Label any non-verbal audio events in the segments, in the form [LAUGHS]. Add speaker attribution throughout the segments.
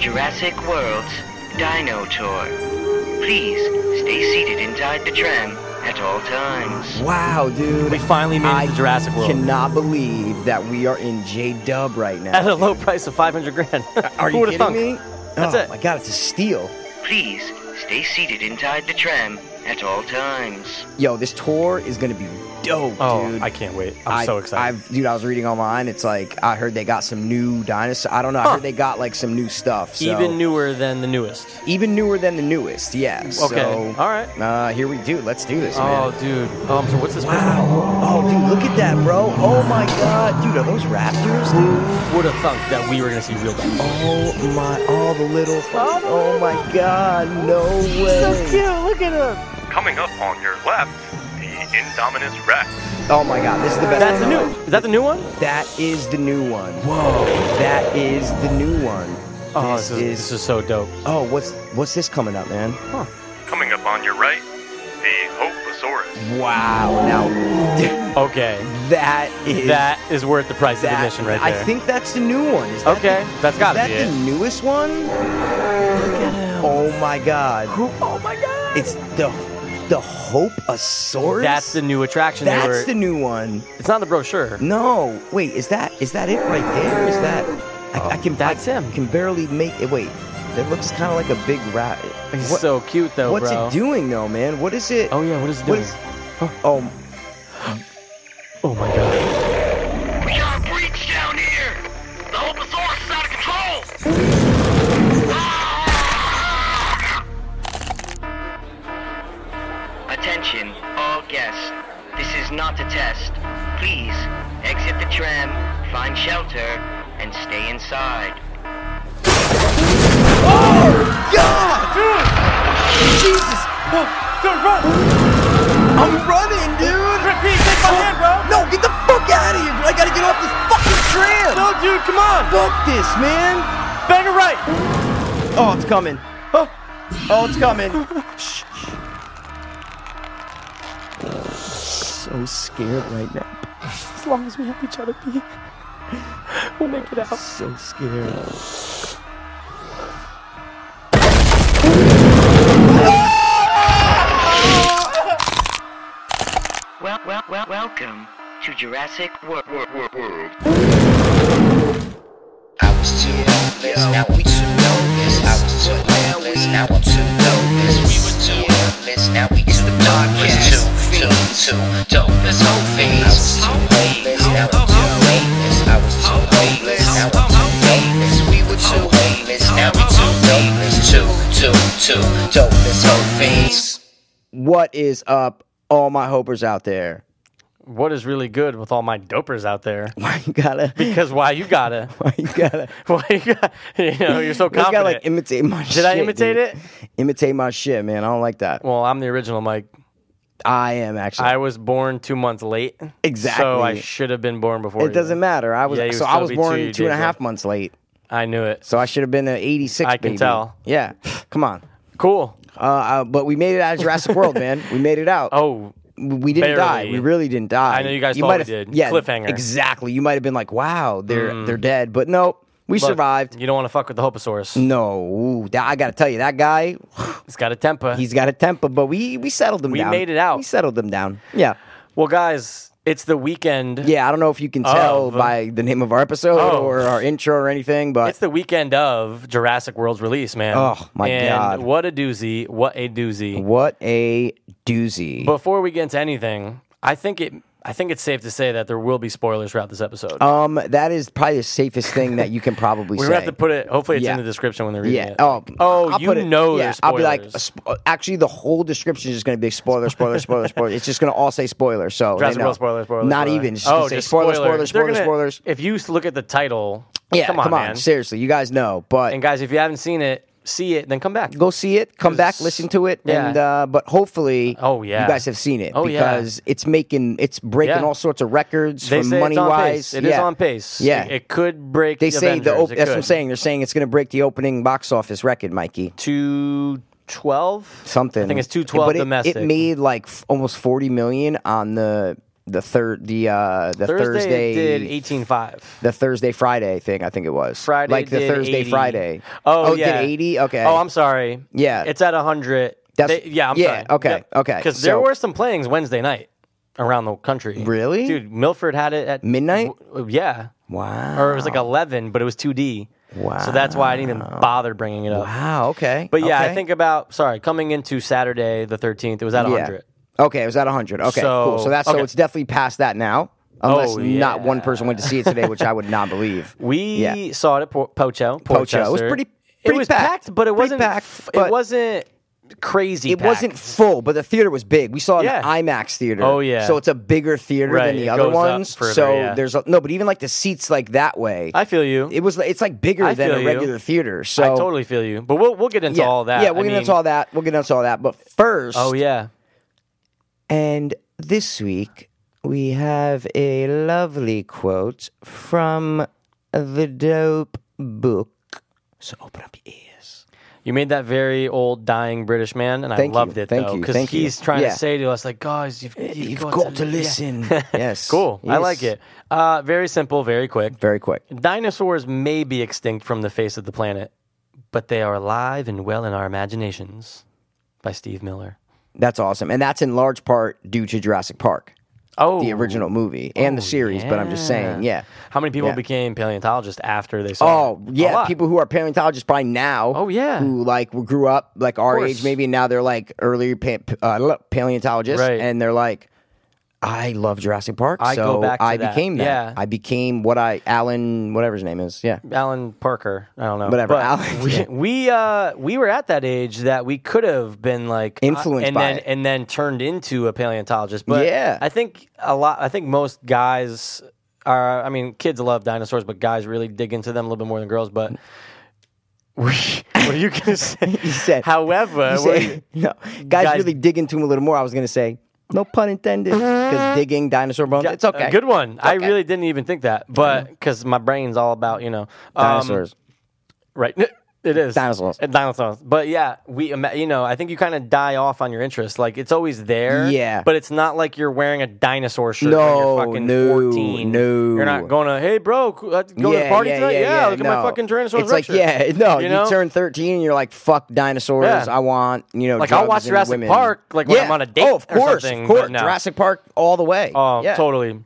Speaker 1: Jurassic World's Dino Tour. Please stay seated inside the tram at all times.
Speaker 2: Wow, dude.
Speaker 3: We finally made it
Speaker 2: I
Speaker 3: to Jurassic World.
Speaker 2: cannot believe that we are in J Dub right now.
Speaker 3: At a low price of
Speaker 2: [LAUGHS]
Speaker 3: 500 grand.
Speaker 2: Are
Speaker 3: Who
Speaker 2: you
Speaker 3: would've
Speaker 2: kidding
Speaker 3: thunk?
Speaker 2: me?
Speaker 3: That's
Speaker 2: oh
Speaker 3: it.
Speaker 2: my god, it's a steal.
Speaker 1: Please stay seated inside the tram at all times.
Speaker 2: Yo, this tour is gonna be dope,
Speaker 3: Oh,
Speaker 2: dude.
Speaker 3: I can't wait. I'm
Speaker 2: I-
Speaker 3: so excited.
Speaker 2: I've, dude, I was reading online. It's like I heard they got some new dinosaur. I don't know. I heard they got like some new stuff. So.
Speaker 3: Even newer than the newest.
Speaker 2: even newer than the newest. Yeah. Okay. So,
Speaker 3: All right.
Speaker 2: Uh, here we do. Let's do this, man.
Speaker 3: Oh, dude. Um, so what's this?
Speaker 2: Wow. Oh, dude, look at that, bro. Oh my god, dude, are those raptors?
Speaker 3: Who
Speaker 2: Dude?
Speaker 3: would have thunk that we were gonna see real dinosaurs?
Speaker 2: Oh my, all the little. fucking- oh my god, no way.
Speaker 3: Look at him.
Speaker 4: Coming up on your left, the Indominus Rex.
Speaker 2: Oh my god, this is the best.
Speaker 3: That's the
Speaker 2: one.
Speaker 3: new. Is that the new one?
Speaker 2: That is the new one. Whoa. That is the new one.
Speaker 3: Oh, this, is, this is so dope.
Speaker 2: Oh, what's what's this coming up, man?
Speaker 4: Coming up on your right, the Hoposaurus.
Speaker 2: Wow. Now,
Speaker 3: Okay.
Speaker 2: that is
Speaker 3: That is worth the price of
Speaker 2: that-
Speaker 3: admission right
Speaker 2: I
Speaker 3: there.
Speaker 2: think that's the new one. Is that
Speaker 3: Okay,
Speaker 2: the-
Speaker 3: that's gotta
Speaker 2: is that
Speaker 3: be it.
Speaker 2: the newest one? Oh my god.
Speaker 3: oh my god.
Speaker 2: It's the the Hopeosaurus.
Speaker 3: That's the new attraction.
Speaker 2: That's
Speaker 3: they were,
Speaker 2: the new one.
Speaker 3: It's not in the brochure.
Speaker 2: No, wait, is that is that it right there? Is that I, I can
Speaker 3: Um, That's
Speaker 2: I
Speaker 3: him.
Speaker 2: Can barely make it. Wait, that looks kind of like a big rat.
Speaker 3: He's
Speaker 2: What-
Speaker 3: so cute though,
Speaker 2: what's
Speaker 3: bro.
Speaker 2: it doing though, man? What is it?
Speaker 3: Oh yeah, what is it
Speaker 2: What
Speaker 3: doing?
Speaker 2: is- oh,
Speaker 3: oh my god.
Speaker 5: We got a breach down here. The Hoposaurus is out of control.
Speaker 1: Ah! Attention, all guests. This is not a test. Please exit the tram, find shelter, and stay inside.
Speaker 2: God! Jesus! Oh, I'm running, dude! Repeat, take my hand, bro! No, get the fuck out of here, dude! I gotta get off this fucking tram! No, dude, come on! Fuck this, man! Bang it right! Oh, it's coming. Oh, it's [LAUGHS] coming. Shh, shh. So scared right now.
Speaker 3: As long as we have each other, [LAUGHS] be. We'll make it out.
Speaker 2: So scared.
Speaker 1: Well, well, well, welcome to Jurassic Wor- Wor- Wor- World.
Speaker 6: I was too nervous, now we too nervous. I was too nervous, now I'm too nervous. We were too nervous, now we it's the podcast. Two, two, two, dope as whole face. I was too nervous, now I'm too nervous. I was too nervous, now I'm too nervous. We were too nervous, now we too nervous. Two, two, two, dope as whole face.
Speaker 2: What is up, all my hopers out there? [LAUGHS]
Speaker 3: What is really good with all my dopers out there?
Speaker 2: Why you gotta?
Speaker 3: Because why
Speaker 2: [LAUGHS]
Speaker 3: you gotta?
Speaker 2: Why you gotta?
Speaker 3: [LAUGHS] Why you got? You know, you're so
Speaker 2: You just
Speaker 3: confident.
Speaker 2: gotta like imitate my shit.
Speaker 3: Did I imitate
Speaker 2: dude.
Speaker 3: it?
Speaker 2: Imitate my shit, man. I don't like that.
Speaker 3: Well, I'm the original Mike.
Speaker 2: I am actually.
Speaker 3: I was born two months late. So I
Speaker 2: Exactly.
Speaker 3: should have been born before.
Speaker 2: it doesn't matter. I was
Speaker 3: Yeah, you
Speaker 2: so
Speaker 3: would
Speaker 2: I
Speaker 3: still
Speaker 2: was
Speaker 3: be
Speaker 2: born
Speaker 3: two
Speaker 2: two,
Speaker 3: days
Speaker 2: two and a half
Speaker 3: old.
Speaker 2: months late.
Speaker 3: I knew it.
Speaker 2: So I should have been an '86.
Speaker 3: I can
Speaker 2: baby.
Speaker 3: tell.
Speaker 2: Yeah, come on.
Speaker 3: Cool.
Speaker 2: Uh, uh, but we made it out of
Speaker 3: [LAUGHS]
Speaker 2: Jurassic World, man. We made it out.
Speaker 3: Oh,
Speaker 2: we didn't die.
Speaker 3: barely.
Speaker 2: We really didn't die.
Speaker 3: I know you guys thought
Speaker 2: might
Speaker 3: we
Speaker 2: have-
Speaker 3: did.
Speaker 2: Yeah,
Speaker 3: Cliffhanger. Mm.
Speaker 2: Exactly. You might have been like, "Wow, they're they're dead," but no, we
Speaker 3: look,
Speaker 2: survived. Mm.
Speaker 3: You don't want to fuck with the Hoposaurus.
Speaker 2: No, Ooh, that, I gotta tell you, that guy, [SIGHS]
Speaker 3: It's got a temper.
Speaker 2: he's got a temper, but we we settled him
Speaker 3: We
Speaker 2: down.
Speaker 3: made it out.
Speaker 2: We settled him down. Yeah.
Speaker 3: well, guys, it's the weekend.
Speaker 2: Yeah, I don't know if you can tell
Speaker 3: Of-
Speaker 2: by the name of our episode
Speaker 3: Oh.
Speaker 2: or our intro or anything,
Speaker 3: It's
Speaker 2: but
Speaker 3: the weekend of Jurassic World's release, man.
Speaker 2: Oh, my
Speaker 3: and
Speaker 2: God.
Speaker 3: What a doozy! What a doozy!
Speaker 2: what a doozy.
Speaker 3: Before we get into anything, I think it. I think it's safe to say that there will be spoilers throughout this episode.
Speaker 2: um, that is probably the safest thing that you can probably
Speaker 3: [LAUGHS] We're
Speaker 2: say.
Speaker 3: gonna have to put it. Hopefully, it's
Speaker 2: Yeah.
Speaker 3: in the description when they're reading
Speaker 2: yeah.
Speaker 3: it.
Speaker 2: Oh,
Speaker 3: oh,
Speaker 2: I'll
Speaker 3: you
Speaker 2: put it-
Speaker 3: know
Speaker 2: yeah,
Speaker 3: there's
Speaker 2: I'll be like,
Speaker 3: spoilers.
Speaker 2: spo- actually, the whole description is just going to be spoiler, spoiler, spoiler, spoiler. It's just going to all say spoiler. So they
Speaker 3: Jurassic
Speaker 2: know.
Speaker 3: World spoilers, spoilers.
Speaker 2: Not
Speaker 3: spoilers.
Speaker 2: even. It's Just gonna say
Speaker 3: Oh, just
Speaker 2: spoiler,
Speaker 3: spoiler.
Speaker 2: spoiler,
Speaker 3: They're
Speaker 2: spoiler,
Speaker 3: gonna-
Speaker 2: spoilers.
Speaker 3: If you s- look at the title,
Speaker 2: Yeah,
Speaker 3: come on, man.
Speaker 2: seriously, you guys know, but
Speaker 3: And guys, if you haven't seen it, see it, then come back.
Speaker 2: go see it, come back,
Speaker 3: 'Cause-
Speaker 2: listen to it,
Speaker 3: yeah.
Speaker 2: and uh, but hopefully,
Speaker 3: Oh, yeah.
Speaker 2: you guys have seen it
Speaker 3: Oh, yeah.
Speaker 2: because it's making it's breaking
Speaker 3: Yeah.
Speaker 2: all sorts of records
Speaker 3: They
Speaker 2: from
Speaker 3: say
Speaker 2: money
Speaker 3: it's on
Speaker 2: wise.
Speaker 3: pace. It is
Speaker 2: yeah.
Speaker 3: on pace.
Speaker 2: Yeah.
Speaker 3: it, it could break.
Speaker 2: They say the op-
Speaker 3: Avengers. It
Speaker 2: that's what I'm
Speaker 3: could.
Speaker 2: saying. They're saying it's going to break the opening box office record, Mikey.
Speaker 3: Two twelve
Speaker 2: Something.
Speaker 3: I think it's two twelve
Speaker 2: But it-
Speaker 3: domestic.
Speaker 2: It made like f- almost 40 million on the the third the uh the Thursday,
Speaker 3: Thursday did eighteen five.
Speaker 2: the Thursday Friday thing I think it was
Speaker 3: Friday
Speaker 2: like the
Speaker 3: did
Speaker 2: Thursday
Speaker 3: 80.
Speaker 2: Friday
Speaker 3: Oh,
Speaker 2: it
Speaker 3: yeah.
Speaker 2: did eighty okay
Speaker 3: Oh, I'm sorry.
Speaker 2: Yeah.
Speaker 3: it's at hundred.
Speaker 2: That's-
Speaker 3: yeah, I'm
Speaker 2: yeah,
Speaker 3: sorry.
Speaker 2: okay, okay.
Speaker 3: Because there
Speaker 2: So-
Speaker 3: were some playings Wednesday night around the country.
Speaker 2: Really?
Speaker 3: dude? Milford had it at
Speaker 2: Midnight?
Speaker 3: w- uh, yeah,
Speaker 2: wow
Speaker 3: or it was like eleven, but it was two D.
Speaker 2: Wow.
Speaker 3: So that's why I didn't even bother bringing it up.
Speaker 2: wow okay
Speaker 3: But yeah, I
Speaker 2: okay.
Speaker 3: think about sorry coming into Saturday the thirteenth. It was at
Speaker 2: yeah
Speaker 3: hundred.
Speaker 2: okay it was at hundred okay cool
Speaker 3: So-
Speaker 2: so that's
Speaker 3: okay.
Speaker 2: so it's definitely past that now unless
Speaker 3: Oh,
Speaker 2: not
Speaker 3: yeah.
Speaker 2: one person went to see it today which I would not believe
Speaker 3: [LAUGHS] We
Speaker 2: Yeah.
Speaker 3: saw it at po- Pocho.
Speaker 2: Pocho. It was
Speaker 3: Portchester.
Speaker 2: pretty-
Speaker 3: it
Speaker 2: pretty
Speaker 3: was
Speaker 2: packed.
Speaker 3: but it
Speaker 2: Pretty
Speaker 3: wasn't.
Speaker 2: packed,
Speaker 3: f- it
Speaker 2: but-
Speaker 3: wasn't crazy.
Speaker 2: it wasn't
Speaker 3: packed.
Speaker 2: full, but the theater was big. We saw an
Speaker 3: Yeah.
Speaker 2: IMAX theater.
Speaker 3: Oh, yeah.
Speaker 2: so it's a bigger theater
Speaker 3: Right,
Speaker 2: than the
Speaker 3: it
Speaker 2: other
Speaker 3: goes up
Speaker 2: ones.
Speaker 3: further,
Speaker 2: so
Speaker 3: yeah.
Speaker 2: there's a, no, but even like the seats like that way.
Speaker 3: I feel you.
Speaker 2: it was it's like bigger
Speaker 3: I
Speaker 2: than
Speaker 3: feel
Speaker 2: a
Speaker 3: you.
Speaker 2: regular theater. So
Speaker 3: I totally feel you. But we'll we'll get into
Speaker 2: yeah,
Speaker 3: all that.
Speaker 2: Yeah, we'll
Speaker 3: I
Speaker 2: get
Speaker 3: mean,
Speaker 2: into all that. We'll get into all that. But first,
Speaker 3: Oh yeah.
Speaker 2: and this week we have a lovely quote from the dope book. So open up your ears.
Speaker 3: You made that very old, dying British man, and
Speaker 2: Thank
Speaker 3: I loved
Speaker 2: you,
Speaker 3: it
Speaker 2: thank
Speaker 3: though,
Speaker 2: you,
Speaker 3: because
Speaker 2: thank you.
Speaker 3: he's trying
Speaker 2: Yeah. Eh,
Speaker 3: to say to us, like, guys, you've, you've,
Speaker 2: You've got, to
Speaker 3: li- yeah." [LAUGHS]
Speaker 2: listen. yes,
Speaker 3: Cool, I
Speaker 2: Yes.
Speaker 3: like it. Uh, very simple, very quick.
Speaker 2: Very quick.
Speaker 3: Dinosaurs may be extinct from the face of the planet, but they are alive and well in our imaginations. By Steve Miller.
Speaker 2: That's awesome. And that's in large part due to Jurassic Park,
Speaker 3: Oh,
Speaker 2: the original movie and the series, but I'm just saying, yeah.
Speaker 3: How many people
Speaker 2: Yeah.
Speaker 3: became paleontologists after they saw?
Speaker 2: Oh,
Speaker 3: it? A
Speaker 2: yeah,
Speaker 3: lot.
Speaker 2: people who are paleontologists by now.
Speaker 3: Oh, yeah.
Speaker 2: Who like grew up like our
Speaker 3: course.
Speaker 2: age maybe and now they're like early pa- uh, paleontologists
Speaker 3: Right.
Speaker 2: and they're like I love Jurassic Park,
Speaker 3: I
Speaker 2: so
Speaker 3: go back to
Speaker 2: I
Speaker 3: that.
Speaker 2: became that.
Speaker 3: Yeah.
Speaker 2: I became what I Alan whatever his name is.
Speaker 3: [LAUGHS]
Speaker 2: Yeah.
Speaker 3: Alan Parker. I don't know.
Speaker 2: Whatever,
Speaker 3: But
Speaker 2: Alan,
Speaker 3: [LAUGHS] we
Speaker 2: yeah.
Speaker 3: we, uh, we were at that age that we could have been like uh,
Speaker 2: Influenced
Speaker 3: and
Speaker 2: by
Speaker 3: then
Speaker 2: it.
Speaker 3: and then turned into a paleontologist. But
Speaker 2: Yeah.
Speaker 3: I think a lot. I think most guys are. I mean, kids love dinosaurs, but guys really dig into them a little bit more than girls. But [LAUGHS] we, what are
Speaker 2: [LAUGHS]
Speaker 3: you gonna say? you
Speaker 2: said-
Speaker 3: [LAUGHS] However,
Speaker 2: You
Speaker 3: what-
Speaker 2: say- uh, [LAUGHS] no, guys,
Speaker 3: Guys-
Speaker 2: really dig into him a little more. I was gonna say, no pun intended, because digging dinosaur bones. it's okay.
Speaker 3: A uh, good one. I
Speaker 2: okay. Mm-hmm.
Speaker 3: really didn't even think that, but because my brain's all about you know um,
Speaker 2: Dinosaurs.
Speaker 3: Right. [LAUGHS] It is
Speaker 2: Dinosaurs.
Speaker 3: Uh, Dinosaurs, but yeah, we ima- you know I think you kind of die off on your interest. Like it's always there,
Speaker 2: Yeah.
Speaker 3: But it's not like you're wearing a dinosaur shirt.
Speaker 2: No,
Speaker 3: when you're fucking
Speaker 2: no,
Speaker 3: 14.
Speaker 2: no.
Speaker 3: You're not going to hey bro, c- let's go to the party tonight. Yeah, look at my
Speaker 2: no.
Speaker 3: fucking dinosaur.
Speaker 2: It's like, yeah, [LAUGHS] no, you,
Speaker 3: you know?
Speaker 2: turn 13 and you're like, fuck dinosaurs.
Speaker 3: Yeah.
Speaker 2: I want, you know,
Speaker 3: Like, I'll
Speaker 2: drugs
Speaker 3: watch
Speaker 2: and
Speaker 3: Jurassic
Speaker 2: women.
Speaker 3: Park, like, when
Speaker 2: Yeah.
Speaker 3: I'm on a date
Speaker 2: Oh, of
Speaker 3: or
Speaker 2: course,
Speaker 3: something,
Speaker 2: of course.
Speaker 3: but no.
Speaker 2: Jurassic Park all the way.
Speaker 3: Oh,
Speaker 2: yeah,
Speaker 3: totally.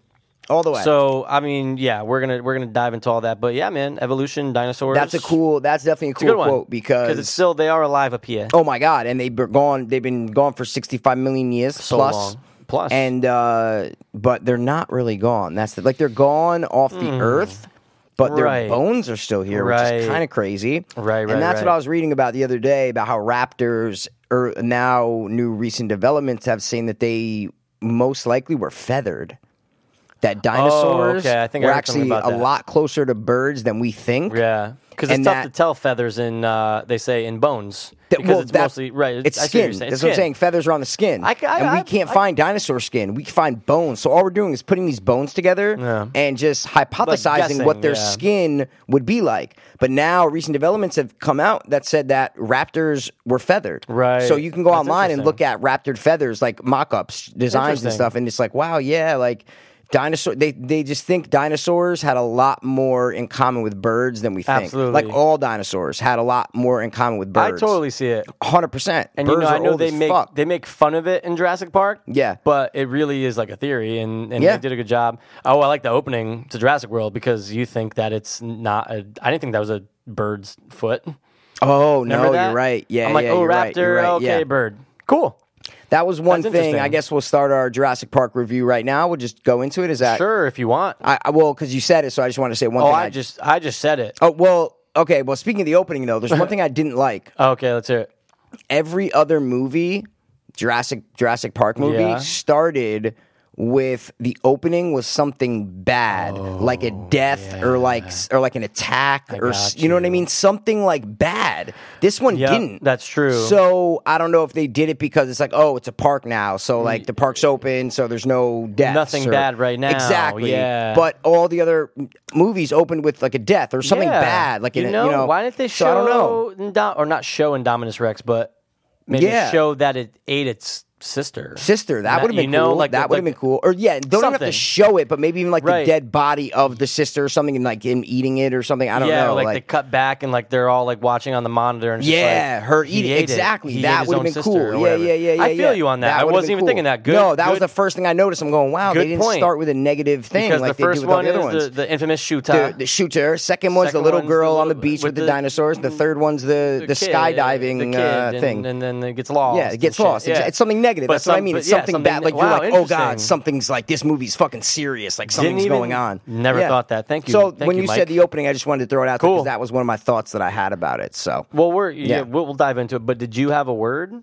Speaker 2: All the way.
Speaker 3: So I mean, yeah, we're gonna we're gonna dive into all that, but yeah, man, evolution, dinosaurs.
Speaker 2: that's a cool, that's definitely a
Speaker 3: it's a
Speaker 2: cool
Speaker 3: good one
Speaker 2: quote because
Speaker 3: it's still they are alive up here.
Speaker 2: oh my God. And they've been gone, they've been gone for 65 million years
Speaker 3: so
Speaker 2: plus.
Speaker 3: long. Plus,
Speaker 2: And, uh, but they're not really gone. That's the, like, they're gone off the earth. But
Speaker 3: Hmm. Right.
Speaker 2: their bones are still here, which
Speaker 3: Right.
Speaker 2: is kind of crazy.
Speaker 3: Right, right,
Speaker 2: And that's
Speaker 3: right.
Speaker 2: what I was reading about the other day about how raptors or now new recent developments have seen that they most likely were feathered. That dinosaurs
Speaker 3: Oh, okay. I think I
Speaker 2: were
Speaker 3: heard something
Speaker 2: actually
Speaker 3: about
Speaker 2: a
Speaker 3: that.
Speaker 2: lot closer to birds than we think.
Speaker 3: Yeah, because it's
Speaker 2: And
Speaker 3: tough
Speaker 2: that-
Speaker 3: to tell feathers in uh, they say in bones
Speaker 2: That-
Speaker 3: because
Speaker 2: well,
Speaker 3: it's
Speaker 2: that-
Speaker 3: mostly right.
Speaker 2: It's
Speaker 3: I see
Speaker 2: skin.
Speaker 3: you're saying.
Speaker 2: That's
Speaker 3: It's
Speaker 2: what I'm
Speaker 3: skin.
Speaker 2: saying. Feathers are on the skin,
Speaker 3: I ca- I-
Speaker 2: and we
Speaker 3: I-
Speaker 2: can't
Speaker 3: I-
Speaker 2: find dinosaur skin. We can find bones. So all we're doing is putting these bones together
Speaker 3: Yeah.
Speaker 2: and just hypothesizing
Speaker 3: guessing,
Speaker 2: what their
Speaker 3: yeah.
Speaker 2: skin would be like. But now recent developments have come out that said that raptors were feathered.
Speaker 3: Right.
Speaker 2: So you can go
Speaker 3: That's
Speaker 2: online and look at raptored feathers, like mock-ups, designs,
Speaker 3: Interesting.
Speaker 2: and stuff, and it's like, wow, yeah, like. Dinosaur, they they just think dinosaurs had a lot more in common with birds than we think.
Speaker 3: Absolutely.
Speaker 2: Like all dinosaurs had a lot more in common with
Speaker 3: I
Speaker 2: birds.
Speaker 3: totally see it.
Speaker 2: Hundred percent.
Speaker 3: And you know, I know they make they make fun of it in Jurassic Park.
Speaker 2: Yeah.
Speaker 3: but it really is like a theory, and, and
Speaker 2: Yeah.
Speaker 3: they did a good job. Oh, I like the opening to Jurassic World because you think that it's not. A, I didn't think that was a bird's foot.
Speaker 2: oh
Speaker 3: Remember
Speaker 2: no,
Speaker 3: that?
Speaker 2: you're right. Yeah,
Speaker 3: I'm like,
Speaker 2: yeah,
Speaker 3: oh,
Speaker 2: you're
Speaker 3: raptor,
Speaker 2: right, you're right,
Speaker 3: okay,
Speaker 2: yeah.
Speaker 3: bird, cool.
Speaker 2: That was one
Speaker 3: That's
Speaker 2: thing. I
Speaker 3: interesting.
Speaker 2: guess we'll start our Jurassic Park review right now. We'll just go into it. Is that
Speaker 3: Sure, if you want.
Speaker 2: I, I well, because you said it, so I just want to say one
Speaker 3: oh,
Speaker 2: thing.
Speaker 3: I just I just said it.
Speaker 2: Oh well, okay. Well, speaking of the opening though, there's
Speaker 3: [LAUGHS]
Speaker 2: one thing I didn't like.
Speaker 3: Okay, let's hear it.
Speaker 2: Every other movie, Jurassic Jurassic Park movie,
Speaker 3: Yeah.
Speaker 2: started with the opening was something bad, like a death or like s- or like an attack or s-
Speaker 3: Oh, got
Speaker 2: you know what I mean, something like bad. This one
Speaker 3: Yep,
Speaker 2: didn't.
Speaker 3: that's true.
Speaker 2: So I don't know if they did it because it's like, oh, it's a park now, so like the park's open, so there's no deaths.
Speaker 3: Mm. Nothing
Speaker 2: or-
Speaker 3: bad right now,
Speaker 2: Exactly.
Speaker 3: yeah.
Speaker 2: But all the other m- movies opened with like a death or something
Speaker 3: Yeah.
Speaker 2: bad, like in
Speaker 3: you
Speaker 2: a-
Speaker 3: know,
Speaker 2: you know.
Speaker 3: why didn't they show?
Speaker 2: So I don't know.
Speaker 3: Indo- or not show Indominus Rex, but maybe
Speaker 2: Yeah.
Speaker 3: show that it ate its sister.
Speaker 2: sister. That
Speaker 3: Not-
Speaker 2: would have been
Speaker 3: you know,
Speaker 2: cool.
Speaker 3: like the-
Speaker 2: that would have
Speaker 3: like-
Speaker 2: been cool. Or yeah, don't even have to
Speaker 3: Something.
Speaker 2: show it, but maybe even like the
Speaker 3: Right.
Speaker 2: dead body of the sister or something, and like him eating it or something. I don't
Speaker 3: yeah,
Speaker 2: know.
Speaker 3: like, they cut back and like they're all like watching on the monitor and it's just,
Speaker 2: yeah,
Speaker 3: like,
Speaker 2: her
Speaker 3: he
Speaker 2: eating
Speaker 3: ate it.
Speaker 2: exactly.
Speaker 3: He ate
Speaker 2: That
Speaker 3: his
Speaker 2: would have
Speaker 3: own
Speaker 2: been
Speaker 3: sister
Speaker 2: cool.
Speaker 3: or
Speaker 2: Yeah,
Speaker 3: would've
Speaker 2: yeah, yeah, yeah.
Speaker 3: I feel
Speaker 2: yeah.
Speaker 3: you on that. I
Speaker 2: would've
Speaker 3: wasn't
Speaker 2: been
Speaker 3: even thinking that. Good-
Speaker 2: no, that was
Speaker 3: good-
Speaker 2: the first thing I noticed. I'm going, wow, they
Speaker 3: Good
Speaker 2: didn't
Speaker 3: point.
Speaker 2: start with a negative thing
Speaker 3: Because
Speaker 2: like
Speaker 3: the
Speaker 2: they
Speaker 3: first
Speaker 2: do with all
Speaker 3: one
Speaker 2: the other
Speaker 3: is
Speaker 2: ones.
Speaker 3: the, the infamous shooter.
Speaker 2: the, the shooter. Second one's
Speaker 3: Second
Speaker 2: the little
Speaker 3: one's the
Speaker 2: girl on the
Speaker 3: little-
Speaker 2: beach with,
Speaker 3: with
Speaker 2: the,
Speaker 3: the-
Speaker 2: dinosaurs. The third one's the the,
Speaker 3: kid,
Speaker 2: skydiving
Speaker 3: the kid,
Speaker 2: uh,
Speaker 3: and-
Speaker 2: thing.
Speaker 3: and, then it gets lost.
Speaker 2: Yeah, it
Speaker 3: and
Speaker 2: gets
Speaker 3: shit.
Speaker 2: lost. It's-
Speaker 3: Yeah.
Speaker 2: It's something negative.
Speaker 3: But
Speaker 2: That's what I
Speaker 3: some-
Speaker 2: mean.
Speaker 3: but
Speaker 2: It's
Speaker 3: yeah,
Speaker 2: something,
Speaker 3: something
Speaker 2: bad. Like
Speaker 3: ne- wow,
Speaker 2: you're like, oh god,
Speaker 3: interesting.
Speaker 2: something's like this movie's fucking serious. Like something's
Speaker 3: even-
Speaker 2: going on.
Speaker 3: never thought that. Thank you.
Speaker 2: So
Speaker 3: Thank
Speaker 2: when
Speaker 3: you,
Speaker 2: you, said
Speaker 3: Mike.
Speaker 2: the opening, I just wanted to throw it out there
Speaker 3: Cool.
Speaker 2: because that was one of my thoughts that I had about it. So
Speaker 3: Well, we're yeah,
Speaker 2: Yeah.
Speaker 3: we'll, we'll dive into it. But did you have a word?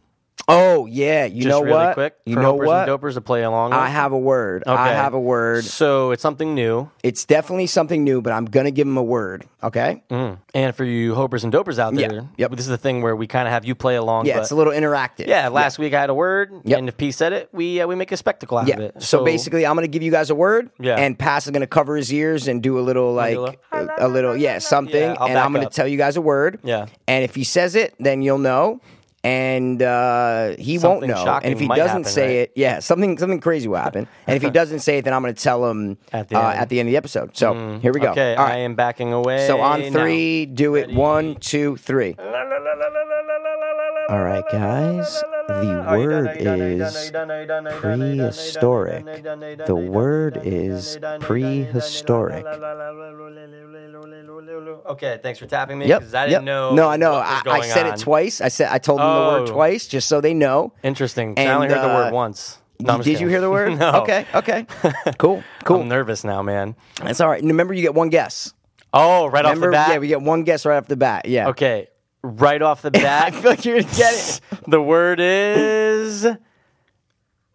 Speaker 2: oh yeah, you
Speaker 3: Just
Speaker 2: know
Speaker 3: really
Speaker 2: what?
Speaker 3: quick.
Speaker 2: you
Speaker 3: for
Speaker 2: know
Speaker 3: Hopers
Speaker 2: what?
Speaker 3: And dopers to play along. With?
Speaker 2: I have a word. I
Speaker 3: Okay.
Speaker 2: have a word.
Speaker 3: So it's something new.
Speaker 2: It's definitely something new, but I'm gonna give him a word. Okay.
Speaker 3: Mm. And for you hopers and dopers out
Speaker 2: Yeah.
Speaker 3: there,
Speaker 2: Yep.
Speaker 3: this is the thing where we kind of have you play along.
Speaker 2: Yeah,
Speaker 3: but-
Speaker 2: it's a little interactive.
Speaker 3: yeah, last week I had a word,
Speaker 2: Yep.
Speaker 3: and if P said it, we uh, we make a spectacle out
Speaker 2: Yeah.
Speaker 3: of it.
Speaker 2: So, basically, I'm going to give you guys a word,
Speaker 3: Yeah.
Speaker 2: and Pass is going to cover his ears and do a little like
Speaker 3: little,
Speaker 2: a, a little yeah something,
Speaker 3: Yeah, I'll
Speaker 2: and
Speaker 3: back
Speaker 2: I'm going to
Speaker 3: up.
Speaker 2: tell you guys a word.
Speaker 3: Yeah.
Speaker 2: And if he says it, then you'll know, and uh, he
Speaker 3: Something
Speaker 2: won't know.
Speaker 3: shocking
Speaker 2: And if he
Speaker 3: might
Speaker 2: doesn't
Speaker 3: happen,
Speaker 2: say
Speaker 3: right?
Speaker 2: it, yeah, something something crazy will happen. and if he
Speaker 3: [LAUGHS]
Speaker 2: doesn't say it, then I'm going to tell him
Speaker 3: At the
Speaker 2: uh,
Speaker 3: end. Mm,
Speaker 2: at the end of the episode. So here we go.
Speaker 3: okay,
Speaker 2: All
Speaker 3: I
Speaker 2: right.
Speaker 3: am backing away.
Speaker 2: So on
Speaker 3: now.
Speaker 2: three, do it. One, two, three. All right, guys. The word is prehistoric. The word is prehistoric.
Speaker 3: Okay, thanks for tapping me.
Speaker 2: Yep.
Speaker 3: 'cause I
Speaker 2: yep.
Speaker 3: didn't know.
Speaker 2: No, I know.
Speaker 3: what was
Speaker 2: I, I
Speaker 3: going
Speaker 2: said
Speaker 3: on.
Speaker 2: it twice. I said I told them the word
Speaker 3: Oh.
Speaker 2: twice, just so they know.
Speaker 3: Interesting. 'cause I only
Speaker 2: And,
Speaker 3: heard the
Speaker 2: uh,
Speaker 3: word once. No, I'm just
Speaker 2: Did
Speaker 3: kidding.
Speaker 2: you hear the word?
Speaker 3: [LAUGHS] no.
Speaker 2: Okay. Okay.
Speaker 3: [LAUGHS]
Speaker 2: Cool. Cool.
Speaker 3: I'm nervous now, man.
Speaker 2: That's all right. And remember, you get one guess.
Speaker 3: Oh, right
Speaker 2: Remember,
Speaker 3: off the bat.
Speaker 2: yeah, we get one guess right off the bat. Yeah.
Speaker 3: okay, right off the
Speaker 2: [LAUGHS] I
Speaker 3: bat.
Speaker 2: feel like you're gonna get
Speaker 3: [LAUGHS]
Speaker 2: it.
Speaker 3: the word is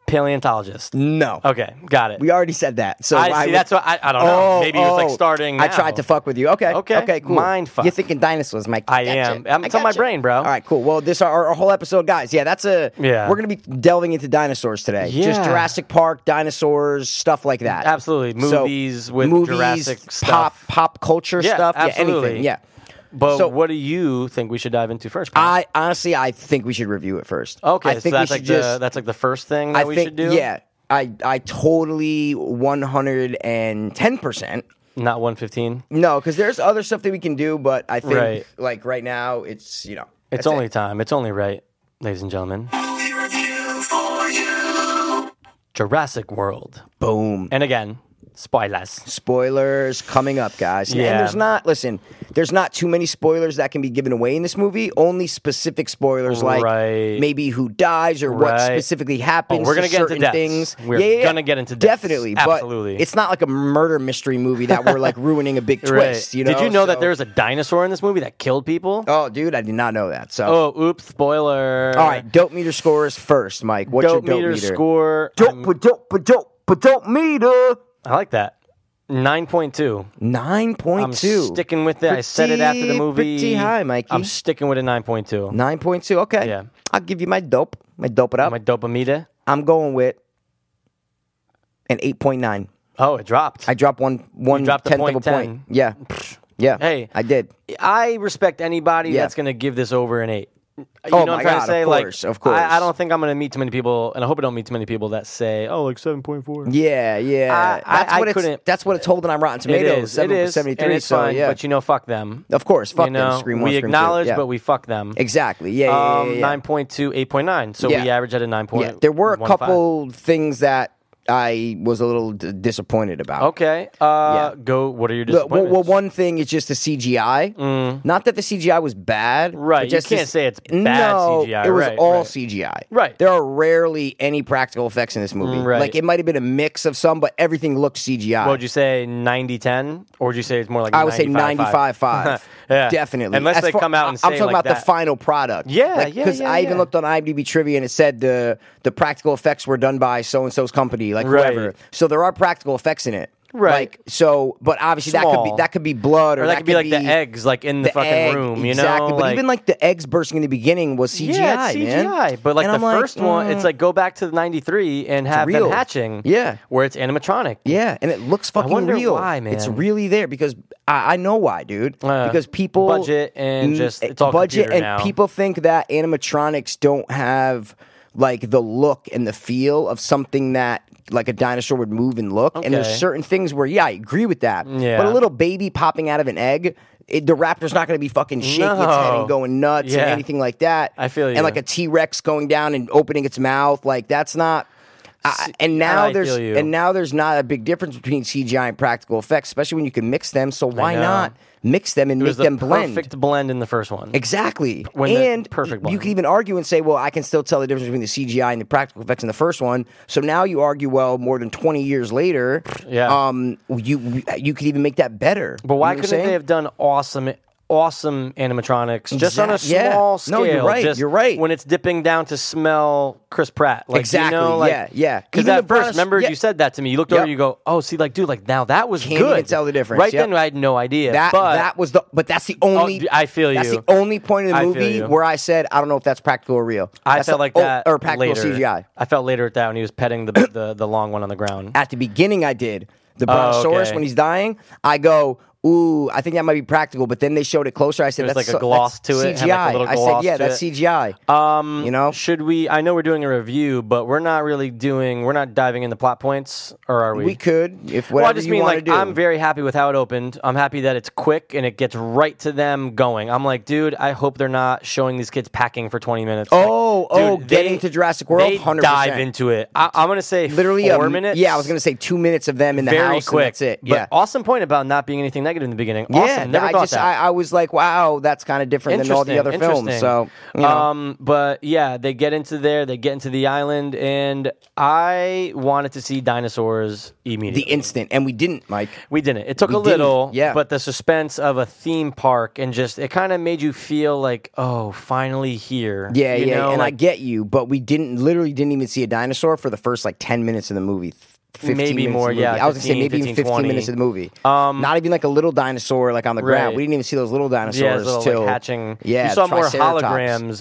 Speaker 3: paleontologist.
Speaker 2: No.
Speaker 3: Okay, got it.
Speaker 2: We already said that. So
Speaker 3: I
Speaker 2: why
Speaker 3: see.
Speaker 2: would-
Speaker 3: that's what I, I don't know. Maybe it was like
Speaker 2: oh.
Speaker 3: starting.
Speaker 2: I
Speaker 3: now.
Speaker 2: tried to fuck with you. Okay.
Speaker 3: Okay.
Speaker 2: Okay. Cool.
Speaker 3: Mind fuck.
Speaker 2: You're thinking dinosaurs, Mike.
Speaker 3: I
Speaker 2: Gotcha.
Speaker 3: am. I'm- it's on
Speaker 2: gotcha.
Speaker 3: my brain, bro.
Speaker 2: All right. Cool. Well, this our, our whole episode, guys. Yeah, that's a.
Speaker 3: Yeah.
Speaker 2: We're gonna be delving into dinosaurs today. Just
Speaker 3: Yeah.
Speaker 2: Jurassic Park, dinosaurs, stuff like that.
Speaker 3: Absolutely.
Speaker 2: So,
Speaker 3: Movies with
Speaker 2: movies,
Speaker 3: Jurassic
Speaker 2: pop,
Speaker 3: stuff.
Speaker 2: pop culture
Speaker 3: Yeah,
Speaker 2: stuff. Yeah. Anything.
Speaker 3: absolutely.
Speaker 2: Yeah.
Speaker 3: But
Speaker 2: so-
Speaker 3: what do you think we should dive into first? Paul?
Speaker 2: I honestly, I think we should review it first.
Speaker 3: okay,
Speaker 2: I think
Speaker 3: so that's
Speaker 2: we
Speaker 3: like
Speaker 2: should
Speaker 3: the,
Speaker 2: just.
Speaker 3: that's like the first thing that
Speaker 2: I
Speaker 3: we
Speaker 2: think.
Speaker 3: should do.
Speaker 2: Yeah. I I totally one hundred and ten percent
Speaker 3: not one fifteen.
Speaker 2: No, because there's other stuff that we can do, but I think
Speaker 3: Right.
Speaker 2: like right now it's you know
Speaker 3: It's
Speaker 2: that's
Speaker 3: only
Speaker 2: it.
Speaker 3: time. It's only right, ladies and gentlemen. Jurassic World,
Speaker 2: boom
Speaker 3: and again, spoilers.
Speaker 2: spoilers coming up, guys.
Speaker 3: Yeah.
Speaker 2: And there's not listen, there's not too many spoilers that can be given away in this movie. Only specific spoilers like
Speaker 3: Right.
Speaker 2: maybe who dies or what
Speaker 3: Right.
Speaker 2: specifically happens.
Speaker 3: Oh, we're
Speaker 2: going to
Speaker 3: gonna get into
Speaker 2: certain
Speaker 3: deaths.
Speaker 2: things.
Speaker 3: We're
Speaker 2: yeah, yeah, yeah.
Speaker 3: gonna get into deaths.
Speaker 2: definitely,
Speaker 3: Absolutely.
Speaker 2: But it's not like a murder mystery movie that we're
Speaker 3: [LAUGHS]
Speaker 2: like ruining a big twist. You know?
Speaker 3: Did you know that
Speaker 2: So-
Speaker 3: there's a dinosaur in this movie that killed people?
Speaker 2: Oh, dude, I did not know that. So.
Speaker 3: Oh, oops, spoiler.
Speaker 2: All right, dope meter scores first, Mike. What's
Speaker 3: dope
Speaker 2: your dope
Speaker 3: meter,
Speaker 2: meter?
Speaker 3: score.
Speaker 2: Dope,
Speaker 3: I'm-
Speaker 2: but dope, but dope, but dope meter.
Speaker 3: I like that. Nine point two.
Speaker 2: Nine
Speaker 3: I'm
Speaker 2: point two.
Speaker 3: sticking with it. I said it after the
Speaker 2: Pretty-
Speaker 3: movie.
Speaker 2: pretty high, Mikey.
Speaker 3: I'm sticking with a nine point two.
Speaker 2: Nine point two. Okay.
Speaker 3: Yeah.
Speaker 2: I'll give you my dope. My dope it up.
Speaker 3: My dopamida.
Speaker 2: I'm going with an eight point nine.
Speaker 3: Oh, it dropped.
Speaker 2: I dropped one one
Speaker 3: dropped a
Speaker 2: tenth
Speaker 3: point
Speaker 2: of a point.
Speaker 3: 10.
Speaker 2: Yeah. Yeah.
Speaker 3: Hey.
Speaker 2: I did.
Speaker 3: I respect anybody
Speaker 2: Yeah.
Speaker 3: that's going to give this over an eight. You
Speaker 2: Oh
Speaker 3: know what
Speaker 2: my
Speaker 3: I'm trying
Speaker 2: God,
Speaker 3: to say?
Speaker 2: of
Speaker 3: Like,
Speaker 2: course, of course.
Speaker 3: I, I don't think I'm going to meet too many people, and I hope I don't meet too many people that say, "Oh, like seven point four.
Speaker 2: Yeah, yeah.
Speaker 3: I- I-
Speaker 2: that's
Speaker 3: I
Speaker 2: what it's
Speaker 3: couldn't-
Speaker 2: that's what it's holding on Rotten
Speaker 3: It
Speaker 2: Tomatoes.
Speaker 3: is, it is, and
Speaker 2: 73,
Speaker 3: it's
Speaker 2: so
Speaker 3: fine.
Speaker 2: yeah.
Speaker 3: But you know, fuck them.
Speaker 2: of course, fuck
Speaker 3: you know,
Speaker 2: them. Scream one,
Speaker 3: we
Speaker 2: scream two.
Speaker 3: acknowledge,
Speaker 2: Yeah.
Speaker 3: but we fuck them.
Speaker 2: Exactly. Yeah, yeah,
Speaker 3: Um,
Speaker 2: yeah, yeah, yeah.
Speaker 3: 9.2, 8.9. So we
Speaker 2: Yeah.
Speaker 3: average at a 9.1.
Speaker 2: Yeah, there were a couple things that I was a little d- disappointed about.
Speaker 3: Okay. Uh, Go. What are your
Speaker 2: Look, well,
Speaker 3: disappointments? Mm.
Speaker 2: well, one thing is just the CGI. Not that the CGI was bad,
Speaker 3: Right,
Speaker 2: but
Speaker 3: you
Speaker 2: just
Speaker 3: can't
Speaker 2: this-
Speaker 3: say it's bad
Speaker 2: no,
Speaker 3: CGI,
Speaker 2: It was
Speaker 3: right,
Speaker 2: all
Speaker 3: right.
Speaker 2: CGI.
Speaker 3: Right.
Speaker 2: There are rarely any practical effects in this movie.
Speaker 3: Mm, right.
Speaker 2: Like it might have been a mix of some, but everything looked CGI.
Speaker 3: What would you say 90 10? Or would you say it's more like
Speaker 2: I would say 95 5.
Speaker 3: [LAUGHS] Yeah.
Speaker 2: Definitely.
Speaker 3: Unless
Speaker 2: As
Speaker 3: they
Speaker 2: far-
Speaker 3: come out and
Speaker 2: I'm
Speaker 3: say
Speaker 2: talking
Speaker 3: like
Speaker 2: about the
Speaker 3: that.
Speaker 2: final product.
Speaker 3: Yeah, yeah,
Speaker 2: Because
Speaker 3: yeah,
Speaker 2: I even
Speaker 3: yeah.
Speaker 2: looked on IMDb trivia and it said the, the practical effects were done by so and so's company, like
Speaker 3: Right.
Speaker 2: whoever. So there are practical effects in it.
Speaker 3: Right.
Speaker 2: Like, so, but obviously that could be
Speaker 3: Small.
Speaker 2: that could be blood or,
Speaker 3: Or that could be like the eggs, like in the, fucking
Speaker 2: egg,
Speaker 3: room, you
Speaker 2: exactly.
Speaker 3: know?
Speaker 2: But even like the eggs bursting in the beginning was CGI,
Speaker 3: yeah, it's
Speaker 2: man.
Speaker 3: CGI. But like
Speaker 2: And I'm
Speaker 3: the first one,
Speaker 2: mm,
Speaker 3: it's like go back to the 93 and have
Speaker 2: real.
Speaker 3: them hatching.
Speaker 2: Yeah.
Speaker 3: Where it's animatronic.
Speaker 2: Yeah, and it looks fucking
Speaker 3: wonder
Speaker 2: real.
Speaker 3: why, man.
Speaker 2: It's really there because I, I know why, dude.
Speaker 3: Uh,
Speaker 2: because people
Speaker 3: budget and
Speaker 2: Mm,
Speaker 3: just- it's all
Speaker 2: budget
Speaker 3: computer
Speaker 2: and
Speaker 3: now.
Speaker 2: people think that animatronics don't have like the look and the feel of something that like a dinosaur would move and look. And there's
Speaker 3: Okay.
Speaker 2: certain things where, yeah, I agree with that. But
Speaker 3: Yeah.
Speaker 2: a little baby popping out of an egg, it, the raptor's not going to be fucking shaking its head
Speaker 3: No.
Speaker 2: and going nuts
Speaker 3: Yeah.
Speaker 2: and anything like that.
Speaker 3: I feel you.
Speaker 2: And like a T Rex going down and opening its mouth, like that's not. I, and now
Speaker 3: I
Speaker 2: there's
Speaker 3: feel you.
Speaker 2: and now there's not a big difference between CGI and practical effects, especially when you can mix them. So why
Speaker 3: know.
Speaker 2: not mix them and
Speaker 3: It
Speaker 2: make
Speaker 3: was the
Speaker 2: them blend?
Speaker 3: perfect blend in the first one.
Speaker 2: Exactly.
Speaker 3: When the
Speaker 2: and you
Speaker 3: perfect blend.
Speaker 2: could even argue and say, well, I can still tell the difference between the CGI and the practical effects in the first one. So now you argue, well, more than 20 years later,
Speaker 3: Yeah.
Speaker 2: um, you you could even make that better.
Speaker 3: But why
Speaker 2: You know what I'm
Speaker 3: couldn't they
Speaker 2: saying?
Speaker 3: have done awesome, awesome animatronics just on a
Speaker 2: Exact- yeah.
Speaker 3: small scale?
Speaker 2: No, you're right,
Speaker 3: just
Speaker 2: you're right.
Speaker 3: When it's dipping down to smell Chris Pratt, like
Speaker 2: Exactly,
Speaker 3: You know, like,
Speaker 2: yeah, yeah.
Speaker 3: Because
Speaker 2: Even the
Speaker 3: at first,
Speaker 2: Brontos-
Speaker 3: remember
Speaker 2: yeah.
Speaker 3: you said that to me. You looked
Speaker 2: Yep.
Speaker 3: over, you go, "Oh, see, like, dude, like now that was
Speaker 2: Can't
Speaker 3: good."
Speaker 2: even tell the difference,
Speaker 3: Right
Speaker 2: yep.
Speaker 3: then, I had no idea.
Speaker 2: That
Speaker 3: but Oh,
Speaker 2: that was the but that's the only
Speaker 3: d- I feel
Speaker 2: That's
Speaker 3: you.
Speaker 2: the only point of
Speaker 3: I
Speaker 2: the
Speaker 3: feel
Speaker 2: movie
Speaker 3: you.
Speaker 2: where I said I don't know if that's practical or real.
Speaker 3: I
Speaker 2: That's
Speaker 3: felt
Speaker 2: the
Speaker 3: like
Speaker 2: o-
Speaker 3: that
Speaker 2: or practical
Speaker 3: later.
Speaker 2: CGI.
Speaker 3: I felt later at that when he was petting the the, the long one on the ground.
Speaker 2: At the beginning, I did the brontosaurus
Speaker 3: Oh, okay.
Speaker 2: when he's dying. I go. Ooh, I think that might be practical, but then they showed it closer. I said,
Speaker 3: There's
Speaker 2: "That's
Speaker 3: like a
Speaker 2: so-
Speaker 3: gloss
Speaker 2: that's
Speaker 3: to it, had like a
Speaker 2: CGI."
Speaker 3: little
Speaker 2: I said,
Speaker 3: gloss
Speaker 2: "Yeah,
Speaker 3: to
Speaker 2: that's
Speaker 3: it.
Speaker 2: CGI." Um, you know,
Speaker 3: Should we? I know we're doing a review, but we're not really doing. We're not diving into plot points, or are we?
Speaker 2: We could, if
Speaker 3: Well,
Speaker 2: whatever
Speaker 3: I just
Speaker 2: you
Speaker 3: mean
Speaker 2: want
Speaker 3: like
Speaker 2: to do.
Speaker 3: I'm very happy with how it opened. I'm happy that it's quick and it gets right to them going. I'm like, dude, I hope they're not showing these kids packing for 20 minutes.
Speaker 2: Oh,
Speaker 3: like,
Speaker 2: oh, getting to Jurassic World,
Speaker 3: They
Speaker 2: 100%.
Speaker 3: dive into it. I, I'm gonna say
Speaker 2: literally
Speaker 3: four
Speaker 2: a,
Speaker 3: minutes.
Speaker 2: Yeah, I was gonna say two minutes of them in the
Speaker 3: very
Speaker 2: house.
Speaker 3: quick.
Speaker 2: And that's it.
Speaker 3: But
Speaker 2: yeah.
Speaker 3: awesome point about not being anything negative in the beginning.
Speaker 2: yeah,
Speaker 3: awesome. Never
Speaker 2: I
Speaker 3: thought
Speaker 2: just
Speaker 3: that.
Speaker 2: I, I was like, wow, that's kind of different than all the other films.
Speaker 3: interesting.
Speaker 2: So, you know.
Speaker 3: um, but yeah, they get into there, they get into the island, and I wanted to see dinosaurs
Speaker 2: the
Speaker 3: immediately.
Speaker 2: instant, and we didn't, Mike.
Speaker 3: We didn't. It took
Speaker 2: We
Speaker 3: a little,
Speaker 2: didn't, yeah.
Speaker 3: but the suspense of a theme park and just it kind of made you feel like, oh, finally here.
Speaker 2: Yeah,
Speaker 3: You
Speaker 2: yeah,
Speaker 3: know,
Speaker 2: and I
Speaker 3: like,
Speaker 2: get you, but we didn't literally didn't even see a dinosaur for the first like ten minutes of the movie. 15 minutes
Speaker 3: Maybe
Speaker 2: of the
Speaker 3: more,
Speaker 2: movie.
Speaker 3: yeah,
Speaker 2: I was gonna say
Speaker 3: 15,
Speaker 2: maybe even
Speaker 3: 15,
Speaker 2: fifteen
Speaker 3: 20.
Speaker 2: minutes of the movie. Um, not even like a little dinosaur like on the ground.
Speaker 3: Right.
Speaker 2: We didn't even see those little dinosaurs
Speaker 3: yeah, it was a little,
Speaker 2: till
Speaker 3: like hatching.
Speaker 2: Yeah,
Speaker 3: you saw more
Speaker 2: Triceratops.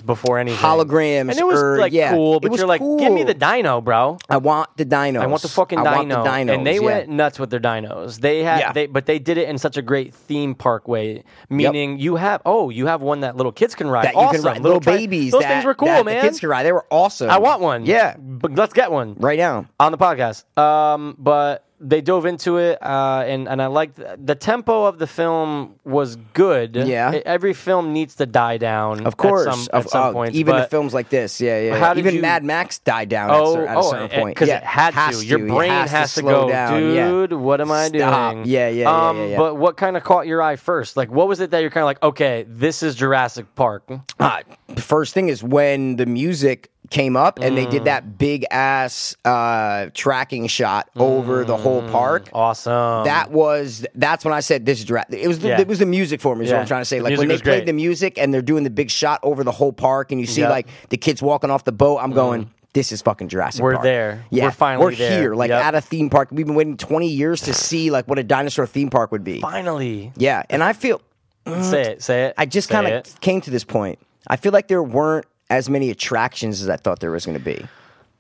Speaker 3: holograms before anything.
Speaker 2: Holograms
Speaker 3: and it was
Speaker 2: or-
Speaker 3: like
Speaker 2: yeah,
Speaker 3: cool,
Speaker 2: it
Speaker 3: but
Speaker 2: was
Speaker 3: you're like, give me
Speaker 2: cool.
Speaker 3: the dino, bro.
Speaker 2: I want the dinos.
Speaker 3: I want the fucking
Speaker 2: I
Speaker 3: dino.
Speaker 2: want the dinos.
Speaker 3: And they
Speaker 2: yeah.
Speaker 3: went nuts with their dinos. They had
Speaker 2: Yeah.
Speaker 3: they but they did it in such a great theme park way. Meaning you have oh, you have one that little kids can ride.
Speaker 2: that you
Speaker 3: awesome.
Speaker 2: can ride.
Speaker 3: Little
Speaker 2: Little
Speaker 3: tri-
Speaker 2: babies.
Speaker 3: Those
Speaker 2: that-
Speaker 3: things were cool,
Speaker 2: that
Speaker 3: man.
Speaker 2: The kids could ride. They were awesome.
Speaker 3: I want one.
Speaker 2: Yeah,
Speaker 3: But let's get one.
Speaker 2: right now.
Speaker 3: on the podcast. Um, but they dove into it, uh, and and I liked the tempo of the film was good.
Speaker 2: Yeah.
Speaker 3: E- every film needs to die down,
Speaker 2: Of course,
Speaker 3: at some,
Speaker 2: of,
Speaker 3: at some
Speaker 2: uh,
Speaker 3: point.
Speaker 2: even
Speaker 3: but,
Speaker 2: in films like this, yeah, yeah.
Speaker 3: How
Speaker 2: yeah.
Speaker 3: did
Speaker 2: even
Speaker 3: you-
Speaker 2: Mad Max died down at,
Speaker 3: Oh,
Speaker 2: cer- at a
Speaker 3: oh,
Speaker 2: certain
Speaker 3: eh,
Speaker 2: point
Speaker 3: 'cause
Speaker 2: yeah,
Speaker 3: it had
Speaker 2: has
Speaker 3: to. Your
Speaker 2: It
Speaker 3: brain
Speaker 2: has,
Speaker 3: to,
Speaker 2: slow
Speaker 3: go,
Speaker 2: down. yeah.
Speaker 3: dude. What am I
Speaker 2: Stop.
Speaker 3: doing?
Speaker 2: Yeah, yeah, yeah,
Speaker 3: Um,
Speaker 2: yeah, yeah.
Speaker 3: But what kind of caught your eye first? Like, what was it that you're kind of like? Okay, this is Jurassic Park.
Speaker 2: Ah, the first thing is when the music came up and they
Speaker 3: Mm.
Speaker 2: did that big ass uh, tracking shot over the whole
Speaker 3: Mm.
Speaker 2: park.
Speaker 3: Awesome.
Speaker 2: That was that's when I said this is direct. It was the,
Speaker 3: Um, Yeah.
Speaker 2: it was the music for me. Is what
Speaker 3: Yeah.
Speaker 2: I'm trying to say.
Speaker 3: The
Speaker 2: Like when
Speaker 3: music
Speaker 2: they
Speaker 3: was
Speaker 2: played
Speaker 3: great.
Speaker 2: the music and they're doing the big shot over the whole park, and you see
Speaker 3: Yep. Mm-hmm.
Speaker 2: like the kids walking off the boat. I'm going. This is fucking Jurassic
Speaker 3: We're
Speaker 2: Park.
Speaker 3: there.
Speaker 2: Yeah,
Speaker 3: We're finally
Speaker 2: we're
Speaker 3: there.
Speaker 2: here. Like
Speaker 3: Yep.
Speaker 2: at a theme park, we've been waiting 20 years to see like what a dinosaur theme park would be.
Speaker 3: finally.
Speaker 2: Yeah, and I feel
Speaker 3: Say it. Say it.
Speaker 2: Mm. I just
Speaker 3: Say
Speaker 2: kind
Speaker 3: it.
Speaker 2: of came to this point. I feel like there weren't as many attractions as I thought there was going to be.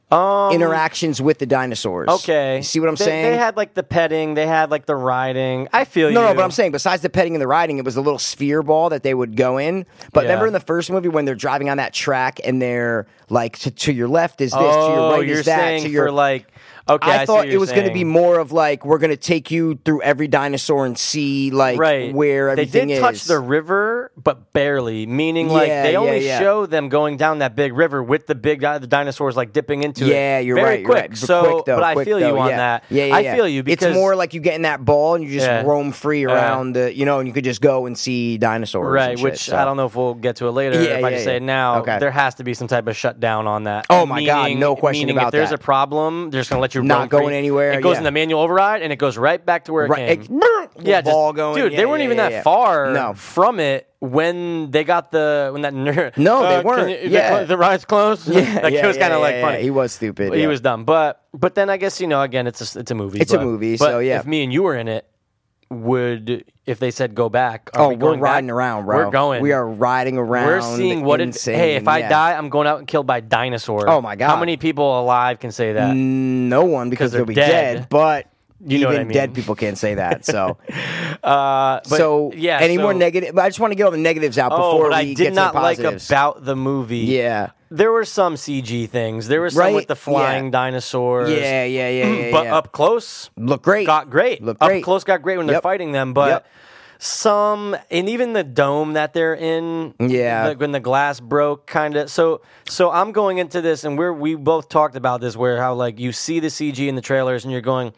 Speaker 3: Um,
Speaker 2: Interactions with the dinosaurs.
Speaker 3: Okay.
Speaker 2: You see what I'm
Speaker 3: They-
Speaker 2: saying?
Speaker 3: They had like the petting, they had like the riding. I feel
Speaker 2: no,
Speaker 3: you.
Speaker 2: no, but I'm saying besides the petting and the riding, it was a little sphere ball that they would go in. But
Speaker 3: Yeah.
Speaker 2: remember in the first movie when they're driving on that track and they're like to, to your left is this,
Speaker 3: oh,
Speaker 2: to your right
Speaker 3: you're
Speaker 2: is that,
Speaker 3: saying
Speaker 2: to your
Speaker 3: for like okay.
Speaker 2: I,
Speaker 3: see
Speaker 2: thought
Speaker 3: what
Speaker 2: it
Speaker 3: you're
Speaker 2: was going to be
Speaker 3: saying.
Speaker 2: more of like we're going to take you through every dinosaur and see like
Speaker 3: right
Speaker 2: where everything
Speaker 3: they
Speaker 2: is.
Speaker 3: did touch the river, but barely. Meaning like
Speaker 2: Yeah,
Speaker 3: they
Speaker 2: yeah,
Speaker 3: only
Speaker 2: yeah.
Speaker 3: show them going down that big river with the big di- the dinosaurs like dipping into it.
Speaker 2: Yeah, you're
Speaker 3: Very
Speaker 2: right.
Speaker 3: Quick.
Speaker 2: You're right.
Speaker 3: So,
Speaker 2: quick, though,
Speaker 3: but I
Speaker 2: quick,
Speaker 3: feel you
Speaker 2: though,
Speaker 3: on
Speaker 2: yeah.
Speaker 3: that.
Speaker 2: Yeah, yeah,
Speaker 3: I
Speaker 2: yeah.
Speaker 3: feel you because
Speaker 2: it's more like you get in that ball and you just
Speaker 3: Yeah.
Speaker 2: roam free
Speaker 3: Yeah.
Speaker 2: around the, you know, and you could just go and see dinosaurs.
Speaker 3: right,
Speaker 2: and shit,
Speaker 3: which
Speaker 2: so.
Speaker 3: I don't know if we'll get to it later.
Speaker 2: Yeah,
Speaker 3: if I
Speaker 2: yeah,
Speaker 3: just
Speaker 2: yeah.
Speaker 3: say it now,
Speaker 2: Okay.
Speaker 3: there has to be some type of shutdown on that.
Speaker 2: Oh my God, no question
Speaker 3: meaning
Speaker 2: about
Speaker 3: If there's
Speaker 2: that.
Speaker 3: a problem, they're just gonna let you
Speaker 2: Not
Speaker 3: roam free.
Speaker 2: going anywhere,
Speaker 3: It goes
Speaker 2: yeah.
Speaker 3: in the manual override and it goes right back to where it
Speaker 2: Right,
Speaker 3: came.
Speaker 2: it-
Speaker 3: yeah, just-
Speaker 2: ball going.
Speaker 3: Dude,
Speaker 2: Yeah,
Speaker 3: they weren't
Speaker 2: yeah,
Speaker 3: even
Speaker 2: yeah,
Speaker 3: that
Speaker 2: yeah.
Speaker 3: far
Speaker 2: No.
Speaker 3: from it when they got the when that nerd. [LAUGHS]
Speaker 2: No, they
Speaker 3: can
Speaker 2: weren't.
Speaker 3: you- the
Speaker 2: Yeah.
Speaker 3: clo- the ride's closed.
Speaker 2: Yeah,
Speaker 3: that kid
Speaker 2: yeah,
Speaker 3: was
Speaker 2: yeah,
Speaker 3: kind of
Speaker 2: yeah,
Speaker 3: [LAUGHS] [LAUGHS] like
Speaker 2: yeah,
Speaker 3: funny.
Speaker 2: He was stupid.
Speaker 3: He
Speaker 2: yeah.
Speaker 3: was dumb, but but then I guess you know again it's a, it's a movie.
Speaker 2: It's a
Speaker 3: but-
Speaker 2: movie,
Speaker 3: but
Speaker 2: so, yeah.
Speaker 3: If me and you were in it, would if they said go back? Are
Speaker 2: Oh,
Speaker 3: we
Speaker 2: we are
Speaker 3: going back?
Speaker 2: riding around, bro.
Speaker 3: We're going.
Speaker 2: We are riding around.
Speaker 3: We're seeing what it.
Speaker 2: insane.
Speaker 3: Hey, if I
Speaker 2: yeah.
Speaker 3: die, I'm going out and killed by dinosaur.
Speaker 2: Oh, my God. Mm,
Speaker 3: How many people alive can say that?
Speaker 2: no one because
Speaker 3: they're
Speaker 2: they'll be
Speaker 3: dead.
Speaker 2: dead. but
Speaker 3: You
Speaker 2: even
Speaker 3: know what I mean.
Speaker 2: dead people can't say that. So,
Speaker 3: [LAUGHS] Uh, but,
Speaker 2: so
Speaker 3: yeah.
Speaker 2: Any
Speaker 3: so-
Speaker 2: more negative? I just want to get all the negatives out
Speaker 3: Oh,
Speaker 2: before
Speaker 3: what
Speaker 2: we
Speaker 3: I
Speaker 2: get to
Speaker 3: did not
Speaker 2: the
Speaker 3: like
Speaker 2: positives.
Speaker 3: about the movie.
Speaker 2: yeah.
Speaker 3: there were some CG things. There was
Speaker 2: Right?
Speaker 3: some with the flying
Speaker 2: Yeah.
Speaker 3: dinosaurs. Mm,
Speaker 2: Yeah, yeah, yeah, yeah.
Speaker 3: but
Speaker 2: yeah.
Speaker 3: up close
Speaker 2: Look great.
Speaker 3: got great.
Speaker 2: Look
Speaker 3: up
Speaker 2: great.
Speaker 3: close got great when they're
Speaker 2: Yep.
Speaker 3: fighting them, but
Speaker 2: Yep.
Speaker 3: some and even the dome that they're in,
Speaker 2: Yeah.
Speaker 3: like when the glass broke, kind of. So, so I'm going into this, and we're we both talked about this, where how like you see the CG in the trailers, and you're going,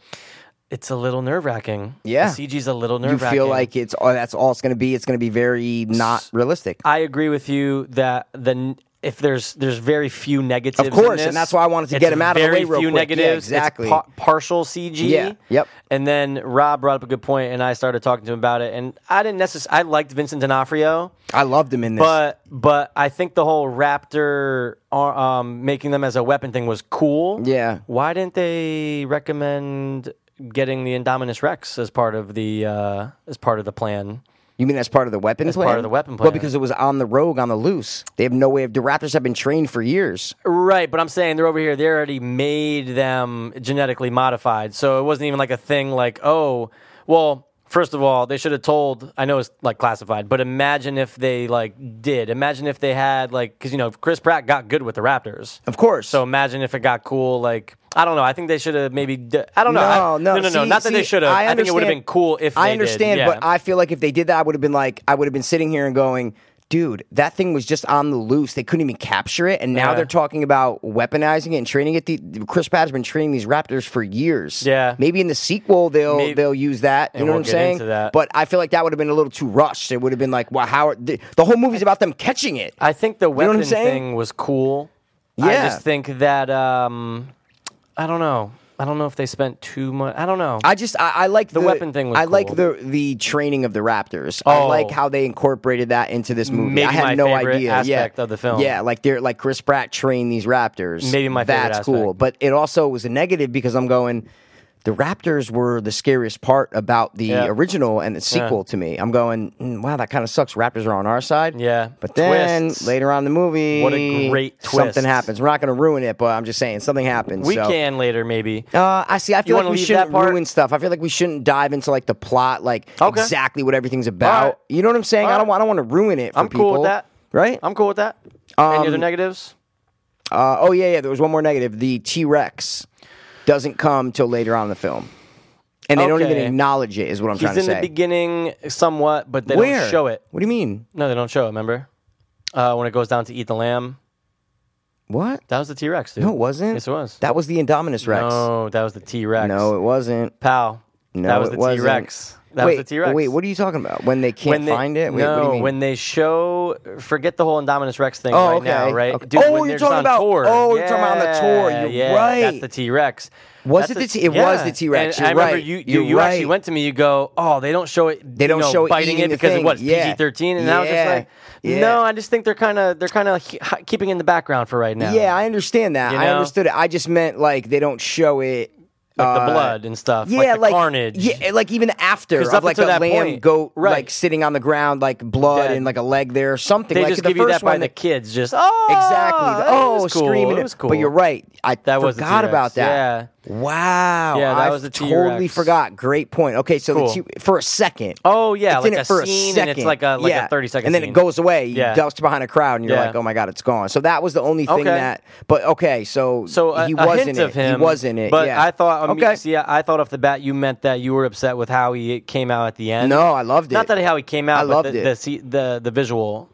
Speaker 3: it's a little nerve wracking.
Speaker 2: Yeah.
Speaker 3: the CG's a little
Speaker 2: you
Speaker 3: nerve wracking.
Speaker 2: feel like it's oh, that's all it's going to be. It's going to be very not realistic.
Speaker 3: I agree with you that the n- if there's there's very few negatives,
Speaker 2: Of course,
Speaker 3: in this.
Speaker 2: and that's why I wanted to
Speaker 3: It's
Speaker 2: get 'em out of the way
Speaker 3: very
Speaker 2: real
Speaker 3: few
Speaker 2: quick. Yeah,
Speaker 3: negatives, It's
Speaker 2: exactly.
Speaker 3: pa- partial CG.
Speaker 2: Yeah, yep.
Speaker 3: And then Rob brought up a good point, and I started talking to him about it. And I didn't necessarily I liked Vincent D'Onofrio,
Speaker 2: I loved him in this.
Speaker 3: but but I think the whole raptor uh, um, making them as a weapon thing was cool.
Speaker 2: Yeah.
Speaker 3: Why didn't they recommend getting the Indominus Rex as part of the uh, as part of the plan?
Speaker 2: you mean as part of the weapon
Speaker 3: As
Speaker 2: plan?
Speaker 3: part of the weapon
Speaker 2: Well,
Speaker 3: plan.
Speaker 2: because it was on the rogue, on the loose. They have no way of. The Raptors have been trained for years.
Speaker 3: Right, but I'm saying they're over here. They already made them genetically modified, so it wasn't even like a thing. Like, oh, well, first of all, they should have told. I know it's like classified, but imagine if they like did. Imagine if they had like because you know Chris Pratt got good with the Raptors.
Speaker 2: Of course.
Speaker 3: So imagine if it got cool. Like, I don't know. I think they should have maybe. d I don't know. I-
Speaker 2: No, no,
Speaker 3: no, no, no.
Speaker 2: see-
Speaker 3: Not that they
Speaker 2: see,
Speaker 3: should have. I, think it would have
Speaker 2: understand-
Speaker 3: been cool if
Speaker 2: I
Speaker 3: they did,
Speaker 2: understand,
Speaker 3: yeah.
Speaker 2: but I feel like if they did that, I would have been like, I would have been sitting here and going, dude, that thing was just on the loose. They couldn't even capture it, and now
Speaker 3: Yeah.
Speaker 2: they're talking about weaponizing it and training it. The, Chris Pratt has been training these raptors for years.
Speaker 3: Yeah.
Speaker 2: maybe in the sequel they'll
Speaker 3: Maybe-
Speaker 2: they'll use that. You
Speaker 3: And
Speaker 2: know what
Speaker 3: we'll
Speaker 2: I'm
Speaker 3: get
Speaker 2: saying?
Speaker 3: into that.
Speaker 2: But I feel like that would have been a little too rushed. It would have been like, well, how are the, the whole movie's about them catching it?
Speaker 3: I think the
Speaker 2: know what I'm
Speaker 3: weapon
Speaker 2: saying?
Speaker 3: thing was cool. I
Speaker 2: Yeah.
Speaker 3: just think that um, I don't know. I don't know if they spent too much. I don't know.
Speaker 2: I just I, I like the,
Speaker 3: weapon thing was
Speaker 2: I like
Speaker 3: cool.
Speaker 2: the the training of the Raptors. I
Speaker 3: Oh.
Speaker 2: like how they incorporated that into this movie.
Speaker 3: Maybe
Speaker 2: I had
Speaker 3: my
Speaker 2: no
Speaker 3: favorite
Speaker 2: idea.
Speaker 3: aspect
Speaker 2: yeah.
Speaker 3: of the film.
Speaker 2: Yeah, like they're like Chris Pratt trained these Raptors.
Speaker 3: Maybe my favorite
Speaker 2: that's cool.
Speaker 3: aspect.
Speaker 2: But it also was a negative because I'm going. The Raptors were the scariest part about the
Speaker 3: Yeah.
Speaker 2: original and the sequel to me. I'm going, "Mm, wow, that kind of sucks. Raptors are on our side.
Speaker 3: Yeah.
Speaker 2: But then
Speaker 3: Twists.
Speaker 2: later on in the movie,
Speaker 3: What a great
Speaker 2: something
Speaker 3: twist.
Speaker 2: happens. We're not going to ruin it, but I'm just saying something happens.
Speaker 3: we
Speaker 2: so.
Speaker 3: can later, maybe.
Speaker 2: Uh, I see. I feel
Speaker 3: You
Speaker 2: like
Speaker 3: wanna
Speaker 2: we
Speaker 3: leave that
Speaker 2: shouldn't
Speaker 3: part?
Speaker 2: ruin stuff. I feel like we shouldn't dive into like the plot, like
Speaker 3: Okay.
Speaker 2: exactly what everything's about.
Speaker 3: right.
Speaker 2: You know what I'm saying? I
Speaker 3: All
Speaker 2: don't.
Speaker 3: right.
Speaker 2: I don't want to ruin it. For
Speaker 3: I'm
Speaker 2: people,
Speaker 3: cool with that.
Speaker 2: right?
Speaker 3: I'm cool with that.
Speaker 2: Um,
Speaker 3: Any other negatives?
Speaker 2: Uh, oh yeah, yeah. There was one more negative. The T Rex doesn't come till later on in the film, and they don't even
Speaker 3: Okay.
Speaker 2: acknowledge it. Is what I'm
Speaker 3: He's
Speaker 2: trying to
Speaker 3: in
Speaker 2: say.
Speaker 3: the beginning somewhat, but they
Speaker 2: Where?
Speaker 3: don't show it.
Speaker 2: What do you mean?
Speaker 3: No, they don't show it. Remember uh, when it goes down to eat the lamb?
Speaker 2: What?
Speaker 3: That was the T Rex, dude.
Speaker 2: No, it wasn't.
Speaker 3: Yes, it was.
Speaker 2: That was the Indominus Rex.
Speaker 3: no, that was the T Rex.
Speaker 2: No, it wasn't.
Speaker 3: pal.
Speaker 2: No,
Speaker 3: that was
Speaker 2: it
Speaker 3: the
Speaker 2: wasn't.
Speaker 3: T Rex. That
Speaker 2: wait,
Speaker 3: was the T Rex.
Speaker 2: Wait, what are you talking about? When they can't
Speaker 3: they,
Speaker 2: find it? Wait,
Speaker 3: no,
Speaker 2: what do you mean?
Speaker 3: when they show, forget the whole Indominus Rex thing
Speaker 2: Oh,
Speaker 3: right
Speaker 2: okay.
Speaker 3: now, right?
Speaker 2: Okay.
Speaker 3: Dude,
Speaker 2: Oh,
Speaker 3: when
Speaker 2: you're
Speaker 3: they're just
Speaker 2: talking
Speaker 3: on
Speaker 2: about-
Speaker 3: tour.
Speaker 2: oh, you're talking about on the tour. You're
Speaker 3: yeah,
Speaker 2: right.
Speaker 3: That's the T Rex.
Speaker 2: Was it the T- it was the T-Rex,
Speaker 3: I
Speaker 2: you're
Speaker 3: remember
Speaker 2: right.
Speaker 3: you. You,
Speaker 2: You're
Speaker 3: you actually
Speaker 2: right.
Speaker 3: went to me. You go, oh, they don't show it.
Speaker 2: They
Speaker 3: you
Speaker 2: don't
Speaker 3: know,
Speaker 2: show it
Speaker 3: biting
Speaker 2: eating
Speaker 3: it
Speaker 2: the
Speaker 3: because
Speaker 2: thing.
Speaker 3: of what
Speaker 2: Yeah.
Speaker 3: PG thirteen, and I was just
Speaker 2: Yeah.
Speaker 3: like,
Speaker 2: Yeah.
Speaker 3: no, I just think they're kind of they're kind of keeping in the background for right now.
Speaker 2: Yeah, I understand that.
Speaker 3: You
Speaker 2: I
Speaker 3: know?
Speaker 2: understood it. I just meant like they don't show it.
Speaker 3: like the
Speaker 2: uh,
Speaker 3: blood and stuff.
Speaker 2: Yeah,
Speaker 3: like, the carnage.
Speaker 2: Yeah, like even after
Speaker 3: 'Cause
Speaker 2: of
Speaker 3: up
Speaker 2: like a
Speaker 3: until that
Speaker 2: lamb
Speaker 3: point-
Speaker 2: goat
Speaker 3: right.
Speaker 2: like sitting on the ground, like blood
Speaker 3: Dead.
Speaker 2: and like a leg there, or something.
Speaker 3: They
Speaker 2: like
Speaker 3: just
Speaker 2: the
Speaker 3: give you
Speaker 2: first
Speaker 3: that by
Speaker 2: one
Speaker 3: the
Speaker 2: that-
Speaker 3: kids. Just oh,
Speaker 2: exactly. The-
Speaker 3: that
Speaker 2: oh,
Speaker 3: was cool.
Speaker 2: screaming.
Speaker 3: It was cool.
Speaker 2: But you're right. I
Speaker 3: That
Speaker 2: forgot
Speaker 3: was the T-Rex.
Speaker 2: about that.
Speaker 3: Yeah.
Speaker 2: Wow.
Speaker 3: Yeah, that
Speaker 2: I
Speaker 3: was the
Speaker 2: totally
Speaker 3: T-Rex.
Speaker 2: forgot. Great point. Okay, so
Speaker 3: Cool.
Speaker 2: the t- for a second.
Speaker 3: Oh yeah,
Speaker 2: it's
Speaker 3: like
Speaker 2: in
Speaker 3: a
Speaker 2: it for
Speaker 3: scene,
Speaker 2: a second.
Speaker 3: and it's like a like
Speaker 2: Yeah.
Speaker 3: a thirty second,
Speaker 2: and then
Speaker 3: scene.
Speaker 2: it goes away. You
Speaker 3: Yeah.
Speaker 2: ducks behind a crowd, and you're
Speaker 3: Yeah.
Speaker 2: like, "Oh my god, it's gone." So that was the only thing
Speaker 3: Okay.
Speaker 2: that. But okay, so
Speaker 3: So a,
Speaker 2: he
Speaker 3: a
Speaker 2: was
Speaker 3: hint
Speaker 2: in
Speaker 3: of
Speaker 2: it.
Speaker 3: him.
Speaker 2: He was in it.
Speaker 3: But
Speaker 2: yeah.
Speaker 3: I thought. I mean,
Speaker 2: okay,
Speaker 3: See, I I thought off the bat you meant that you were upset with how he came out at the end.
Speaker 2: no, I loved it.
Speaker 3: Not that how he came out.
Speaker 2: I
Speaker 3: but
Speaker 2: loved
Speaker 3: the,
Speaker 2: it.
Speaker 3: The, se- the the visual.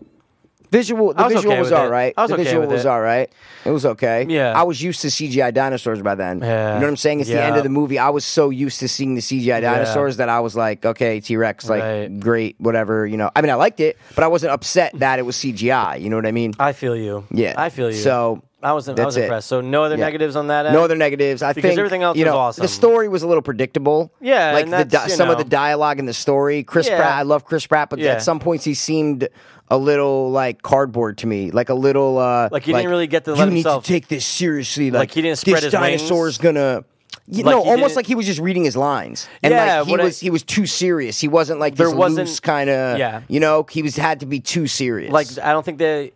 Speaker 2: visual. The
Speaker 3: I was
Speaker 2: visual
Speaker 3: okay
Speaker 2: was
Speaker 3: with it.
Speaker 2: all right.
Speaker 3: I was
Speaker 2: the
Speaker 3: okay
Speaker 2: visual
Speaker 3: with
Speaker 2: was
Speaker 3: it.
Speaker 2: all right. It was okay.
Speaker 3: Yeah.
Speaker 2: I was used to CGI dinosaurs by then.
Speaker 3: Yeah.
Speaker 2: You know what I'm saying? It's the end
Speaker 3: Yeah.
Speaker 2: of the movie. I was so used to seeing the CGI dinosaurs that I was like, okay, T Rex, like
Speaker 3: Right.
Speaker 2: great, whatever. You know, I mean, I liked it, but I wasn't upset that it was CGI. You know what I mean?
Speaker 3: I feel you.
Speaker 2: Yeah.
Speaker 3: I feel you.
Speaker 2: So,
Speaker 3: I was I
Speaker 2: that's
Speaker 3: was
Speaker 2: it.
Speaker 3: impressed. So no other
Speaker 2: Yeah.
Speaker 3: negatives on that. End?
Speaker 2: No other negatives. I
Speaker 3: Because
Speaker 2: think
Speaker 3: everything else
Speaker 2: you
Speaker 3: was
Speaker 2: know,
Speaker 3: awesome.
Speaker 2: The story was a little predictable.
Speaker 3: Yeah,
Speaker 2: like
Speaker 3: and
Speaker 2: the
Speaker 3: that's,
Speaker 2: di-
Speaker 3: you
Speaker 2: some of
Speaker 3: know.
Speaker 2: the dialogue in the story. Chris
Speaker 3: Yeah.
Speaker 2: Pratt, I love Chris Pratt, but
Speaker 3: Yeah.
Speaker 2: at some points he seemed a little like cardboard to me, like a little uh,
Speaker 3: Like he didn't really get to
Speaker 2: You
Speaker 3: let
Speaker 2: need
Speaker 3: himself-
Speaker 2: to take this seriously. Like,
Speaker 3: Like he didn't spread
Speaker 2: this
Speaker 3: his
Speaker 2: dinosaur's gonna. You
Speaker 3: Like
Speaker 2: know,
Speaker 3: he
Speaker 2: almost
Speaker 3: didn't-
Speaker 2: like he was just reading his lines, and
Speaker 3: Yeah,
Speaker 2: like he
Speaker 3: what I-
Speaker 2: was he was too serious. He wasn't like
Speaker 3: There
Speaker 2: this
Speaker 3: wasn't-
Speaker 2: loose kind of.
Speaker 3: Yeah.
Speaker 2: you know, he was had to be too serious.
Speaker 3: Like I don't think they.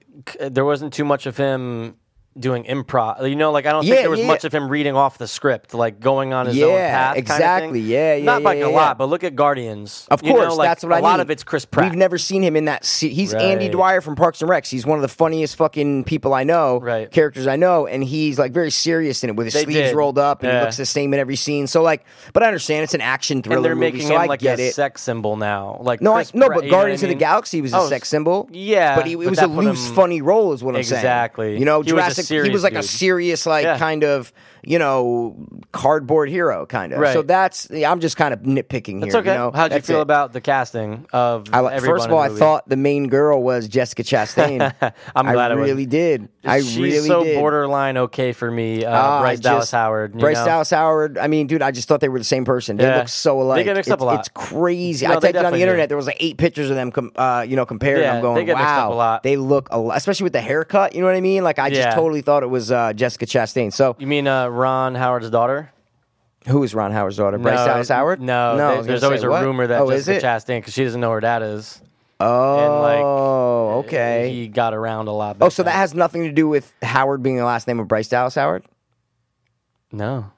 Speaker 3: There wasn't too much of him doing improv. You know, like I don't
Speaker 2: Yeah,
Speaker 3: think there was
Speaker 2: yeah.
Speaker 3: much of him reading off the script, like going on his own
Speaker 2: Yeah,
Speaker 3: path. kinda thing.
Speaker 2: exactly. Yeah, yeah,
Speaker 3: Not
Speaker 2: yeah,
Speaker 3: like
Speaker 2: yeah,
Speaker 3: a
Speaker 2: yeah.
Speaker 3: lot, but look at Guardians.
Speaker 2: Of
Speaker 3: You know,
Speaker 2: course,
Speaker 3: like,
Speaker 2: that's what I
Speaker 3: A lot
Speaker 2: mean.
Speaker 3: of it's Chris Pratt.
Speaker 2: We've never seen him in that. Se- he's Andy
Speaker 3: Right.
Speaker 2: Dwyer from Parks and Recs. He's one of the funniest fucking people I know,
Speaker 3: Right.
Speaker 2: characters I know, and he's like very serious in it with his
Speaker 3: They
Speaker 2: sleeves
Speaker 3: did.
Speaker 2: rolled up and
Speaker 3: Yeah.
Speaker 2: he looks the same in every scene. So like, but I understand it's an action thriller
Speaker 3: and they're
Speaker 2: movie,
Speaker 3: making
Speaker 2: so
Speaker 3: him
Speaker 2: I
Speaker 3: like
Speaker 2: get
Speaker 3: a
Speaker 2: it.
Speaker 3: sex symbol now. Like
Speaker 2: no, I,
Speaker 3: Chris
Speaker 2: no,
Speaker 3: Pratt,
Speaker 2: but
Speaker 3: you know what I
Speaker 2: Guardians of
Speaker 3: mean?
Speaker 2: the Galaxy was a
Speaker 3: Oh,
Speaker 2: sex symbol.
Speaker 3: yeah,
Speaker 2: but he, it
Speaker 3: but
Speaker 2: was a
Speaker 3: that put
Speaker 2: loose,
Speaker 3: him-
Speaker 2: funny role, is what I'm saying.
Speaker 3: Exactly.
Speaker 2: You know,
Speaker 3: He was a
Speaker 2: Jurassic. he
Speaker 3: serious
Speaker 2: was like a
Speaker 3: dude.
Speaker 2: serious, like
Speaker 3: Yeah.
Speaker 2: kind of, you know, cardboard hero kind of.
Speaker 3: Right.
Speaker 2: So that's I'm just kind of nitpicking
Speaker 3: It's
Speaker 2: here.
Speaker 3: okay.
Speaker 2: You know,
Speaker 3: How'd you
Speaker 2: That's
Speaker 3: feel
Speaker 2: it.
Speaker 3: about the casting of
Speaker 2: I, li-
Speaker 3: everyone
Speaker 2: first of
Speaker 3: in
Speaker 2: all,
Speaker 3: the
Speaker 2: I
Speaker 3: movie?
Speaker 2: thought the main girl was Jessica Chastain.
Speaker 3: [LAUGHS] I'm glad
Speaker 2: I
Speaker 3: it wasn't.
Speaker 2: really did. I
Speaker 3: She's
Speaker 2: really
Speaker 3: so
Speaker 2: did.
Speaker 3: borderline okay for me. Uh,
Speaker 2: Ah, I
Speaker 3: Bryce Dallas
Speaker 2: just-
Speaker 3: Howard. you
Speaker 2: Bryce
Speaker 3: know?
Speaker 2: Dallas Howard. I mean, dude, I just thought they were the same person. They
Speaker 3: Yeah.
Speaker 2: look so alike.
Speaker 3: They get mixed up
Speaker 2: it's,
Speaker 3: a lot.
Speaker 2: It's crazy.
Speaker 3: No,
Speaker 2: I
Speaker 3: they
Speaker 2: typed it on the
Speaker 3: definitely
Speaker 2: internet.
Speaker 3: do.
Speaker 2: There was like eight pictures of them, com- uh, you know, compared. and
Speaker 3: Yeah,
Speaker 2: I'm going,
Speaker 3: they get
Speaker 2: wow,
Speaker 3: mixed up a lot.
Speaker 2: they look a lot, especially with the haircut. You know what I mean? Like, I just
Speaker 3: Yeah.
Speaker 2: totally thought it was uh, Jessica Chastain. So,
Speaker 3: You mean uh, Ron Howard's daughter?
Speaker 2: who is Ron Howard's daughter? Bryce Dallas Howard? no.
Speaker 3: No,
Speaker 2: I was
Speaker 3: there-
Speaker 2: gonna
Speaker 3: there's always
Speaker 2: say,
Speaker 3: a
Speaker 2: what?
Speaker 3: rumor that
Speaker 2: oh, is
Speaker 3: Jessica
Speaker 2: it?
Speaker 3: Chastain because she doesn't know her dad is.
Speaker 2: Oh,
Speaker 3: and like,
Speaker 2: okay.
Speaker 3: he got around a lot.
Speaker 2: oh,
Speaker 3: back
Speaker 2: so that
Speaker 3: then.
Speaker 2: has nothing to do with Howard being the last name of Bryce Dallas Howard?
Speaker 3: no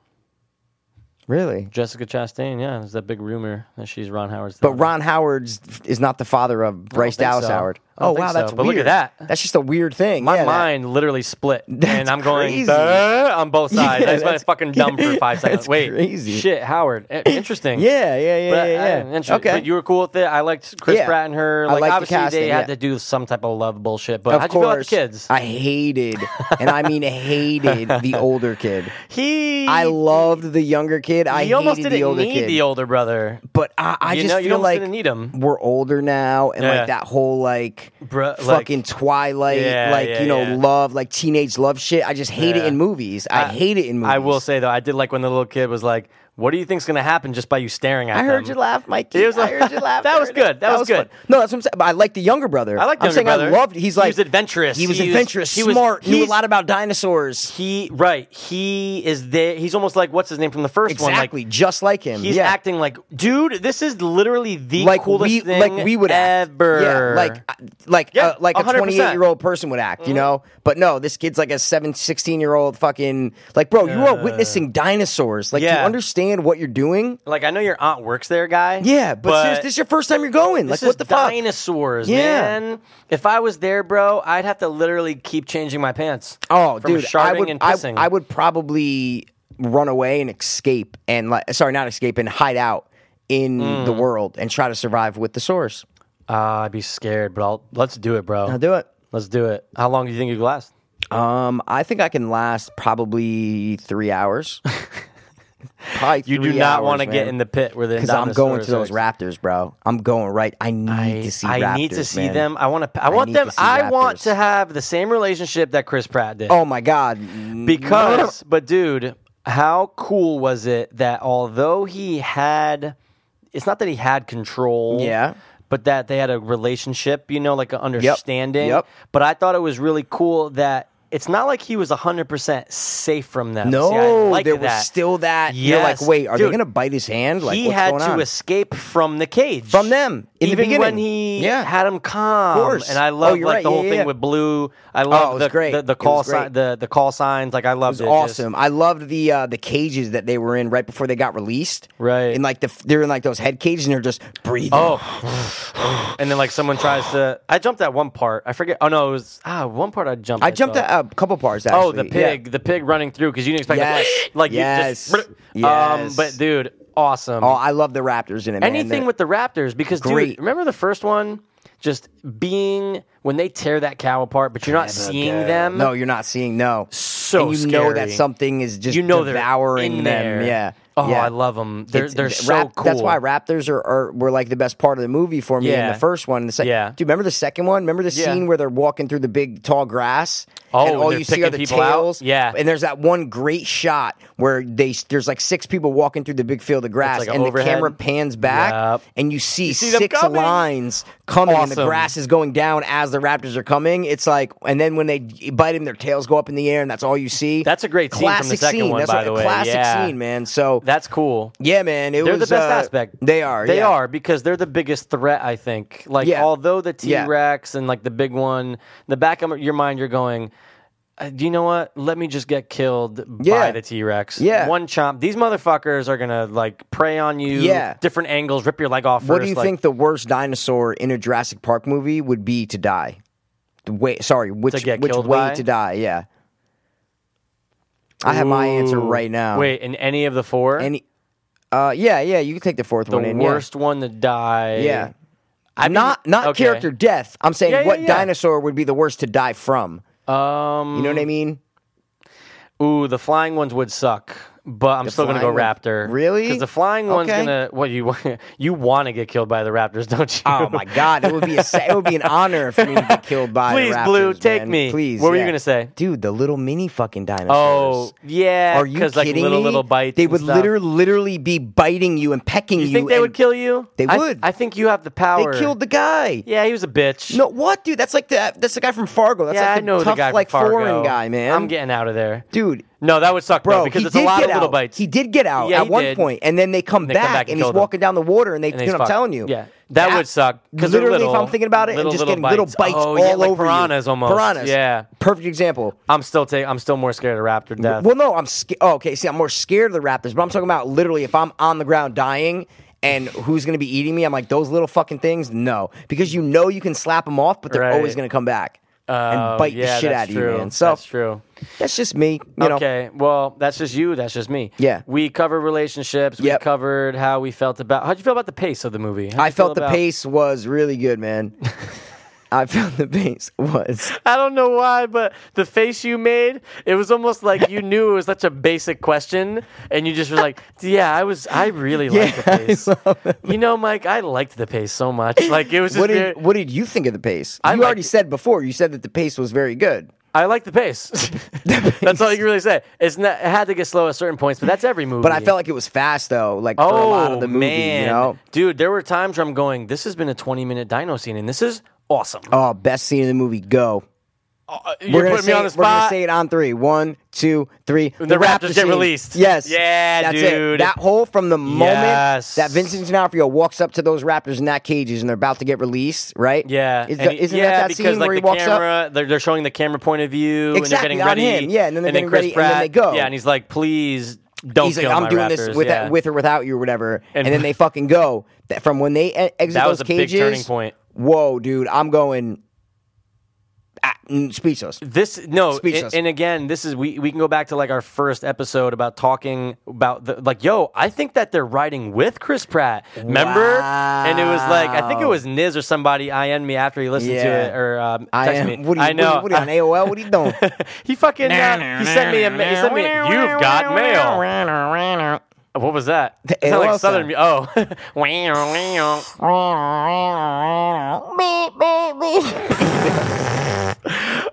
Speaker 2: Really?
Speaker 3: Jessica Chastain. Yeah, there's that big rumor that she's Ron Howard's.
Speaker 2: But
Speaker 3: daughter.
Speaker 2: Ron Howard's is not the father of Bryce
Speaker 3: think
Speaker 2: Dallas
Speaker 3: so.
Speaker 2: Howard.
Speaker 3: I don't
Speaker 2: Oh
Speaker 3: think
Speaker 2: wow,
Speaker 3: so.
Speaker 2: that's
Speaker 3: But look
Speaker 2: weird.
Speaker 3: at that.
Speaker 2: That's just a weird thing.
Speaker 3: My
Speaker 2: Yeah, that-
Speaker 3: mind literally split, and
Speaker 2: [LAUGHS] That's
Speaker 3: I'm going
Speaker 2: crazy.
Speaker 3: "Duh," on both sides.
Speaker 2: [LAUGHS] Yeah,
Speaker 3: I just went
Speaker 2: that's-
Speaker 3: fucking dumb for five seconds.
Speaker 2: that's
Speaker 3: Wait,
Speaker 2: crazy.
Speaker 3: shit, Howard,
Speaker 2: [CLEARS THROAT]
Speaker 3: Eh, interesting.
Speaker 2: yeah, yeah, yeah,
Speaker 3: But,
Speaker 2: yeah.
Speaker 3: uh,
Speaker 2: yeah.
Speaker 3: inter-
Speaker 2: okay.
Speaker 3: But you were cool with it. I liked Chris
Speaker 2: Yeah.
Speaker 3: Pratt and her.
Speaker 2: I
Speaker 3: Like,
Speaker 2: liked the
Speaker 3: obviously, they
Speaker 2: casting,
Speaker 3: had
Speaker 2: yeah.
Speaker 3: to do some type of love bullshit. But
Speaker 2: of
Speaker 3: how'd you feel
Speaker 2: course,
Speaker 3: about the kids?
Speaker 2: I hated, and I mean
Speaker 3: [LAUGHS]
Speaker 2: hated the older kid.
Speaker 3: he,
Speaker 2: I loved the younger kid. I
Speaker 3: he almost
Speaker 2: hated
Speaker 3: didn't
Speaker 2: the older
Speaker 3: need
Speaker 2: kid.
Speaker 3: the older brother.
Speaker 2: but I, I
Speaker 3: You
Speaker 2: just
Speaker 3: know, you
Speaker 2: feel
Speaker 3: almost
Speaker 2: like
Speaker 3: didn't need 'em.
Speaker 2: we're older now, and
Speaker 3: Yeah.
Speaker 2: like that whole like
Speaker 3: Bruh, like-
Speaker 2: fucking Twilight,
Speaker 3: Yeah,
Speaker 2: like
Speaker 3: yeah,
Speaker 2: you know,
Speaker 3: yeah.
Speaker 2: love, like teenage love shit. I just hate it
Speaker 3: Yeah.
Speaker 2: in movies. I, hate it in movies.
Speaker 3: I will say though, I did like when the little kid was like, "What do you think's gonna happen just by you staring at
Speaker 2: I
Speaker 3: them?"
Speaker 2: heard you laugh, Mikey.
Speaker 3: He was
Speaker 2: I
Speaker 3: like-
Speaker 2: heard you laugh.
Speaker 3: [LAUGHS] That was
Speaker 2: There it is.
Speaker 3: good. That was good.
Speaker 2: fun. No, that's what I'm saying. But I like the younger brother.
Speaker 3: I like the
Speaker 2: I'm
Speaker 3: younger
Speaker 2: saying
Speaker 3: brother.
Speaker 2: I loved. He's
Speaker 3: He
Speaker 2: like
Speaker 3: was adventurous.
Speaker 2: He was
Speaker 3: He was-
Speaker 2: adventurous.
Speaker 3: he was-
Speaker 2: smart. knew a
Speaker 3: he's-
Speaker 2: lot about dinosaurs.
Speaker 3: He right. He is there. He's almost like what's his name from the first one. Like,
Speaker 2: Exactly. just like him.
Speaker 3: He's
Speaker 2: yeah.
Speaker 3: acting like, dude, this is literally the
Speaker 2: like
Speaker 3: coolest
Speaker 2: we
Speaker 3: thing
Speaker 2: like we would act.
Speaker 3: ever.
Speaker 2: Yeah, like uh, like
Speaker 3: Yeah,
Speaker 2: uh,
Speaker 3: Mm-hmm.
Speaker 2: like a
Speaker 3: 100%.
Speaker 2: 28 year old person would act. You know. But no, this kid's like a 7, 16 year old fucking like bro. You are witnessing dinosaurs. Like do
Speaker 3: yeah.
Speaker 2: you understand what you're doing?
Speaker 3: like I know your aunt works there, guy.
Speaker 2: Yeah, but, serious- this is your first time you're going. Like
Speaker 3: this
Speaker 2: what
Speaker 3: is
Speaker 2: the fuck?
Speaker 3: dinosaurs,
Speaker 2: Yeah.
Speaker 3: man. If I was there, bro, I'd have to literally keep changing my pants.
Speaker 2: Oh,
Speaker 3: from
Speaker 2: dude,
Speaker 3: sharding
Speaker 2: I would,
Speaker 3: and
Speaker 2: I-
Speaker 3: pissing.
Speaker 2: I, would probably run away and escape, and like, sorry, not escape, and hide out in the
Speaker 3: Mm.
Speaker 2: world and try to survive with the source.
Speaker 3: Ah, I'd be scared, but I'll let's do it, bro.
Speaker 2: I'll do it.
Speaker 3: Let's do it. How long do you think you could last?
Speaker 2: Um, I think I can last probably three
Speaker 3: [LAUGHS]
Speaker 2: hours. probably
Speaker 3: You do not want to get in the pit where the
Speaker 2: because I'm going to those Raptors, bro. I'm going right. I need to see.
Speaker 3: I
Speaker 2: Raptors,
Speaker 3: need to see
Speaker 2: man.
Speaker 3: them. I want to. I want
Speaker 2: need
Speaker 3: them.
Speaker 2: to see
Speaker 3: I want
Speaker 2: Raptors.
Speaker 3: to have the same relationship that Chris Pratt did.
Speaker 2: Oh my god!
Speaker 3: Because, but dude, how cool was it that although he had, it's not that he had control.
Speaker 2: Yeah.
Speaker 3: But that they had a relationship, you know, like an understanding.
Speaker 2: Yep.
Speaker 3: But I thought it was really cool that it's not like he was 100% safe from them. [LAUGHS] See, I
Speaker 2: no,
Speaker 3: like
Speaker 2: there
Speaker 3: that.
Speaker 2: was still that. You're like,
Speaker 3: Yes.
Speaker 2: wait, are they
Speaker 3: Dude,
Speaker 2: going to bite his hand? Like,
Speaker 3: he
Speaker 2: what's
Speaker 3: had
Speaker 2: going
Speaker 3: to
Speaker 2: on?
Speaker 3: escape from the cage.
Speaker 2: From them, in the
Speaker 3: Even when
Speaker 2: beginning.
Speaker 3: he
Speaker 2: Yeah.
Speaker 3: had him calm.
Speaker 2: course.
Speaker 3: And I love
Speaker 2: Oh, you're
Speaker 3: like
Speaker 2: right.
Speaker 3: the
Speaker 2: Yeah,
Speaker 3: whole
Speaker 2: yeah,
Speaker 3: thing
Speaker 2: yeah.
Speaker 3: with blue. I love
Speaker 2: was
Speaker 3: the,
Speaker 2: great.
Speaker 3: the the
Speaker 2: It
Speaker 3: call
Speaker 2: was great.
Speaker 3: sign the, the call signs. Like I loved it.
Speaker 2: was
Speaker 3: Just-
Speaker 2: awesome. I loved the uh, the cages that they were in right before they got released.
Speaker 3: Right.
Speaker 2: and like the they're in like those head cages and they're just breathing.
Speaker 3: Oh, and then like someone tries to. I jumped that one part. I forget. Oh no, it was ah one part I jumped.
Speaker 2: I jumped
Speaker 3: thought.
Speaker 2: at a couple bars. Actually.
Speaker 3: Oh, the pig, the pig running through because you didn't expect
Speaker 2: Yes.
Speaker 3: [LAUGHS] like
Speaker 2: Yes.
Speaker 3: you just. Um,
Speaker 2: Yes.
Speaker 3: but dude, awesome.
Speaker 2: Yeah. Oh, I love the Raptors in it. man.
Speaker 3: Anything
Speaker 2: They're-
Speaker 3: with the Raptors because dude,
Speaker 2: Great.
Speaker 3: remember the first one, just being when they tear that cow apart, but you're not seeing them.
Speaker 2: No, you're not seeing. No,
Speaker 3: so
Speaker 2: and you know that
Speaker 3: scary.
Speaker 2: something is just
Speaker 3: you know they're
Speaker 2: devouring
Speaker 3: in
Speaker 2: them.
Speaker 3: there.
Speaker 2: Yeah.
Speaker 3: Oh,
Speaker 2: yeah.
Speaker 3: I love them. They're
Speaker 2: It's-
Speaker 3: they're
Speaker 2: th-
Speaker 3: so
Speaker 2: rap-
Speaker 3: cool.
Speaker 2: That's why Raptors are, are were like the best part of the movie for me in
Speaker 3: Yeah.
Speaker 2: the first one. The sec-
Speaker 3: Yeah.
Speaker 2: Do you remember the second one? Remember the
Speaker 3: Yeah.
Speaker 2: scene where they're walking through the big tall grass?
Speaker 3: Oh,
Speaker 2: and all
Speaker 3: they're
Speaker 2: you see
Speaker 3: picking
Speaker 2: are the
Speaker 3: people out?
Speaker 2: tails.
Speaker 3: Yeah.
Speaker 2: And there's that one great shot where they s- there's like six people walking through the big field of grass,
Speaker 3: like a
Speaker 2: and
Speaker 3: overhead.
Speaker 2: the camera pans back,
Speaker 3: Yep.
Speaker 2: and you see,
Speaker 3: see them
Speaker 2: six
Speaker 3: coming.
Speaker 2: lines coming, and the
Speaker 3: Awesome.
Speaker 2: grass is going down as the Raptors are coming. It's like, and then when they bite him, their tails go up in the air, and that's all you see.
Speaker 3: That's a great scene from the
Speaker 2: classic
Speaker 3: second
Speaker 2: scene.
Speaker 3: one,
Speaker 2: That's
Speaker 3: by
Speaker 2: what-
Speaker 3: the way.
Speaker 2: Classic
Speaker 3: Yeah.
Speaker 2: scene, man. So
Speaker 3: That's cool.
Speaker 2: yeah, man. It
Speaker 3: they're
Speaker 2: was,
Speaker 3: the best
Speaker 2: uh,
Speaker 3: aspect.
Speaker 2: They are.
Speaker 3: They
Speaker 2: yeah.
Speaker 3: are because they're the biggest threat. I think. Like
Speaker 2: Yeah.
Speaker 3: although the T
Speaker 2: Yeah.
Speaker 3: Rex and like the big one, in the back of your mind, you're going. uh, do you know what? Let me just get killed by
Speaker 2: Yeah.
Speaker 3: the T Rex.
Speaker 2: Yeah.
Speaker 3: One chomp. These motherfuckers are gonna like prey on you.
Speaker 2: Yeah.
Speaker 3: Different angles, rip your leg off.
Speaker 2: What
Speaker 3: first,
Speaker 2: do you
Speaker 3: like-
Speaker 2: think the worst dinosaur in a Jurassic Park movie would be to die? The way, sorry, which
Speaker 3: get
Speaker 2: which
Speaker 3: killed
Speaker 2: way
Speaker 3: by?
Speaker 2: to die? Yeah, I have my answer
Speaker 3: Ooh.
Speaker 2: right now.
Speaker 3: Wait, in any of the four,
Speaker 2: any? Uh, yeah, yeah, you can take the fourth
Speaker 3: the
Speaker 2: one. in, yeah.
Speaker 3: worst one to die.
Speaker 2: Yeah.
Speaker 3: I mean-
Speaker 2: not not
Speaker 3: okay.
Speaker 2: character death. I'm saying
Speaker 3: Yeah, yeah,
Speaker 2: what
Speaker 3: yeah.
Speaker 2: dinosaur would be the worst to die from?
Speaker 3: Um.
Speaker 2: You know what I mean?
Speaker 3: Ooh, the flying ones would suck, but I'm still gonna go
Speaker 2: flying one-
Speaker 3: raptor.
Speaker 2: Really?
Speaker 3: Because the flying one's
Speaker 2: Okay.
Speaker 3: gonna. What you [LAUGHS] you want to get killed by the raptors, don't you?
Speaker 2: Oh my god, it would be a sa- it would be an honor for me to be killed by the
Speaker 3: Please,
Speaker 2: raptors,
Speaker 3: Blue, take
Speaker 2: man.
Speaker 3: me.
Speaker 2: Please.
Speaker 3: What were you
Speaker 2: yeah.
Speaker 3: gonna say?
Speaker 2: Dude, the little mini fucking
Speaker 3: [LAUGHS] Oh
Speaker 2: dinosaurs.
Speaker 3: yeah.
Speaker 2: Are you
Speaker 3: Because
Speaker 2: kidding
Speaker 3: like little
Speaker 2: me?
Speaker 3: little bites.
Speaker 2: They
Speaker 3: and
Speaker 2: would
Speaker 3: stuff.
Speaker 2: liter- literally be biting you and pecking you.
Speaker 3: You think they
Speaker 2: and
Speaker 3: would kill you?
Speaker 2: They
Speaker 3: I-
Speaker 2: would.
Speaker 3: I think you have the power.
Speaker 2: They killed the guy.
Speaker 3: Yeah, he was a bitch.
Speaker 2: No, what, dude? That's like the that's the guy from Fargo. That's
Speaker 3: yeah,
Speaker 2: like
Speaker 3: I
Speaker 2: the
Speaker 3: know
Speaker 2: tough,
Speaker 3: the guy from
Speaker 2: like
Speaker 3: Fargo.
Speaker 2: foreign guy, man.
Speaker 3: I'm getting out of there,
Speaker 2: dude.
Speaker 3: No, that would suck,
Speaker 2: Bro,
Speaker 3: though, because
Speaker 2: he
Speaker 3: it's a
Speaker 2: did
Speaker 3: lot
Speaker 2: get
Speaker 3: of little
Speaker 2: out.
Speaker 3: bites.
Speaker 2: He did get out
Speaker 3: Yeah,
Speaker 2: at
Speaker 3: he
Speaker 2: one
Speaker 3: did.
Speaker 2: point, and then they come,
Speaker 3: they
Speaker 2: back,
Speaker 3: come back and
Speaker 2: and he's
Speaker 3: kill them.
Speaker 2: walking down the water, and they.
Speaker 3: And
Speaker 2: dude,
Speaker 3: he's
Speaker 2: I'm
Speaker 3: fucked.
Speaker 2: telling you,
Speaker 3: Yeah, that would suck, 'cause they're
Speaker 2: literally,
Speaker 3: little-
Speaker 2: if I'm thinking about it,
Speaker 3: little,
Speaker 2: and just
Speaker 3: little
Speaker 2: getting little
Speaker 3: bites.
Speaker 2: bites
Speaker 3: Oh,
Speaker 2: all
Speaker 3: yeah, like
Speaker 2: over
Speaker 3: piranhas
Speaker 2: you.
Speaker 3: almost.
Speaker 2: Piranhas,
Speaker 3: Yeah.
Speaker 2: Perfect example.
Speaker 3: I'm still taking. I'm still more scared of raptor death.
Speaker 2: Well, no, I'm sca- oh, okay. See, I'm more scared of the Raptors, but I'm talking about literally if I'm on the ground dying and who's going to be eating me, I'm like those little fucking things. No, because you know you can slap them off, but they're
Speaker 3: Right.
Speaker 2: always going to come back and
Speaker 3: Oh,
Speaker 2: bite
Speaker 3: yeah,
Speaker 2: the shit
Speaker 3: that's
Speaker 2: out of
Speaker 3: true.
Speaker 2: you, man. So
Speaker 3: that's
Speaker 2: that's,
Speaker 3: true.
Speaker 2: just me. You know,
Speaker 3: okay, well, that's just you. That's just me.
Speaker 2: Yeah.
Speaker 3: we covered relationships.
Speaker 2: Yep.
Speaker 3: We covered how we felt about. How'd you feel about the pace of the movie? How'd
Speaker 2: I
Speaker 3: you feel
Speaker 2: felt the
Speaker 3: about-
Speaker 2: pace was really good,
Speaker 3: [LAUGHS]
Speaker 2: man. I felt the pace was.
Speaker 3: I don't know why, but the face you made, it was almost like you knew it was such a basic question, and you just were like, "Yeah, I was. I really liked
Speaker 2: [LAUGHS] Yeah, I
Speaker 3: the pace. You know, Mike, I liked the pace so much. Like it was just.
Speaker 2: What
Speaker 3: very-
Speaker 2: did what did you think of the pace?
Speaker 3: I
Speaker 2: you
Speaker 3: liked
Speaker 2: already
Speaker 3: it.
Speaker 2: said before. You said that the pace was very good.
Speaker 3: I like
Speaker 2: [LAUGHS]
Speaker 3: the pace. that's all you can really say. It's not. It had to get slow at certain points, but that's every movie.
Speaker 2: But I felt like it was fast though, like for a lot of the movie,
Speaker 3: Oh, man.
Speaker 2: you know.
Speaker 3: Dude, there were times where I'm going, this has been a 20 minute dino scene, and this is awesome. Uh,
Speaker 2: Oh, best scene in the movie. Go.
Speaker 3: You're
Speaker 2: gonna
Speaker 3: putting
Speaker 2: say,
Speaker 3: me on the
Speaker 2: We're gonna
Speaker 3: spot.
Speaker 2: say it on three. One, two, three. The,
Speaker 3: Raptors
Speaker 2: Raptor
Speaker 3: get
Speaker 2: scene.
Speaker 3: released.
Speaker 2: Yes.
Speaker 3: Yeah,
Speaker 2: That's
Speaker 3: dude.
Speaker 2: It. That whole from the moment
Speaker 3: Yes.
Speaker 2: that Vincent D'Onofrio walks up to those Raptors in that cages and they're about to get released, right?
Speaker 3: yeah,
Speaker 2: Is
Speaker 3: and
Speaker 2: that,
Speaker 3: he-
Speaker 2: isn't
Speaker 3: yeah,
Speaker 2: that that
Speaker 3: because
Speaker 2: scene
Speaker 3: like
Speaker 2: where
Speaker 3: the
Speaker 2: he walks
Speaker 3: camera,
Speaker 2: up?
Speaker 3: They're, they're showing the camera point of view,
Speaker 2: Exactly,
Speaker 3: and they're getting
Speaker 2: on
Speaker 3: ready.
Speaker 2: him. Yeah, and then they're getting
Speaker 3: Chris
Speaker 2: ready, and then
Speaker 3: Pratt,
Speaker 2: they go.
Speaker 3: Yeah, and he's like, "Please don't
Speaker 2: He's like,
Speaker 3: kill
Speaker 2: I'm
Speaker 3: my
Speaker 2: doing
Speaker 3: Raptors."
Speaker 2: this with,
Speaker 3: yeah.
Speaker 2: with or without you or whatever.
Speaker 3: And-
Speaker 2: And, then they fucking go. That- From when they e- exit
Speaker 3: That
Speaker 2: those
Speaker 3: was a big
Speaker 2: cages.
Speaker 3: turning point.
Speaker 2: Whoa, dude. I'm going ah, mm, speechless.
Speaker 3: This no, and,
Speaker 2: Speechless.
Speaker 3: and again, this is we we can go back to like our first episode about talking about the like, yo, I think that they're riding with Chris Pratt, remember? And it was like I think it
Speaker 2: Wow.
Speaker 3: was Niz or somebody IN me after he listened
Speaker 2: Yeah.
Speaker 3: to it or um,
Speaker 2: I
Speaker 3: text
Speaker 2: am.
Speaker 3: me.
Speaker 2: What are you,
Speaker 3: I know.
Speaker 2: What
Speaker 3: [LAUGHS]
Speaker 2: are you, what are you on AOL? What are you doing?
Speaker 3: he fucking uh, he sent me a ma- he sent me a, you've got mail. What was that? It sounded
Speaker 2: AOL
Speaker 3: like Southern. mu- Oh, [LAUGHS] wow, wow.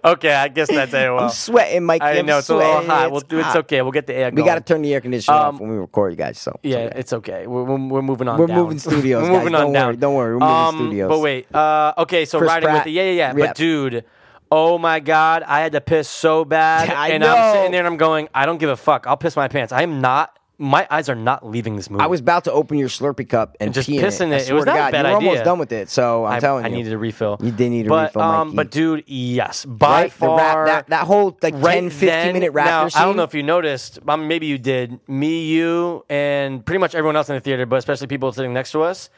Speaker 3: okay. I
Speaker 2: [LAUGHS]
Speaker 3: guess that's AOL.
Speaker 2: I'm sweating, Mike.
Speaker 3: I
Speaker 2: I'm
Speaker 3: know it's a
Speaker 2: sweating.
Speaker 3: little hot. We'll do. It's
Speaker 2: hot.
Speaker 3: okay. We'll get the air.
Speaker 2: We got to
Speaker 3: going.
Speaker 2: turn the air conditioner
Speaker 3: Um,
Speaker 2: off when we record, you guys. So
Speaker 3: Yeah, it's okay. We're, we're, we're moving on.
Speaker 2: We're
Speaker 3: down.
Speaker 2: moving studios,
Speaker 3: [LAUGHS] we're
Speaker 2: guys.
Speaker 3: moving on
Speaker 2: Don't
Speaker 3: down.
Speaker 2: worry, don't worry. We're moving
Speaker 3: Um,
Speaker 2: studios.
Speaker 3: But wait. Uh, okay, so
Speaker 2: Chris
Speaker 3: riding
Speaker 2: Pratt.
Speaker 3: with the yeah, yeah, yeah. But
Speaker 2: Yep.
Speaker 3: dude, oh my god, I had to piss so
Speaker 2: [LAUGHS]
Speaker 3: bad,
Speaker 2: I
Speaker 3: and
Speaker 2: know.
Speaker 3: I'm sitting there and I'm going, I don't give a fuck. I'll piss my pants. I am not. My eyes are not leaving this movie.
Speaker 2: I was about to open your Slurpee cup and
Speaker 3: Just
Speaker 2: pee in
Speaker 3: pissing
Speaker 2: it. I
Speaker 3: it. It
Speaker 2: swear
Speaker 3: was
Speaker 2: to
Speaker 3: not a
Speaker 2: God,
Speaker 3: bad
Speaker 2: you were
Speaker 3: idea.
Speaker 2: almost done with it. So I'm
Speaker 3: I-
Speaker 2: telling
Speaker 3: I
Speaker 2: you,
Speaker 3: needed a refill.
Speaker 2: You did need a
Speaker 3: but,
Speaker 2: refill,
Speaker 3: Um,
Speaker 2: Mikey.
Speaker 3: but dude, yes, by
Speaker 2: right? The
Speaker 3: far
Speaker 2: rap, that that whole like
Speaker 3: right
Speaker 2: 10, 15
Speaker 3: then-
Speaker 2: minute raptor
Speaker 3: now,
Speaker 2: scene.
Speaker 3: I don't know if you noticed, um, maybe you did. Me, you, and pretty much everyone else in the theater, but especially people sitting next to us,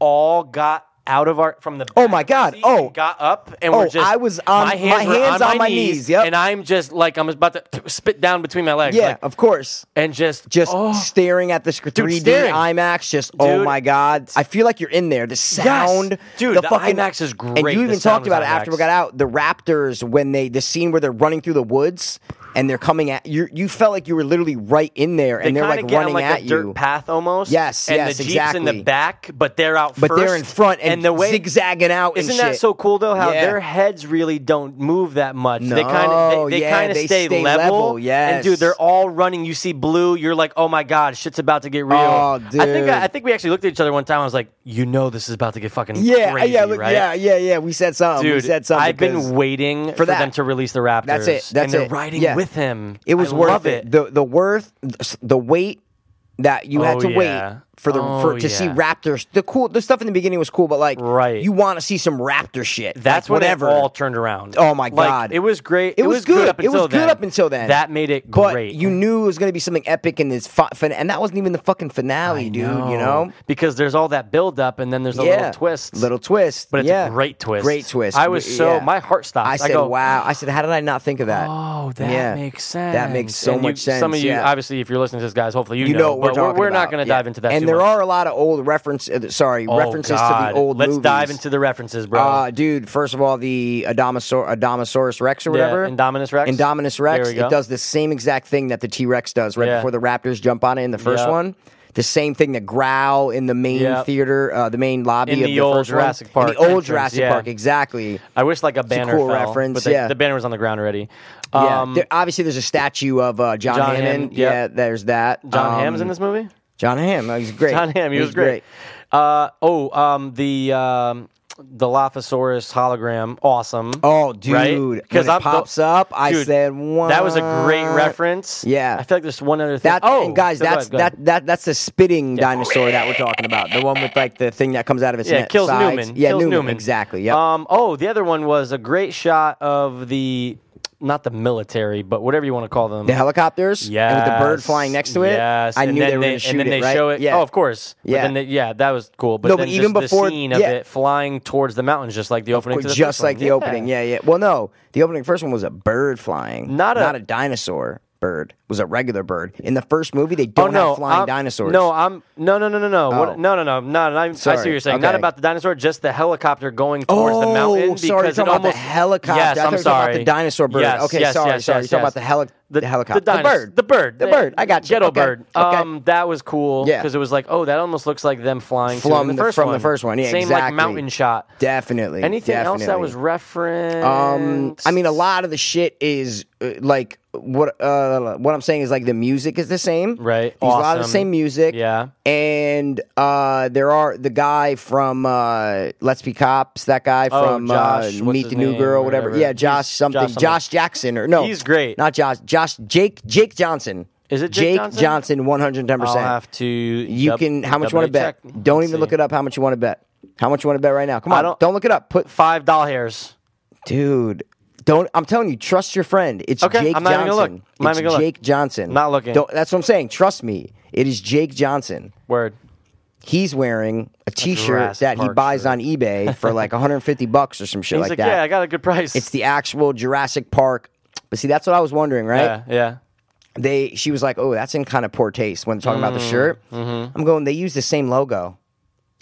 Speaker 3: all got out of our from the.
Speaker 2: Oh,
Speaker 3: back
Speaker 2: my God.
Speaker 3: seat and
Speaker 2: Oh.
Speaker 3: got up and
Speaker 2: Oh,
Speaker 3: we're just.
Speaker 2: I was on-
Speaker 3: my hands,
Speaker 2: my
Speaker 3: were
Speaker 2: hands
Speaker 3: on,
Speaker 2: on
Speaker 3: my
Speaker 2: my
Speaker 3: knees,
Speaker 2: knees, yep.
Speaker 3: and I'm just like I'm about to spit down between my legs,
Speaker 2: yeah,
Speaker 3: like,
Speaker 2: of course.
Speaker 3: and just
Speaker 2: Just
Speaker 3: oh.
Speaker 2: staring at the sc- 3D
Speaker 3: staring.
Speaker 2: IMAX, just oh
Speaker 3: Dude.
Speaker 2: my god! I feel like you're in there. The sound,
Speaker 3: Dude, the
Speaker 2: fucking
Speaker 3: IMAX is great.
Speaker 2: And you
Speaker 3: The
Speaker 2: even
Speaker 3: sound
Speaker 2: talked
Speaker 3: was
Speaker 2: about it
Speaker 3: IMAX.
Speaker 2: after we got out. The Raptors when they the scene where they're running through the woods and they're coming at you. You felt like you were literally right in there, and
Speaker 3: they
Speaker 2: are
Speaker 3: kinda
Speaker 2: like
Speaker 3: get on,
Speaker 2: running
Speaker 3: like,
Speaker 2: at
Speaker 3: a
Speaker 2: you.
Speaker 3: Dirt path almost.
Speaker 2: Yes,
Speaker 3: and
Speaker 2: yes,
Speaker 3: the jeep's in the
Speaker 2: exactly.
Speaker 3: back, but they're out.
Speaker 2: but
Speaker 3: first,
Speaker 2: they're in front and,
Speaker 3: the way
Speaker 2: zigzagging out. and
Speaker 3: Isn't that
Speaker 2: shit.
Speaker 3: so cool though? How
Speaker 2: Yeah.
Speaker 3: their heads really don't move that much. they kind
Speaker 2: No,
Speaker 3: of they, they
Speaker 2: yeah,
Speaker 3: kind of
Speaker 2: they
Speaker 3: stay,
Speaker 2: stay
Speaker 3: level.
Speaker 2: level,
Speaker 3: and dude,
Speaker 2: yes.
Speaker 3: they're all running. You see blue, you're like, oh my god, shit's about to get real.
Speaker 2: Oh,
Speaker 3: I think
Speaker 2: dude.
Speaker 3: I, I think we actually looked at each other one time. I was like, you know, this is about to get fucking
Speaker 2: Yeah, [LAUGHS]
Speaker 3: crazy,
Speaker 2: yeah, look,
Speaker 3: right?
Speaker 2: yeah, yeah, yeah. We said something. we
Speaker 3: Dude,
Speaker 2: said something.
Speaker 3: I've been
Speaker 2: because
Speaker 3: waiting for,
Speaker 2: that.
Speaker 3: them to release the Raptors.
Speaker 2: That's it. That's
Speaker 3: and they're
Speaker 2: it.
Speaker 3: riding
Speaker 2: Yeah.
Speaker 3: with him.
Speaker 2: It was
Speaker 3: I
Speaker 2: worth
Speaker 3: love
Speaker 2: it. The the worth, the weight that you
Speaker 3: Oh,
Speaker 2: had to
Speaker 3: yeah.
Speaker 2: wait for the
Speaker 3: Oh,
Speaker 2: for to see
Speaker 3: yeah.
Speaker 2: Raptors. The cool the stuff in the beginning was cool, but like
Speaker 3: Right.
Speaker 2: you want to see some Raptor shit.
Speaker 3: That's
Speaker 2: like,
Speaker 3: when
Speaker 2: whatever.
Speaker 3: it all turned around.
Speaker 2: Oh, my
Speaker 3: Like,
Speaker 2: God.
Speaker 3: it was great.
Speaker 2: It was good.
Speaker 3: up
Speaker 2: It
Speaker 3: until
Speaker 2: was good
Speaker 3: then.
Speaker 2: up until then.
Speaker 3: That made it
Speaker 2: but
Speaker 3: great.
Speaker 2: you knew it was going to be something epic in this fi- fin- and that wasn't even the fucking finale, dude. You know,
Speaker 3: because there's all that build up and then there's a little twist.
Speaker 2: little twist,
Speaker 3: But it's
Speaker 2: yeah.
Speaker 3: a great twist.
Speaker 2: great twist.
Speaker 3: I was
Speaker 2: W-
Speaker 3: so
Speaker 2: yeah.
Speaker 3: my heart stopped.
Speaker 2: I said,
Speaker 3: go,
Speaker 2: "Wow!" I said, "How did I not think of that?"
Speaker 3: Oh, that
Speaker 2: Yeah.
Speaker 3: makes sense.
Speaker 2: That makes so
Speaker 3: And you-
Speaker 2: much sense,
Speaker 3: Some of you,
Speaker 2: yeah.
Speaker 3: obviously, if you're listening to this, guys, hopefully you,
Speaker 2: you know what we're
Speaker 3: but we're,
Speaker 2: talking
Speaker 3: we're not
Speaker 2: about.
Speaker 3: going to
Speaker 2: Yeah.
Speaker 3: dive into that.
Speaker 2: And
Speaker 3: too
Speaker 2: there
Speaker 3: much.
Speaker 2: are a lot of old reference. Uh, sorry,
Speaker 3: Oh,
Speaker 2: references to
Speaker 3: God.
Speaker 2: the old.
Speaker 3: Let's
Speaker 2: movies.
Speaker 3: dive into the references, bro.
Speaker 2: Uh, dude, first of all, the Adomosaur, Adomosaurus Rex or
Speaker 3: Yeah,
Speaker 2: whatever.
Speaker 3: Indominus Rex.
Speaker 2: Indominus Rex.
Speaker 3: There we go.
Speaker 2: It does the same exact thing that the T Rex does right
Speaker 3: Yeah.
Speaker 2: before the Raptors jump on it in the first
Speaker 3: Yep.
Speaker 2: one. The same thing that growl in the main
Speaker 3: Yep.
Speaker 2: theater, uh, the main lobby
Speaker 3: In
Speaker 2: of
Speaker 3: the
Speaker 2: the,
Speaker 3: old
Speaker 2: first
Speaker 3: Jurassic
Speaker 2: one. In
Speaker 3: Park
Speaker 2: the old
Speaker 3: entrance,
Speaker 2: Jurassic
Speaker 3: yeah.
Speaker 2: Park, exactly.
Speaker 3: I wish like a banner
Speaker 2: cool
Speaker 3: fell,
Speaker 2: reference,
Speaker 3: but the,
Speaker 2: yeah.
Speaker 3: the banner was on the ground already.
Speaker 2: yeah. There- obviously, there's a statue of uh, John,
Speaker 3: Um, John
Speaker 2: Hammond.
Speaker 3: Hamm, yep.
Speaker 2: Yeah, there's that.
Speaker 3: John
Speaker 2: Um,
Speaker 3: Hamm's in this movie.
Speaker 2: John Hamm, uh, he's great.
Speaker 3: John Hamm, he, was great. Uh, oh, um, the um, the Lophosaurus hologram, awesome.
Speaker 2: Oh, dude, when it
Speaker 3: I'm-
Speaker 2: pops up, I
Speaker 3: dude,
Speaker 2: said,
Speaker 3: that was a great
Speaker 2: "What?"
Speaker 3: reference."
Speaker 2: Yeah.
Speaker 3: I feel like there's one other thing.
Speaker 2: That
Speaker 3: oh,
Speaker 2: and guys,
Speaker 3: so go
Speaker 2: that's
Speaker 3: ahead, go ahead.
Speaker 2: that that that's the spitting dinosaur that we're talking about. The one with like the thing that comes out of its
Speaker 3: Yeah,
Speaker 2: neck
Speaker 3: kills
Speaker 2: sides.
Speaker 3: Newman.
Speaker 2: Yeah,
Speaker 3: kills
Speaker 2: Newman,
Speaker 3: Newman,
Speaker 2: exactly. Yep.
Speaker 3: Um. Oh, the other one was a great shot of the not the military, but whatever you want to call them.
Speaker 2: the helicopters.
Speaker 3: Yeah,
Speaker 2: and with the bird flying next to it.
Speaker 3: Yes,
Speaker 2: I
Speaker 3: and
Speaker 2: knew
Speaker 3: then
Speaker 2: they were
Speaker 3: they,
Speaker 2: going to shoot
Speaker 3: And then
Speaker 2: it.
Speaker 3: they
Speaker 2: right?
Speaker 3: show it.
Speaker 2: Yeah.
Speaker 3: Oh, of course. But
Speaker 2: Yeah.
Speaker 3: then they- yeah, that was cool. But
Speaker 2: No,
Speaker 3: then
Speaker 2: but
Speaker 3: just
Speaker 2: even before-
Speaker 3: the scene of
Speaker 2: yeah.
Speaker 3: it flying towards the mountains, just like the opening,
Speaker 2: Or
Speaker 3: to the
Speaker 2: just
Speaker 3: first one.
Speaker 2: like the opening. Yeah, yeah. Well, no, the opening first one was a bird flying,
Speaker 3: Not a-
Speaker 2: not a dinosaur bird. It was a regular bird. In the first movie, they
Speaker 3: Oh
Speaker 2: don't
Speaker 3: no,
Speaker 2: have flying
Speaker 3: I'm-
Speaker 2: dinosaurs.
Speaker 3: No, I'm no, no, no, no, no,
Speaker 2: Oh.
Speaker 3: What, no, no, no, no. no, I, I see what
Speaker 2: Sorry.
Speaker 3: you're saying. Not
Speaker 2: Okay.
Speaker 3: about the dinosaur, just the helicopter going towards the
Speaker 2: Oh,
Speaker 3: mountain.
Speaker 2: sorry, you're
Speaker 3: because
Speaker 2: talking
Speaker 3: it
Speaker 2: about the
Speaker 3: almost,
Speaker 2: helicopter. I
Speaker 3: Yes,
Speaker 2: thought you
Speaker 3: I'm
Speaker 2: were talking about
Speaker 3: sorry.
Speaker 2: the dinosaur bird.
Speaker 3: Yes,
Speaker 2: Okay,
Speaker 3: yes,
Speaker 2: sorry,
Speaker 3: yes,
Speaker 2: sorry. You're
Speaker 3: yes,
Speaker 2: talking
Speaker 3: yes.
Speaker 2: about the heli- the helicopter. The
Speaker 3: dinos-
Speaker 2: bird.
Speaker 3: the bird,
Speaker 2: The bird. I got you.
Speaker 3: Ghetto
Speaker 2: Okay,
Speaker 3: bird.
Speaker 2: okay.
Speaker 3: Um, that was cool
Speaker 2: Yeah.
Speaker 3: because it was like, oh, that almost looks like them flying to
Speaker 2: Flum-
Speaker 3: in the first
Speaker 2: from the
Speaker 3: one.
Speaker 2: first one, yeah,
Speaker 3: same like
Speaker 2: exactly.
Speaker 3: mountain shot.
Speaker 2: Definitely.
Speaker 3: Anything else that
Speaker 2: definitely.
Speaker 3: was referenced?
Speaker 2: Um, I mean, a lot of the shit is uh, like what uh, what I'm saying is like the music is the same,
Speaker 3: Right.
Speaker 2: There's a lot of the
Speaker 3: Awesome.
Speaker 2: same music,
Speaker 3: Yeah.
Speaker 2: And uh, there are the guy from uh, Let's Be Cops, that guy
Speaker 3: Oh,
Speaker 2: from
Speaker 3: Josh,
Speaker 2: uh,
Speaker 3: what's
Speaker 2: Meet
Speaker 3: his
Speaker 2: the New
Speaker 3: name
Speaker 2: Girl,
Speaker 3: or
Speaker 2: whatever.
Speaker 3: whatever.
Speaker 2: Yeah, Josh
Speaker 3: He's
Speaker 2: something,
Speaker 3: Josh
Speaker 2: Josh,
Speaker 3: something.
Speaker 2: Jackson or no,
Speaker 3: He's great.
Speaker 2: Not Josh, Josh Jake Jake Johnson.
Speaker 3: Is it Jake
Speaker 2: Jake
Speaker 3: Johnson?
Speaker 2: Johnson? One hundred ten
Speaker 3: I'll
Speaker 2: percent.
Speaker 3: have to.
Speaker 2: You can. How much you want to bet? Don't even look it up. How much you want to bet? How much you want to bet right now? Come
Speaker 3: I
Speaker 2: on,
Speaker 3: don't-
Speaker 2: don't look it up. Put
Speaker 3: Five doll hairs.
Speaker 2: Dude, don't. I'm telling you, trust your friend. It's
Speaker 3: Okay,
Speaker 2: Jake
Speaker 3: I'm not even
Speaker 2: Johnson.
Speaker 3: gonna look. I'm not
Speaker 2: it's
Speaker 3: even gonna look.
Speaker 2: Jake Johnson.
Speaker 3: Not looking.
Speaker 2: Don't, that's what I'm saying. Trust me. It is Jake Johnson.
Speaker 3: Word.
Speaker 2: He's wearing a T-shirt
Speaker 3: Jurassic
Speaker 2: that he
Speaker 3: Park
Speaker 2: buys
Speaker 3: shirt.
Speaker 2: on eBay for
Speaker 3: [LAUGHS]
Speaker 2: like 150 bucks or some shit
Speaker 3: He's
Speaker 2: like,
Speaker 3: like,
Speaker 2: that.
Speaker 3: yeah, I got a good price.
Speaker 2: it's the actual Jurassic Park. But see, that's what I was wondering, right?
Speaker 3: yeah, yeah.
Speaker 2: They, she was like, "Oh, that's in kind of poor taste." When talking
Speaker 3: Mm,
Speaker 2: about the shirt, I'm going. They use the same logo,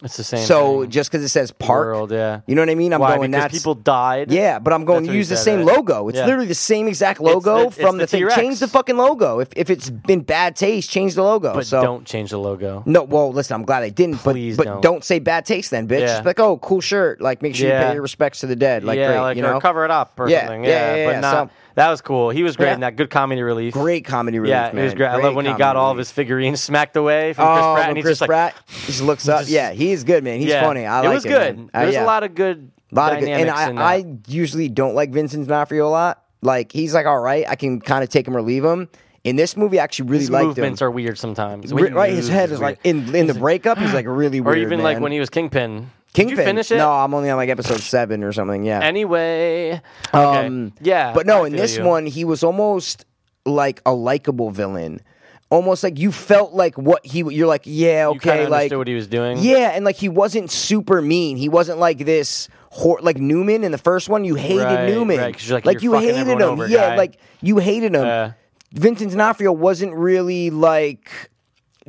Speaker 3: It's the mm-hmm. same.
Speaker 2: so
Speaker 3: thing.
Speaker 2: just because it says Park,
Speaker 3: World, yeah.
Speaker 2: you know what I mean? I'm
Speaker 3: Why?
Speaker 2: going.
Speaker 3: because
Speaker 2: that's
Speaker 3: people died.
Speaker 2: Yeah, but I'm going
Speaker 3: That's
Speaker 2: to
Speaker 3: what he
Speaker 2: use the
Speaker 3: said,
Speaker 2: same
Speaker 3: right?
Speaker 2: logo. It's
Speaker 3: Yeah.
Speaker 2: literally the same exact logo
Speaker 3: it's
Speaker 2: from
Speaker 3: the
Speaker 2: thing.
Speaker 3: T-Rex.
Speaker 2: Change the fucking logo. If if it's been bad taste, change the logo.
Speaker 3: but
Speaker 2: so
Speaker 3: don't change the logo.
Speaker 2: no, well, listen, I'm glad I didn't. But
Speaker 3: Please
Speaker 2: but
Speaker 3: don't.
Speaker 2: say bad taste then, bitch.
Speaker 3: Yeah.
Speaker 2: Just like, oh, cool shirt. Like make sure you
Speaker 3: Yeah.
Speaker 2: pay your respects to the dead. Like
Speaker 3: yeah,
Speaker 2: great,
Speaker 3: like
Speaker 2: you
Speaker 3: or
Speaker 2: know.
Speaker 3: cover it up or
Speaker 2: Yeah,
Speaker 3: something.
Speaker 2: yeah,
Speaker 3: Yeah,
Speaker 2: yeah,
Speaker 3: but
Speaker 2: yeah,
Speaker 3: not.
Speaker 2: so-
Speaker 3: that was cool. He was great
Speaker 2: Yeah.
Speaker 3: in that. Good comedy relief.
Speaker 2: Great comedy relief.
Speaker 3: Yeah, it was
Speaker 2: man.
Speaker 3: great. I love when he
Speaker 2: comedy
Speaker 3: got all of
Speaker 2: relief.
Speaker 3: his figurines smacked away from Chris
Speaker 2: Oh,
Speaker 3: Pratt,
Speaker 2: when
Speaker 3: and he's
Speaker 2: Chris
Speaker 3: just like,
Speaker 2: Pratt
Speaker 3: [LAUGHS]
Speaker 2: just looks up. yeah, he's good, man. He's
Speaker 3: yeah.
Speaker 2: funny. I
Speaker 3: it
Speaker 2: like
Speaker 3: was
Speaker 2: him,
Speaker 3: good.
Speaker 2: man. Uh,
Speaker 3: There's
Speaker 2: yeah.
Speaker 3: a lot of good,
Speaker 2: A lot of good, and
Speaker 3: dynamics in
Speaker 2: I,
Speaker 3: that.
Speaker 2: I usually don't like Vincent D'Onofrio a lot. Like he's like all right, I can kind of take him or leave him. In this movie, I actually really
Speaker 3: His
Speaker 2: liked him.
Speaker 3: movements are weird sometimes. The way
Speaker 2: Ri-
Speaker 3: he
Speaker 2: right, his
Speaker 3: moves
Speaker 2: head is
Speaker 3: weird.
Speaker 2: like in in the breakup. He's like really
Speaker 3: [GASPS] or
Speaker 2: weird,
Speaker 3: even like
Speaker 2: man.
Speaker 3: when he was Kingpin.
Speaker 2: Kingpin.
Speaker 3: Did you finish it?
Speaker 2: No, I'm only on like
Speaker 3: [LAUGHS]
Speaker 2: episode seven or something. Yeah.
Speaker 3: Anyway, okay. yeah,
Speaker 2: But no,
Speaker 3: I
Speaker 2: in
Speaker 3: feel
Speaker 2: this
Speaker 3: you.
Speaker 2: one, he was almost like a likable villain. Almost like you felt like what he. You're like, yeah,
Speaker 3: you kinda
Speaker 2: okay, like
Speaker 3: understood what he was doing.
Speaker 2: yeah, and like he wasn't super mean. He wasn't like this. Hor- like Newman in the first one, you hated
Speaker 3: Right,
Speaker 2: Newman.
Speaker 3: right, 'cause you're like,
Speaker 2: you
Speaker 3: "You're fucking
Speaker 2: hated him.
Speaker 3: everyone over,
Speaker 2: yeah,
Speaker 3: guy."
Speaker 2: like you hated him.
Speaker 3: Yeah.
Speaker 2: Vincent D'Onofrio wasn't really like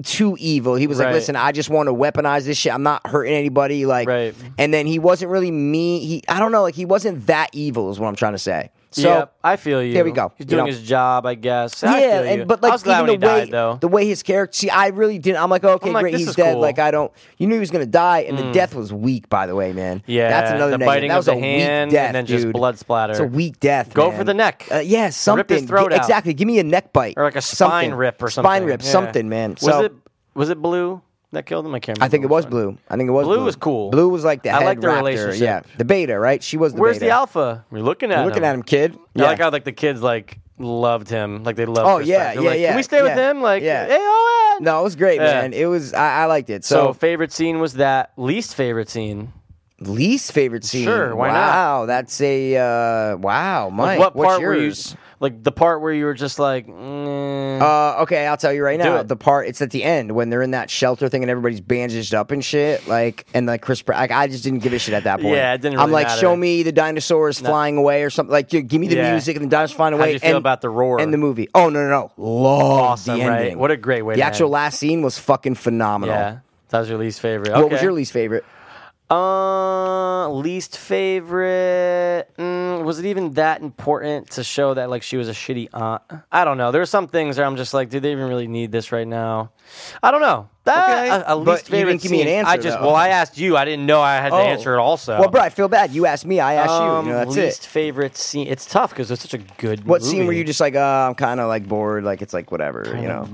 Speaker 2: too evil. He was like,
Speaker 3: Right.
Speaker 2: "Listen, I just want to weaponize this shit. I'm not hurting anybody." Like,
Speaker 3: Right.
Speaker 2: and then he wasn't really mean. He, I don't know, like he wasn't that evil. Is what I'm trying to say. So.
Speaker 3: Yep, I feel you.
Speaker 2: there we go,
Speaker 3: He's
Speaker 2: you
Speaker 3: doing
Speaker 2: know.
Speaker 3: his job, I guess.
Speaker 2: Yeah,
Speaker 3: I feel you.
Speaker 2: and but
Speaker 3: I
Speaker 2: like
Speaker 3: was glad
Speaker 2: even
Speaker 3: when he
Speaker 2: the way
Speaker 3: died, though.
Speaker 2: the way his character, see, I really didn't. I'm like, okay,
Speaker 3: I'm like,
Speaker 2: great,
Speaker 3: this
Speaker 2: he's
Speaker 3: is
Speaker 2: dead.
Speaker 3: cool. Hmm.
Speaker 2: Like I don't, you knew he was gonna die, and the death was weak, by the way, man.
Speaker 3: Yeah,
Speaker 2: that's another
Speaker 3: the
Speaker 2: negative.
Speaker 3: biting
Speaker 2: that
Speaker 3: of
Speaker 2: was
Speaker 3: the
Speaker 2: a weak
Speaker 3: hand
Speaker 2: death,
Speaker 3: and then just
Speaker 2: dude.
Speaker 3: blood splatter.
Speaker 2: It's a weak death.
Speaker 3: Go
Speaker 2: man.
Speaker 3: for the neck.
Speaker 2: Uh, yeah, something.
Speaker 3: throat
Speaker 2: G-
Speaker 3: out.
Speaker 2: Exactly. Give me a neck bite
Speaker 3: or like a spine
Speaker 2: Something.
Speaker 3: rip or something.
Speaker 2: Spine rip,
Speaker 3: Yeah.
Speaker 2: something, man. So
Speaker 3: was it was it blue that killed him? I can't.
Speaker 2: I
Speaker 3: remember.
Speaker 2: think it
Speaker 3: which
Speaker 2: was
Speaker 3: one.
Speaker 2: blue. I think it was
Speaker 3: Blue
Speaker 2: blue.
Speaker 3: was cool.
Speaker 2: Blue was like the
Speaker 3: I
Speaker 2: head
Speaker 3: like their
Speaker 2: raptor.
Speaker 3: relationship.
Speaker 2: Yeah, the beta, right? She was the
Speaker 3: Where's
Speaker 2: beta.
Speaker 3: the alpha? We're looking at
Speaker 2: You're looking
Speaker 3: him. uh,
Speaker 2: at him, kid.
Speaker 3: I like how like the kids like loved him. Like they loved.
Speaker 2: Oh,
Speaker 3: Chris
Speaker 2: yeah,
Speaker 3: Pratt. They're
Speaker 2: yeah,
Speaker 3: like,
Speaker 2: yeah,
Speaker 3: Can we stay with
Speaker 2: yeah,
Speaker 3: him? Like,
Speaker 2: yeah.
Speaker 3: hey, oh, man."
Speaker 2: No, it was great,
Speaker 3: Yeah.
Speaker 2: man. It was I, I liked it.
Speaker 3: So
Speaker 2: So,
Speaker 3: favorite scene was that. Least favorite scene.
Speaker 2: least favorite scene.
Speaker 3: Sure, why not?
Speaker 2: wow, that's a uh, wow, Mike.
Speaker 3: Like, what
Speaker 2: what's
Speaker 3: part were you?
Speaker 2: yours?
Speaker 3: Like the part where you were just like, mm,
Speaker 2: Uh, okay, I'll tell you right now.
Speaker 3: it.
Speaker 2: The part it's at the end when they're in that shelter thing and everybody's bandaged up and shit. Like and like Chris Pratt, like, I just didn't give a shit at that point.
Speaker 3: Yeah, it didn't
Speaker 2: I'm
Speaker 3: really
Speaker 2: like,
Speaker 3: matter.
Speaker 2: show me the dinosaurs flying away or something. Like, dude, give me the
Speaker 3: Yeah.
Speaker 2: music and the dinosaurs flying
Speaker 3: How'd
Speaker 2: away.
Speaker 3: you feel
Speaker 2: and,
Speaker 3: about the roar?
Speaker 2: and the movie? Oh no, no, no, Loved
Speaker 3: Awesome,
Speaker 2: the
Speaker 3: right?
Speaker 2: ending.
Speaker 3: What a great way
Speaker 2: The
Speaker 3: to
Speaker 2: actual
Speaker 3: end.
Speaker 2: last scene was fucking phenomenal.
Speaker 3: yeah, that was your least favorite.
Speaker 2: What
Speaker 3: Okay.
Speaker 2: was your least favorite?
Speaker 3: Uh, least favorite. Mm, was it even that important to show that like she was a shitty aunt? I don't know. There are some things where I'm just like, do they even really need this right now? I don't know. That uh,
Speaker 2: Okay,
Speaker 3: a, a
Speaker 2: but
Speaker 3: least
Speaker 2: you didn't
Speaker 3: favorite.
Speaker 2: give me an
Speaker 3: scene.
Speaker 2: answer,
Speaker 3: I just
Speaker 2: though.
Speaker 3: well, I asked you. I didn't know I had
Speaker 2: Oh.
Speaker 3: to answer it. Also,
Speaker 2: Well, bro, I feel bad. You asked me, I asked you. You know, that's
Speaker 3: Um, least
Speaker 2: it.
Speaker 3: favorite scene. It's tough because it's such a good.
Speaker 2: What
Speaker 3: movie.
Speaker 2: scene were you just like? Uh, I'm kind of like bored. Like it's like whatever. You
Speaker 3: Kinda
Speaker 2: know.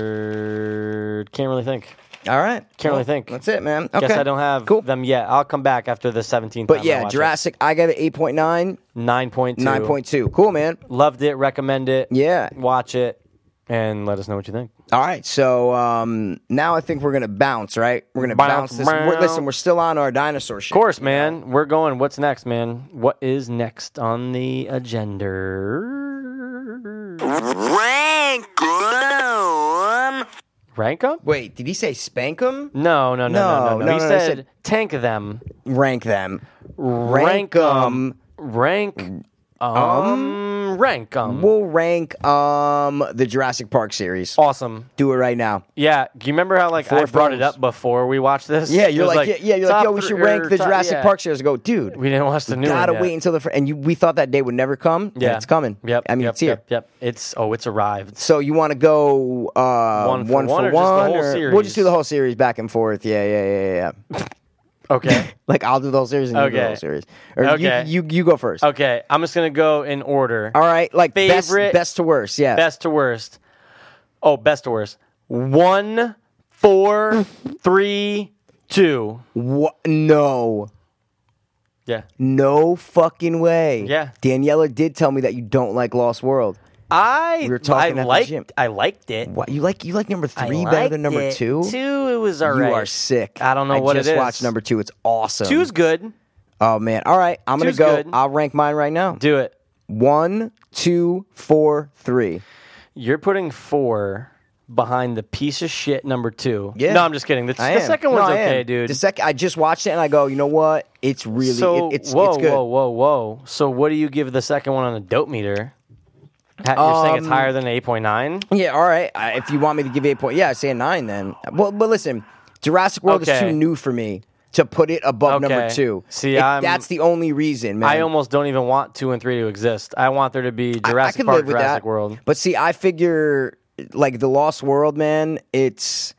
Speaker 3: bored? Can't really think.
Speaker 2: All right.
Speaker 3: Can't really
Speaker 2: Well,
Speaker 3: think.
Speaker 2: That's it, man. Okay.
Speaker 3: Guess I don't have
Speaker 2: cool.
Speaker 3: them yet. I'll come back after the 17th.
Speaker 2: But yeah, Jurassic. I got an 8.9,
Speaker 3: Nine point two.
Speaker 2: 9.2. Cool, man.
Speaker 3: Loved it. Recommend it.
Speaker 2: Yeah.
Speaker 3: Watch it and let us know what you think.
Speaker 2: All right. So um, now I think we're gonna bounce, right? We're gonna bounce.
Speaker 3: Bounce,
Speaker 2: this. We're,
Speaker 3: bounce.
Speaker 2: listen, we're still on our dinosaur shit.
Speaker 3: Of course, man. We're going. What's next, man? What is next on the agenda? Rank them?
Speaker 2: Wait, did he say spank them?
Speaker 3: No, no, no,
Speaker 2: No,
Speaker 3: no, no, no.
Speaker 2: no,
Speaker 3: he
Speaker 2: no, I
Speaker 3: said,
Speaker 2: said-
Speaker 3: tank them.
Speaker 2: Rank them. Rank
Speaker 3: Rank
Speaker 2: 'em.
Speaker 3: them. Rank um. Rank them.
Speaker 2: We'll rank um the Jurassic Park series.
Speaker 3: Awesome.
Speaker 2: Do it right now.
Speaker 3: Yeah. Do you remember how like I
Speaker 2: Four
Speaker 3: brought it
Speaker 2: films.
Speaker 3: up before we watched this?
Speaker 2: Yeah,
Speaker 3: It
Speaker 2: you're
Speaker 3: was
Speaker 2: like, yeah, yeah, you're like,
Speaker 3: top
Speaker 2: yo, we should
Speaker 3: three-
Speaker 2: rank
Speaker 3: or
Speaker 2: the
Speaker 3: top-
Speaker 2: Jurassic
Speaker 3: yeah.
Speaker 2: Park series. I go, dude,
Speaker 3: We didn't watch the new
Speaker 2: gotta
Speaker 3: one yet.
Speaker 2: wait until the fr- and you, we thought that day would never come. and
Speaker 3: Yeah,
Speaker 2: it's coming.
Speaker 3: Yep.
Speaker 2: I mean,
Speaker 3: yep,
Speaker 2: it's here.
Speaker 3: Yep, yep. It's oh,
Speaker 2: [LAUGHS]
Speaker 3: it's arrived.
Speaker 2: So you want to go uh, one
Speaker 3: One
Speaker 2: for
Speaker 3: for
Speaker 2: one,
Speaker 3: one or just the whole
Speaker 2: or-
Speaker 3: series?
Speaker 2: we'll just do the whole series back and forth. Yeah, yeah, yeah, yeah, yeah. [LAUGHS]
Speaker 3: Okay.
Speaker 2: Like I'll do the whole series and you do the
Speaker 3: Okay.
Speaker 2: whole series. Or
Speaker 3: Okay.
Speaker 2: you, you you go first.
Speaker 3: okay. I'm just gonna go in order.
Speaker 2: All right, like best
Speaker 3: Favorite-
Speaker 2: best to worst. Yeah.
Speaker 3: Best to worst. Oh, best to worst. One, four, three, two.
Speaker 2: Wha- no.
Speaker 3: Yeah.
Speaker 2: No fucking way.
Speaker 3: Yeah.
Speaker 2: Daniela did tell me that you don't like Lost World.
Speaker 3: I
Speaker 2: were talking at
Speaker 3: I
Speaker 2: the gym.
Speaker 3: liked I liked it.
Speaker 2: What you like you like number
Speaker 3: I
Speaker 2: 3 better than
Speaker 3: liked
Speaker 2: number
Speaker 3: it.
Speaker 2: 2?
Speaker 3: Two, it was alright.
Speaker 2: You are sick.
Speaker 3: I don't know what
Speaker 2: just
Speaker 3: it is.
Speaker 2: watched number 2. It's awesome.
Speaker 3: Two's good.
Speaker 2: Oh man. All right, I'm going to
Speaker 3: Two's
Speaker 2: go.
Speaker 3: good.
Speaker 2: I'll rank mine right now.
Speaker 3: Do it.
Speaker 2: One, two, four, three.
Speaker 3: You're putting four behind the piece of shit number two.
Speaker 2: Yeah.
Speaker 3: No, I'm just kidding. The,
Speaker 2: I
Speaker 3: the
Speaker 2: am.
Speaker 3: second
Speaker 2: No,
Speaker 3: one's
Speaker 2: I am.
Speaker 3: okay, dude.
Speaker 2: The second I just watched it and I go, you know what? It's really
Speaker 3: so
Speaker 2: it- it's
Speaker 3: whoa,
Speaker 2: it's good.
Speaker 3: whoa, whoa, whoa. So what do you give the second one on a dope meter? Ha- You're saying it's
Speaker 2: Um,
Speaker 3: higher than eight point nine?
Speaker 2: Yeah, all right. I, if you want me to give it a point, yeah, I say a nine then. Well, but listen, Jurassic World is
Speaker 3: Okay.
Speaker 2: too new for me to put it above number
Speaker 3: Okay.
Speaker 2: two.
Speaker 3: See,
Speaker 2: If
Speaker 3: I'm-
Speaker 2: that's the only reason, man.
Speaker 3: I almost don't even want two and three to exist. I want there to be
Speaker 2: I- I
Speaker 3: Jurassic
Speaker 2: could
Speaker 3: Park,
Speaker 2: live with
Speaker 3: Jurassic
Speaker 2: that.
Speaker 3: World.
Speaker 2: But see, I figure like the Lost World, man. It's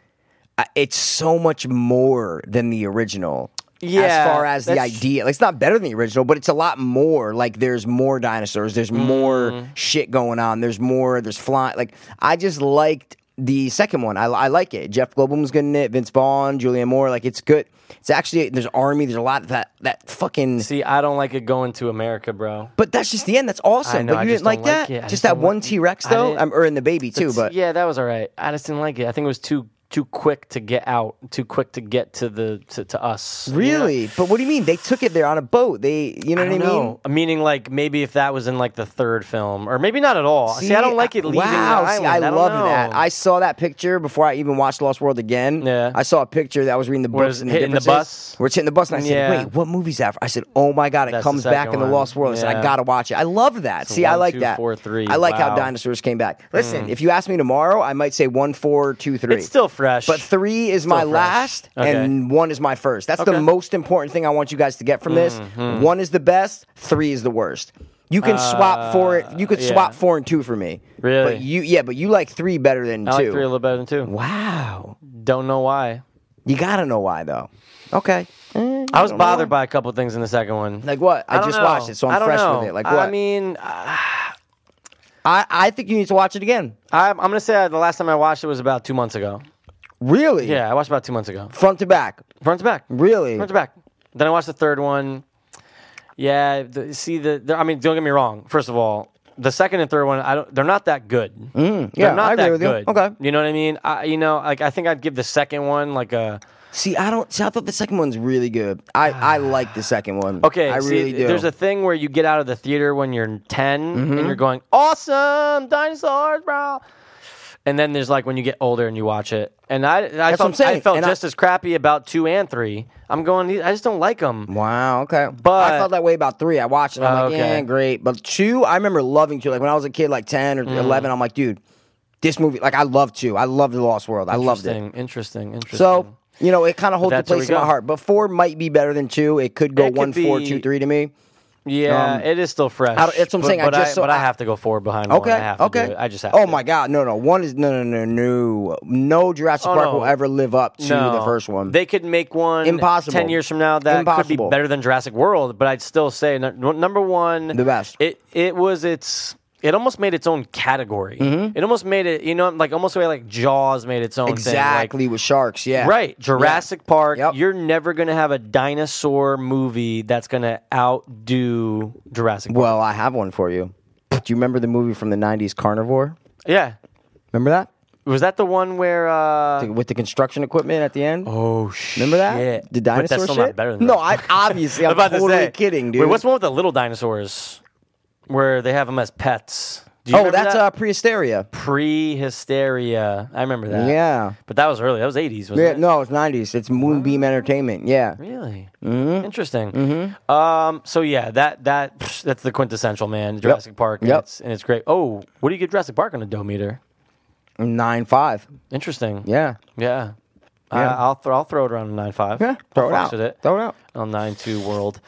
Speaker 2: I- it's so much more than the original. as
Speaker 3: Yeah,
Speaker 2: far as the
Speaker 3: that's-
Speaker 2: idea, like, it's not better than the original, but it's a lot more. Like there's more dinosaurs, there's
Speaker 3: Mm-hmm.
Speaker 2: more shit going on, there's more, there's flying. Like I just liked the second one. I, I like it. Jeff Goldblum's good in it. Vince Vaughn, Julianne Moore. Like it's good. It's actually there's army. There's a lot of that that fucking.
Speaker 3: See, I don't like it going to America, bro.
Speaker 2: But that's just the end. That's awesome.
Speaker 3: I know,
Speaker 2: but you
Speaker 3: I
Speaker 2: didn't
Speaker 3: just don't
Speaker 2: like that.
Speaker 3: like it. I
Speaker 2: just,
Speaker 3: just
Speaker 2: that
Speaker 3: don't
Speaker 2: one
Speaker 3: like-
Speaker 2: T Rex
Speaker 3: I
Speaker 2: though,
Speaker 3: didn't-
Speaker 2: um, or in the baby too.
Speaker 3: It's-
Speaker 2: But
Speaker 3: yeah, that was all right. I just didn't like it. I think it was too too quick to get out, too quick to get to the to, to us. you know?
Speaker 2: really, but what do you mean? They took it there on a boat. They, you know
Speaker 3: I
Speaker 2: what I mean?
Speaker 3: don't know. Meaning, like maybe if that was in like the third film, or maybe not at all. See, I don't like it leaving
Speaker 2: Wow,
Speaker 3: the
Speaker 2: see,
Speaker 3: island.
Speaker 2: I,
Speaker 3: don't
Speaker 2: love
Speaker 3: know.
Speaker 2: that. I saw that picture before I even watched Lost World again.
Speaker 3: Yeah.
Speaker 2: I saw a picture that I was reading the
Speaker 3: Where
Speaker 2: books
Speaker 3: it's
Speaker 2: and
Speaker 3: hitting the
Speaker 2: differences,
Speaker 3: bus.
Speaker 2: Where it's hitting the bus, and I said,
Speaker 3: Yeah.
Speaker 2: "Wait, what movie's that?" I said, "Oh my god, it
Speaker 3: That's the
Speaker 2: comes back
Speaker 3: second
Speaker 2: in the
Speaker 3: one.
Speaker 2: Lost World." I said, "I
Speaker 3: Yeah.
Speaker 2: gotta watch it." I love that. see, I
Speaker 3: one,
Speaker 2: like
Speaker 3: two,
Speaker 2: that.
Speaker 3: four, three.
Speaker 2: I like how
Speaker 3: Wow. Mm.
Speaker 2: dinosaurs came back. Listen, if you ask me tomorrow, I might say one, four, two, three.
Speaker 3: It's still fresh,
Speaker 2: But three is my
Speaker 3: fresh.
Speaker 2: last, and one is my first. That's the
Speaker 3: Okay. Mm-hmm.
Speaker 2: most important thing I want you guys to get from this. One is the best, three is the worst. You can swap for it. You could
Speaker 3: Uh, yeah.
Speaker 2: swap four and two for me.
Speaker 3: Really?
Speaker 2: But you, yeah, but you like three better than
Speaker 3: I
Speaker 2: two.
Speaker 3: like three a little better than two.
Speaker 2: wow.
Speaker 3: Don't know why.
Speaker 2: You gotta know why though. Okay.
Speaker 3: I was bothered by a couple of things in the second one.
Speaker 2: Like what? I,
Speaker 3: don't
Speaker 2: just
Speaker 3: know.
Speaker 2: watched it, so
Speaker 3: I
Speaker 2: I'm
Speaker 3: don't
Speaker 2: fresh
Speaker 3: know.
Speaker 2: with it. Like what?
Speaker 3: I mean, I,
Speaker 2: I, I think you need to watch it again.
Speaker 3: I'm gonna say that the last time I watched it was about two months ago.
Speaker 2: Really?
Speaker 3: Yeah, I watched about two months ago.
Speaker 2: Front to back.
Speaker 3: Front to back.
Speaker 2: Really?
Speaker 3: Front to back. Then I watched the third one. Yeah, the, see the, the. I mean, don't get me wrong. First of all, the second and third one, I don't. They're not that good.
Speaker 2: yeah,
Speaker 3: they're not
Speaker 2: I agree
Speaker 3: that
Speaker 2: with you.
Speaker 3: good.
Speaker 2: Okay.
Speaker 3: you know what I mean. I, you know, like I think I'd give the second one like a
Speaker 2: See, I don't. See, I thought the second one's really good. I, I like the second one.
Speaker 3: [SIGHS] okay.
Speaker 2: I
Speaker 3: see,
Speaker 2: really do. Mm-hmm.
Speaker 3: There's a thing where you get out of the theater when you're 10 and you're going awesome dinosaurs, bro. And then there's like when you get older and you watch it, and I, I
Speaker 2: what I'm
Speaker 3: felt, I
Speaker 2: saying,
Speaker 3: felt
Speaker 2: and I-
Speaker 3: just as crappy about two and three. I'm going. "These- I just don't like them.
Speaker 2: Wow. Okay.
Speaker 3: But-
Speaker 2: I felt that way about three. I watched it. and I'm
Speaker 3: Oh,
Speaker 2: like,
Speaker 3: okay.
Speaker 2: yeah, great. But two, I remember loving two. Like when I was a kid, like ten
Speaker 3: Mm.
Speaker 2: or eleven, I'm like, dude, this movie. Like I love two. I loved the Lost World. I loved it.
Speaker 3: Interesting, interesting, interesting.
Speaker 2: So you know, it kind of holds a
Speaker 3: that's where
Speaker 2: place
Speaker 3: we
Speaker 2: in my
Speaker 3: go.
Speaker 2: heart. But four might be better than two. It could go
Speaker 3: It could
Speaker 2: one, four,
Speaker 3: be-
Speaker 2: two, three to me.
Speaker 3: Yeah,
Speaker 2: Um,
Speaker 3: it is still fresh.
Speaker 2: I don't- that's what I'm
Speaker 3: but,
Speaker 2: saying, I
Speaker 3: But I,
Speaker 2: just saw-
Speaker 3: but I have to go forward behind. one.
Speaker 2: Okay.
Speaker 3: I have to
Speaker 2: okay.
Speaker 3: do it. I just have.
Speaker 2: Oh
Speaker 3: to.
Speaker 2: my god. No. No. One is no. No. No. No. No. Jurassic
Speaker 3: Oh,
Speaker 2: Park
Speaker 3: no.
Speaker 2: will ever live up to
Speaker 3: No.
Speaker 2: the first one.
Speaker 3: They could make one
Speaker 2: Impossible.
Speaker 3: ten years from now that could be
Speaker 2: Impossible.
Speaker 3: better than Jurassic World. But I'd still say nu- nu- number one,
Speaker 2: The best.
Speaker 3: It it was its. It almost made its own category.
Speaker 2: Mm-hmm.
Speaker 3: It almost made it, you know, like almost the way like Jaws made its own thing.
Speaker 2: exactly with sharks. Yeah.
Speaker 3: Like, right. Jurassic Park.
Speaker 2: Yep.
Speaker 3: You're never going to have a dinosaur movie that's going to outdo Jurassic Park.
Speaker 2: Well, I have one for you. Do you remember the movie from the '90s, Carnivore?
Speaker 3: Yeah.
Speaker 2: Remember that?
Speaker 3: Was that the one where. Uh,
Speaker 2: with the construction equipment at the end.
Speaker 3: Oh shit!
Speaker 2: Remember that? The
Speaker 3: But
Speaker 2: dinosaur
Speaker 3: that's still
Speaker 2: shit?
Speaker 3: Not better than
Speaker 2: no, I
Speaker 3: that. [LAUGHS]
Speaker 2: obviously
Speaker 3: I'm
Speaker 2: I'm totally kidding, dude.
Speaker 3: Wait, what's the one with the little dinosaurs where they have them as pets? Do you
Speaker 2: oh,
Speaker 3: remember
Speaker 2: that's uh,
Speaker 3: that?
Speaker 2: pre-hysteria.
Speaker 3: pre-hysteria. I remember that.
Speaker 2: Yeah.
Speaker 3: but that was early. That was 80s, wasn't
Speaker 2: Yeah,
Speaker 3: it?
Speaker 2: no, it's '90s. It's Moonbeam Entertainment. Yeah.
Speaker 3: Really
Speaker 2: Mm-hmm.
Speaker 3: interesting. Um, so yeah, that that psh, that's the quintessential man, Jurassic Park. And
Speaker 2: Yep.
Speaker 3: it's, and it's great. Oh, what do you give Jurassic Park on a dough meter?
Speaker 2: Nine five.
Speaker 3: Interesting.
Speaker 2: Yeah.
Speaker 3: yeah.
Speaker 2: Yeah.
Speaker 3: I, I'll th- I'll throw it around a nine five.
Speaker 2: Yeah. Throw it out.
Speaker 3: With it.
Speaker 2: Throw it
Speaker 3: [LAUGHS]
Speaker 2: out.
Speaker 3: on nine two world.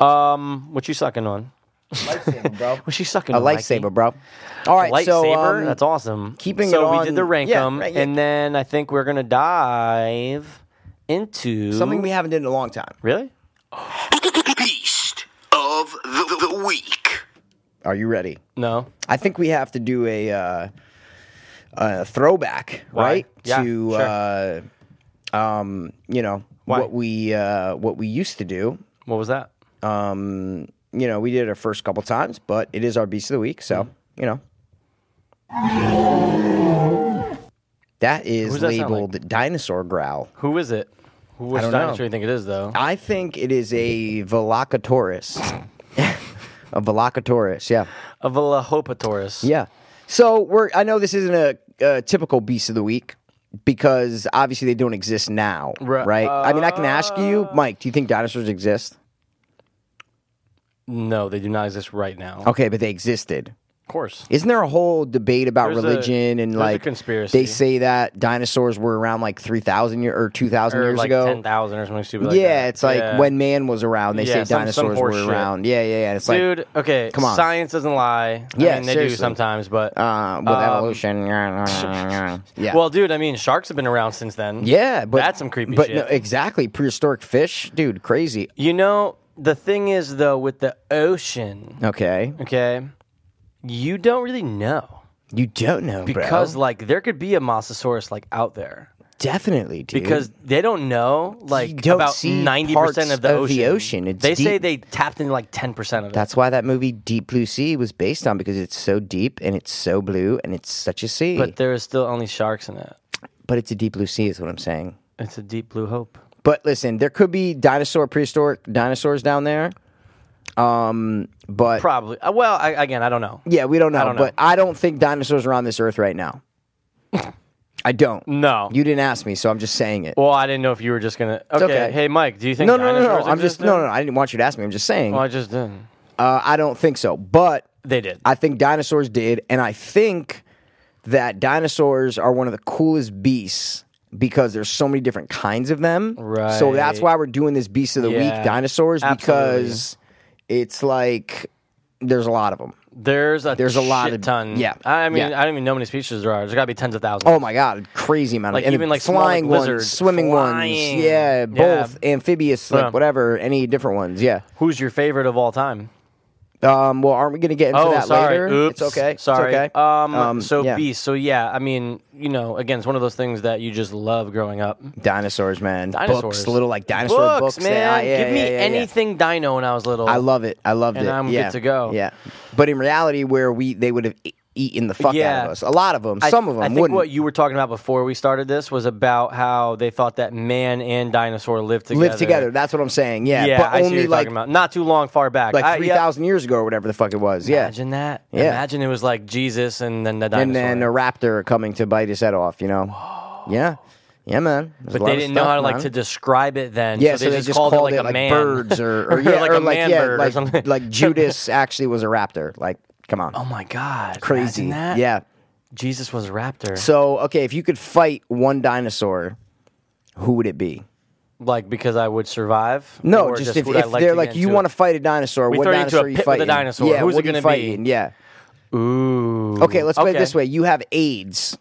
Speaker 3: Um, what you sucking on?
Speaker 2: Lightsaber, bro.
Speaker 3: What she sucking
Speaker 2: A
Speaker 3: on? Mikey?
Speaker 2: lightsaber, bro. All right.
Speaker 3: lightsaber.
Speaker 2: So um,
Speaker 3: That's awesome.
Speaker 2: keeping
Speaker 3: so
Speaker 2: it
Speaker 3: we did
Speaker 2: on-
Speaker 3: the rank
Speaker 2: yeah,
Speaker 3: 'em,
Speaker 2: right, yeah.
Speaker 3: and then I think we're gonna dive into
Speaker 2: something we haven't did in a long time.
Speaker 3: really.
Speaker 5: Beast of the, the week.
Speaker 2: Are you ready?
Speaker 3: No,
Speaker 2: I think we have to do a, uh, a throwback,
Speaker 3: Why?
Speaker 2: right?
Speaker 3: Yeah,
Speaker 2: to uh, um, you know
Speaker 3: Why?
Speaker 2: what we uh, what we used to do.
Speaker 3: what was that?
Speaker 2: Um, you know, we did it our first couple times, but it is our beast of the week, so
Speaker 3: Mm-hmm.
Speaker 2: you know. That is
Speaker 3: does that sound
Speaker 2: labeled dinosaur growl.
Speaker 3: Who is it? Who which
Speaker 2: don't know.
Speaker 3: dinosaur you think it is though?
Speaker 2: I think it is
Speaker 3: [LAUGHS]
Speaker 2: a Velocatoris. [LAUGHS] a Velocatoris, yeah.
Speaker 3: A Velociraptor.
Speaker 2: Yeah. So we're. I know this isn't a, a typical beast of the week because obviously they don't exist now,
Speaker 3: Ri-
Speaker 2: right? I mean, I can ask you,
Speaker 3: uh,
Speaker 2: Mike. Do you think dinosaurs exist?
Speaker 3: No, they do not exist right now.
Speaker 2: Okay, but they existed.
Speaker 3: Of course.
Speaker 2: Isn't there a whole debate about
Speaker 3: There's a-
Speaker 2: religion and
Speaker 3: there's a
Speaker 2: like
Speaker 3: conspiracy.
Speaker 2: They say that dinosaurs were around like three thousand year or two thousand
Speaker 3: Or
Speaker 2: years
Speaker 3: like
Speaker 2: ago.
Speaker 3: ten thousand or something stupid. like
Speaker 2: yeah,
Speaker 3: that.
Speaker 2: it's like
Speaker 3: Yeah.
Speaker 2: when man was around, they
Speaker 3: Yeah,
Speaker 2: say
Speaker 3: some- some
Speaker 2: dinosaurs were
Speaker 3: horse shit.
Speaker 2: around. Yeah, yeah, yeah. It's like
Speaker 3: Dude, okay,
Speaker 2: Come on.
Speaker 3: Science doesn't lie. I
Speaker 2: Yeah,
Speaker 3: mean, they do
Speaker 2: seriously.
Speaker 3: sometimes, but
Speaker 2: uh, with evolution. [LAUGHS] yeah.
Speaker 3: Well, dude, I mean, sharks have been around since then.
Speaker 2: Yeah, but
Speaker 3: That's some creepy
Speaker 2: But
Speaker 3: shit.
Speaker 2: no, exactly, prehistoric fish, dude, crazy.
Speaker 3: You know, the thing is, though, with the ocean,
Speaker 2: Okay,
Speaker 3: okay, you don't really know
Speaker 2: you don't know bro.
Speaker 3: because, like, there could be a mosasaurus like out there
Speaker 2: definitely, dude.
Speaker 3: because they don't know like
Speaker 2: don't
Speaker 3: about
Speaker 2: see
Speaker 3: ninety
Speaker 2: parts
Speaker 3: percent of the
Speaker 2: of
Speaker 3: ocean.
Speaker 2: the ocean. It's
Speaker 3: they say
Speaker 2: deep.
Speaker 3: they tapped into like ten percent of it.
Speaker 2: that's why that movie Deep Blue Sea was based on because it's so deep and it's so blue and it's such a sea.
Speaker 3: but there is still only sharks in it.
Speaker 2: but it's a deep blue sea, is what I'm saying.
Speaker 3: It's a deep blue hope.
Speaker 2: But listen, there could be dinosaur, prehistoric dinosaurs down there. Um, but
Speaker 3: Probably. Uh, well, I, again, I don't know.
Speaker 2: yeah, we don't know.
Speaker 3: don't know.
Speaker 2: But I don't think dinosaurs are on this earth right
Speaker 3: [LAUGHS]
Speaker 2: now. I don't.
Speaker 3: No.
Speaker 2: You didn't ask me, so I'm just saying it.
Speaker 3: well, I didn't know if you were just gonna. Okay.
Speaker 2: okay.
Speaker 3: Hey, Mike, do you think
Speaker 2: no, no, no, no.
Speaker 3: dinosaurs
Speaker 2: I'm just
Speaker 3: exist
Speaker 2: no,
Speaker 3: now?
Speaker 2: no. I didn't want you to ask me. I'm just saying.
Speaker 3: Well, I just didn't.
Speaker 2: Uh, I don't think so, but
Speaker 3: They did.
Speaker 2: I think dinosaurs did, and I think that dinosaurs are one of the coolest beasts because there's so many different kinds of them.
Speaker 3: Right.
Speaker 2: So that's why we're doing this beast of the
Speaker 3: Yeah,
Speaker 2: week dinosaurs
Speaker 3: absolutely.
Speaker 2: because it's like there's a lot of them.
Speaker 3: There's a
Speaker 2: There's a lot
Speaker 3: shit
Speaker 2: of-
Speaker 3: ton.
Speaker 2: yeah,
Speaker 3: I mean,
Speaker 2: yeah.
Speaker 3: I don't even know how many species there are. There's got to be tens of thousands.
Speaker 2: Oh my god, crazy amount
Speaker 3: Like,
Speaker 2: of and
Speaker 3: even, like, small, like,
Speaker 2: flying ones,
Speaker 3: lizards,
Speaker 2: swimming
Speaker 3: flying.
Speaker 2: ones, yeah,
Speaker 3: Yeah.
Speaker 2: both amphibious,
Speaker 3: Yeah.
Speaker 2: like whatever, any different ones, yeah.
Speaker 3: Who's your favorite of all time?
Speaker 2: Um, well, aren't we going to get into
Speaker 3: Oh,
Speaker 2: that
Speaker 3: sorry.
Speaker 2: later?
Speaker 3: Oops.
Speaker 2: It's okay.
Speaker 3: Sorry.
Speaker 2: It's okay.
Speaker 3: Um, so
Speaker 2: yeah.
Speaker 3: beast. So yeah, I mean, you know, again, it's one of those things that you just love growing up.
Speaker 2: Dinosaurs, man.
Speaker 3: Dinosaurs.
Speaker 2: Books, little like dinosaur books.
Speaker 3: man.
Speaker 2: Yeah, yeah,
Speaker 3: Give me
Speaker 2: yeah, yeah, yeah.
Speaker 3: anything dino when I was little.
Speaker 2: I love it. I loved
Speaker 3: And
Speaker 2: it.
Speaker 3: I'm good
Speaker 2: yeah.
Speaker 3: to go.
Speaker 2: Yeah. But in reality, where we they would have e- eaten the fuck out
Speaker 3: Yeah.
Speaker 2: of us. A lot of them.
Speaker 3: I-
Speaker 2: some of them
Speaker 3: I think
Speaker 2: wouldn't.
Speaker 3: what you were talking about before we started this was about how they thought that man and dinosaur lived together.
Speaker 2: Live together. That's what I'm saying. Yeah.
Speaker 3: Yeah,
Speaker 2: but
Speaker 3: I see what
Speaker 2: only
Speaker 3: you're
Speaker 2: like
Speaker 3: talking about. Not too long, far back. I-
Speaker 2: like
Speaker 3: yeah.
Speaker 2: three thousand years ago or whatever the fuck it was. Yeah.
Speaker 3: Imagine that.
Speaker 2: Yeah.
Speaker 3: Imagine it was like Jesus and then the dinosaur.
Speaker 2: and then a raptor coming to bite his head off. You know. Yeah. Yeah, man. There's a
Speaker 3: but
Speaker 2: lot
Speaker 3: they
Speaker 2: of
Speaker 3: didn't
Speaker 2: stuff,
Speaker 3: know how to like
Speaker 2: man.
Speaker 3: to describe it then.
Speaker 2: Yeah,
Speaker 3: so they, just, called, it like a man.
Speaker 2: birds
Speaker 3: [LAUGHS]
Speaker 2: or, or, yeah,
Speaker 3: like
Speaker 2: or
Speaker 3: a
Speaker 2: like,
Speaker 3: man
Speaker 2: yeah,
Speaker 3: bird
Speaker 2: like,
Speaker 3: or something.
Speaker 2: like Judas actually was a raptor. Like, come on,
Speaker 3: oh my god,
Speaker 2: crazy.
Speaker 3: imagine that.
Speaker 2: Yeah.
Speaker 3: Jesus was a raptor.
Speaker 2: So okay, if you could fight one dinosaur, who would it be?
Speaker 3: like because I would survive.
Speaker 2: No,
Speaker 3: or
Speaker 2: just,
Speaker 3: just
Speaker 2: if,
Speaker 3: would I
Speaker 2: if
Speaker 3: like
Speaker 2: they're
Speaker 3: to get
Speaker 2: like you
Speaker 3: into
Speaker 2: want
Speaker 3: it?
Speaker 2: to fight a dinosaur,
Speaker 3: We
Speaker 2: what
Speaker 3: throw you into a
Speaker 2: dinosaur are you
Speaker 3: pit with a
Speaker 2: fighting?
Speaker 3: dinosaur.
Speaker 2: Yeah,
Speaker 3: Who's
Speaker 2: what are
Speaker 3: it
Speaker 2: you
Speaker 3: gonna be?
Speaker 2: fighting? Yeah.
Speaker 3: Ooh.
Speaker 2: Okay, let's play it
Speaker 3: Okay.
Speaker 2: this way. You have AIDS,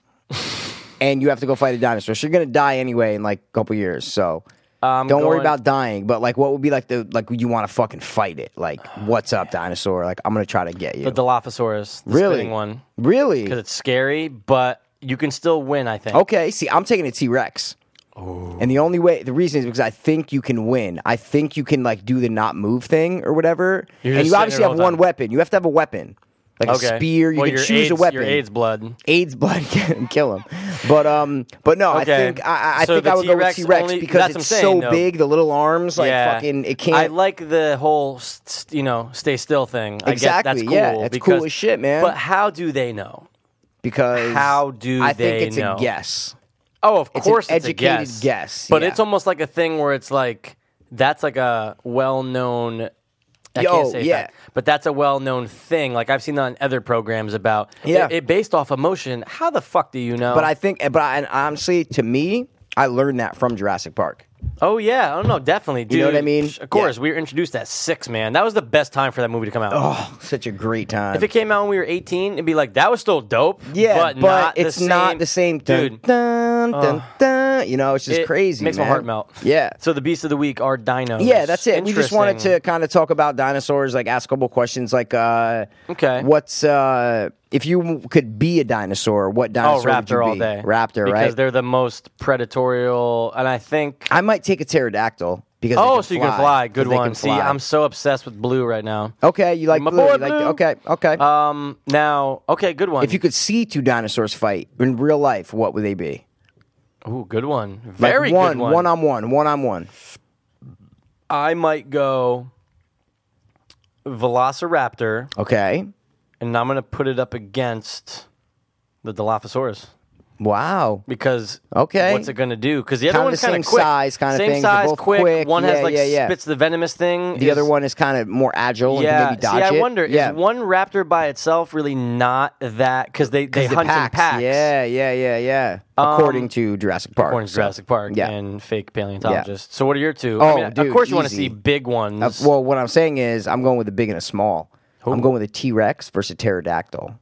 Speaker 2: and you have to go fight a dinosaur. So you're gonna die anyway in like a couple years. So.
Speaker 3: I'm
Speaker 2: Don't worry
Speaker 3: going-
Speaker 2: about dying, but like, what would be like the like you want to fucking fight it?
Speaker 3: [SIGHS]
Speaker 2: Like, what's up, dinosaur? Like, I'm gonna try to get you.
Speaker 3: the Dilophosaurus. The
Speaker 2: Really?
Speaker 3: spinning one
Speaker 2: really?
Speaker 3: because it's scary, but you can still win. I think.
Speaker 2: Okay, see, I'm taking a T Rex.
Speaker 3: Oh.
Speaker 2: And the only way, the reason is because I think you can win. I think you can like do the not move thing or whatever.
Speaker 3: You're
Speaker 2: and
Speaker 3: just
Speaker 2: you
Speaker 3: sitting
Speaker 2: obviously
Speaker 3: there
Speaker 2: have
Speaker 3: all
Speaker 2: one
Speaker 3: time.
Speaker 2: weapon. You have to have a weapon, like a spear. You
Speaker 3: well,
Speaker 2: can
Speaker 3: your
Speaker 2: choose
Speaker 3: AIDS,
Speaker 2: a weapon.
Speaker 3: Your AIDS blood.
Speaker 2: AIDS blood [LAUGHS] can kill him. But um, but no, I
Speaker 3: Okay.
Speaker 2: think I, I- I
Speaker 3: So
Speaker 2: think
Speaker 3: the
Speaker 2: I would
Speaker 3: T-Rex
Speaker 2: go with T Rex
Speaker 3: only-
Speaker 2: because
Speaker 3: that's
Speaker 2: it's
Speaker 3: what I'm saying,
Speaker 2: so
Speaker 3: though.
Speaker 2: big. The little arms, like fucking, it can't.
Speaker 3: I like the whole, s- s- you know, stay still thing. I guess that's
Speaker 2: Exactly,
Speaker 3: cool.
Speaker 2: yeah, it's cool
Speaker 3: because-
Speaker 2: as shit, man.
Speaker 3: But how do they know?
Speaker 2: because
Speaker 3: How do
Speaker 2: I think
Speaker 3: they
Speaker 2: it's
Speaker 3: know?
Speaker 2: a guess.
Speaker 3: Oh, of
Speaker 2: It's an
Speaker 3: course, it's a
Speaker 2: educated
Speaker 3: guess.
Speaker 2: guess,
Speaker 3: But
Speaker 2: yeah.
Speaker 3: it's almost like a thing where it's like that's like a well-known. I
Speaker 2: Yo,
Speaker 3: can't say
Speaker 2: yeah.
Speaker 3: fact, but that's a well-known thing. Like I've seen that on other programs about
Speaker 2: Yeah.
Speaker 3: it, it based off emotion. How the fuck do you know?
Speaker 2: But I think, but I, and honestly, to me, I learned that from Jurassic Park.
Speaker 3: oh yeah, I don't know, definitely. Dude,
Speaker 2: know what I mean?
Speaker 3: Of course,
Speaker 2: Yeah.
Speaker 3: we were introduced at six, man. That was the best time for that movie to come out.
Speaker 2: Oh, such a great time.
Speaker 3: If it came out when we were 18, it'd be like, that was still dope.
Speaker 2: Yeah,
Speaker 3: but,
Speaker 2: but,
Speaker 3: not
Speaker 2: it's
Speaker 3: the same,
Speaker 2: not the same. Dun,
Speaker 3: Dude,
Speaker 2: Dun, dun, dun. you know, it's just
Speaker 3: it
Speaker 2: crazy.
Speaker 3: Makes
Speaker 2: man.
Speaker 3: my heart melt.
Speaker 2: Yeah.
Speaker 3: So the beasts of the week are dinos.
Speaker 2: Yeah, that's it. We just wanted to
Speaker 3: Interesting.
Speaker 2: kind of talk about dinosaurs, like ask a couple questions, like uh,
Speaker 3: Okay.
Speaker 2: what's uh, if you could be a dinosaur, what
Speaker 3: Oh,
Speaker 2: dinosaur would you
Speaker 3: raptor all
Speaker 2: be?
Speaker 3: day.
Speaker 2: Raptor,
Speaker 3: because
Speaker 2: right?
Speaker 3: they're the most predatorial, and I think.
Speaker 2: I might take a pterodactyl because they
Speaker 3: oh,
Speaker 2: can
Speaker 3: so you can fly. Good
Speaker 2: 'cause they can
Speaker 3: one. See,
Speaker 2: fly.
Speaker 3: I'm so obsessed with blue right now.
Speaker 2: okay. You like
Speaker 3: My
Speaker 2: blue? you
Speaker 3: boy
Speaker 2: like,
Speaker 3: Blue.
Speaker 2: Okay, okay.
Speaker 3: Um, now, okay, good one.
Speaker 2: if you could see two dinosaurs fight in real life, what would they be?
Speaker 3: Ooh, good one.
Speaker 2: Like
Speaker 3: Very
Speaker 2: one,
Speaker 3: good one.
Speaker 2: one on one, one on one.
Speaker 3: I might go Velociraptor.
Speaker 2: Okay.
Speaker 3: and I'm gonna put it up against the Dilophosaurus
Speaker 2: Wow.
Speaker 3: because
Speaker 2: Okay.
Speaker 3: what's it gonna do? Because the other
Speaker 2: Kinda
Speaker 3: one's
Speaker 2: the
Speaker 3: kind
Speaker 2: same
Speaker 3: of quick,
Speaker 2: size kinda
Speaker 3: same
Speaker 2: thing. They're
Speaker 3: size,
Speaker 2: both
Speaker 3: quick.
Speaker 2: quick.
Speaker 3: One
Speaker 2: Yeah,
Speaker 3: has like
Speaker 2: yeah, yeah.
Speaker 3: spits the venomous thing.
Speaker 2: The
Speaker 3: Is-
Speaker 2: other one is kind of more agile
Speaker 3: yeah.
Speaker 2: and can maybe
Speaker 3: See,
Speaker 2: dodge
Speaker 3: I
Speaker 2: it.
Speaker 3: wonder
Speaker 2: yeah.
Speaker 3: is one raptor by itself really not that because they they
Speaker 2: The
Speaker 3: hunt in packs. Um,
Speaker 2: Yeah, yeah, yeah, yeah. according to Jurassic Park.
Speaker 3: According to
Speaker 2: so.
Speaker 3: Jurassic Park
Speaker 2: Yeah.
Speaker 3: and fake paleontologists. So what are your two? I
Speaker 2: Oh,
Speaker 3: mean,
Speaker 2: dude,
Speaker 3: of course you want to
Speaker 2: easy.
Speaker 3: see big ones.
Speaker 2: Uh, well, what I'm saying is, I'm going with a big and a small. I'm going with a T Rex versus a pterodactyl.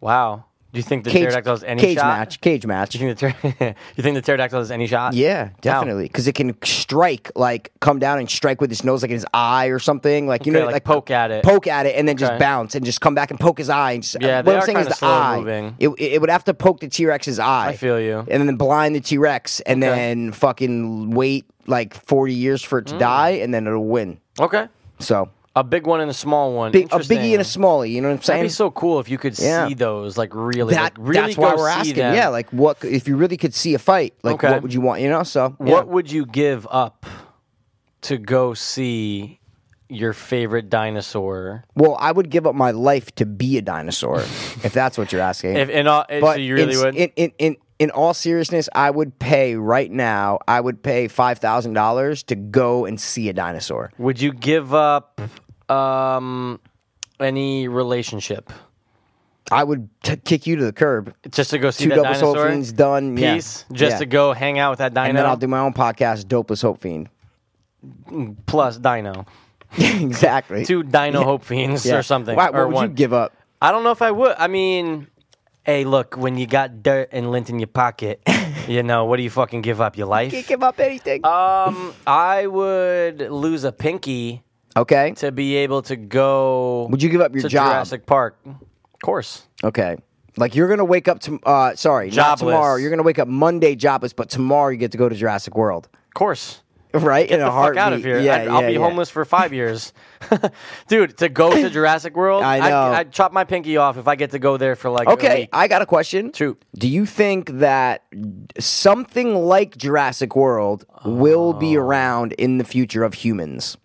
Speaker 3: wow. Do you think the pterodactyl has any
Speaker 2: cage
Speaker 3: shot?
Speaker 2: match. Cage match.
Speaker 3: Do [LAUGHS] you think the pter- [LAUGHS] you think the pterodactyl has any shot?
Speaker 2: Yeah, definitely. Because it can strike, like come down and strike with his nose, like in his eye or something. Like you
Speaker 3: Okay,
Speaker 2: know,
Speaker 3: like poke at it.
Speaker 2: poke at it, and then just
Speaker 3: Okay.
Speaker 2: bounce and just come back and poke his eye. And just,
Speaker 3: Yeah,
Speaker 2: what
Speaker 3: they
Speaker 2: I'm
Speaker 3: are
Speaker 2: saying is
Speaker 3: kinda
Speaker 2: the eye.
Speaker 3: slow-moving.
Speaker 2: It, it would have to poke the T Rex's eye.
Speaker 3: I feel you.
Speaker 2: And then blind the T Rex, and
Speaker 3: Okay.
Speaker 2: then fucking wait like forty years for it to die,
Speaker 3: Mm.
Speaker 2: and then it'll win.
Speaker 3: Okay.
Speaker 2: So
Speaker 3: A big one and a small one.
Speaker 2: big, a
Speaker 3: Interesting.
Speaker 2: biggie and a smallie. You know what I'm saying?
Speaker 3: That'd be so cool if you could
Speaker 2: Yeah.
Speaker 3: see those, like really,
Speaker 2: that,
Speaker 3: like, really
Speaker 2: that's why
Speaker 3: go
Speaker 2: we're
Speaker 3: see
Speaker 2: asking.
Speaker 3: them.
Speaker 2: Yeah, like what c- if you really could see a fight? Like
Speaker 3: Okay.
Speaker 2: what would you want? You know? So yeah.
Speaker 3: what would you give up to go see your favorite dinosaur?
Speaker 2: Well, I would give up my life to be a
Speaker 3: [LAUGHS]
Speaker 2: dinosaur, if that's what you're asking.
Speaker 3: If in all, so you really
Speaker 2: in,
Speaker 3: would.
Speaker 2: In, in, in, in all seriousness, I would pay right now. I would pay five thousand dollars to go and see a dinosaur.
Speaker 3: would you give up um, any relationship
Speaker 2: I would t- kick you to the curb.
Speaker 3: just to go see
Speaker 2: Two
Speaker 3: that
Speaker 2: double
Speaker 3: dinosaur?
Speaker 2: soul fiends done. yeah,
Speaker 3: Peace, just
Speaker 2: yeah.
Speaker 3: to go hang out with that dino.
Speaker 2: And then I'll do my own podcast, Dopeless Hope Fiend. [LAUGHS]
Speaker 3: plus dino,
Speaker 2: exactly.
Speaker 3: two dino hope fiends
Speaker 2: Yeah.
Speaker 3: or something.
Speaker 2: Why, what
Speaker 3: or
Speaker 2: would
Speaker 3: one.
Speaker 2: you give up?
Speaker 3: I don't know if I would. I mean, hey, look, when you got dirt and lint in
Speaker 2: [LAUGHS]
Speaker 3: your pocket, you know, what do you fucking give up? Your life?
Speaker 2: Can't give up anything.
Speaker 3: Um, I would lose a pinky
Speaker 2: Okay.
Speaker 3: to be able to go.
Speaker 2: Would you give up your
Speaker 3: to
Speaker 2: job?
Speaker 3: Jurassic Park? Of course.
Speaker 2: Okay. Like you're gonna wake up to uh, sorry, not
Speaker 3: Jobless.
Speaker 2: tomorrow. You're gonna wake up Monday jobless, but tomorrow you get to go to Jurassic World, [LAUGHS]
Speaker 3: Of course.
Speaker 2: right? In
Speaker 3: Get the fuck out of here.
Speaker 2: Yeah,
Speaker 3: I'd, I'll
Speaker 2: yeah,
Speaker 3: be
Speaker 2: yeah.
Speaker 3: homeless for five years. [LAUGHS] Dude, to go
Speaker 2: [COUGHS]
Speaker 3: to Jurassic World,
Speaker 2: I
Speaker 3: would
Speaker 2: know.
Speaker 3: I'd chop my pinky off if I get to go there for like a
Speaker 2: Okay,
Speaker 3: week.
Speaker 2: I got a question.
Speaker 3: Shoot.
Speaker 2: Do you think that something like Jurassic World will be
Speaker 3: Oh.
Speaker 2: around in the future of humans?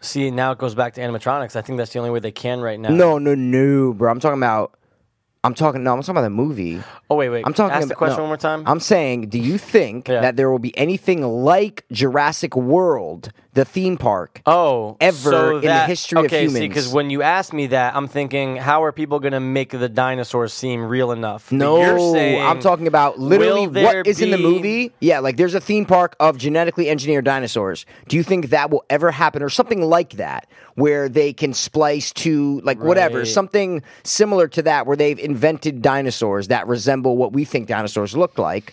Speaker 3: See, now it goes back to animatronics. I think that's the only way they can right now.
Speaker 2: No, no, no, bro. I'm talking about. I'm talking. No, I'm talking about the movie.
Speaker 3: Oh wait, wait.
Speaker 2: I'm talking
Speaker 3: Ask
Speaker 2: about
Speaker 3: the question
Speaker 2: no.
Speaker 3: one more time.
Speaker 2: I'm saying, do you think
Speaker 3: Yeah.
Speaker 2: that there will be anything like Jurassic World, the theme park?
Speaker 3: oh,
Speaker 2: ever
Speaker 3: so
Speaker 2: in the
Speaker 3: that-
Speaker 2: history of
Speaker 3: okay, see,
Speaker 2: humans.
Speaker 3: because when you ask me that, I'm thinking, how are people going to make the dinosaurs seem real enough? But
Speaker 2: No,
Speaker 3: you're saying,
Speaker 2: I'm talking about literally
Speaker 3: will there
Speaker 2: what is in the
Speaker 3: be-
Speaker 2: movie. Yeah, like there's a theme park of genetically engineered dinosaurs. Do you think that will ever happen or something like that where they can splice to like whatever,
Speaker 3: Right.
Speaker 2: something similar to that where they've invented dinosaurs that resemble what we think dinosaurs look like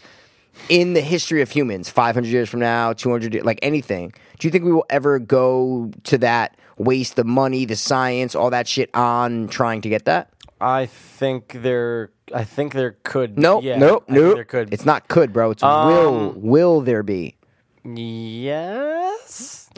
Speaker 2: in the history of humans 500 years from now, 200 years, like anything. Do you think we will ever go to that waste the money, the science, all that shit on trying to get that?
Speaker 3: I think there. I think there could.
Speaker 2: Nope,
Speaker 3: yeah,
Speaker 2: nope,
Speaker 3: I think
Speaker 2: nope.
Speaker 3: There could. Um,
Speaker 2: It's not could, bro. It's will. Will there be?
Speaker 3: [LAUGHS] yes.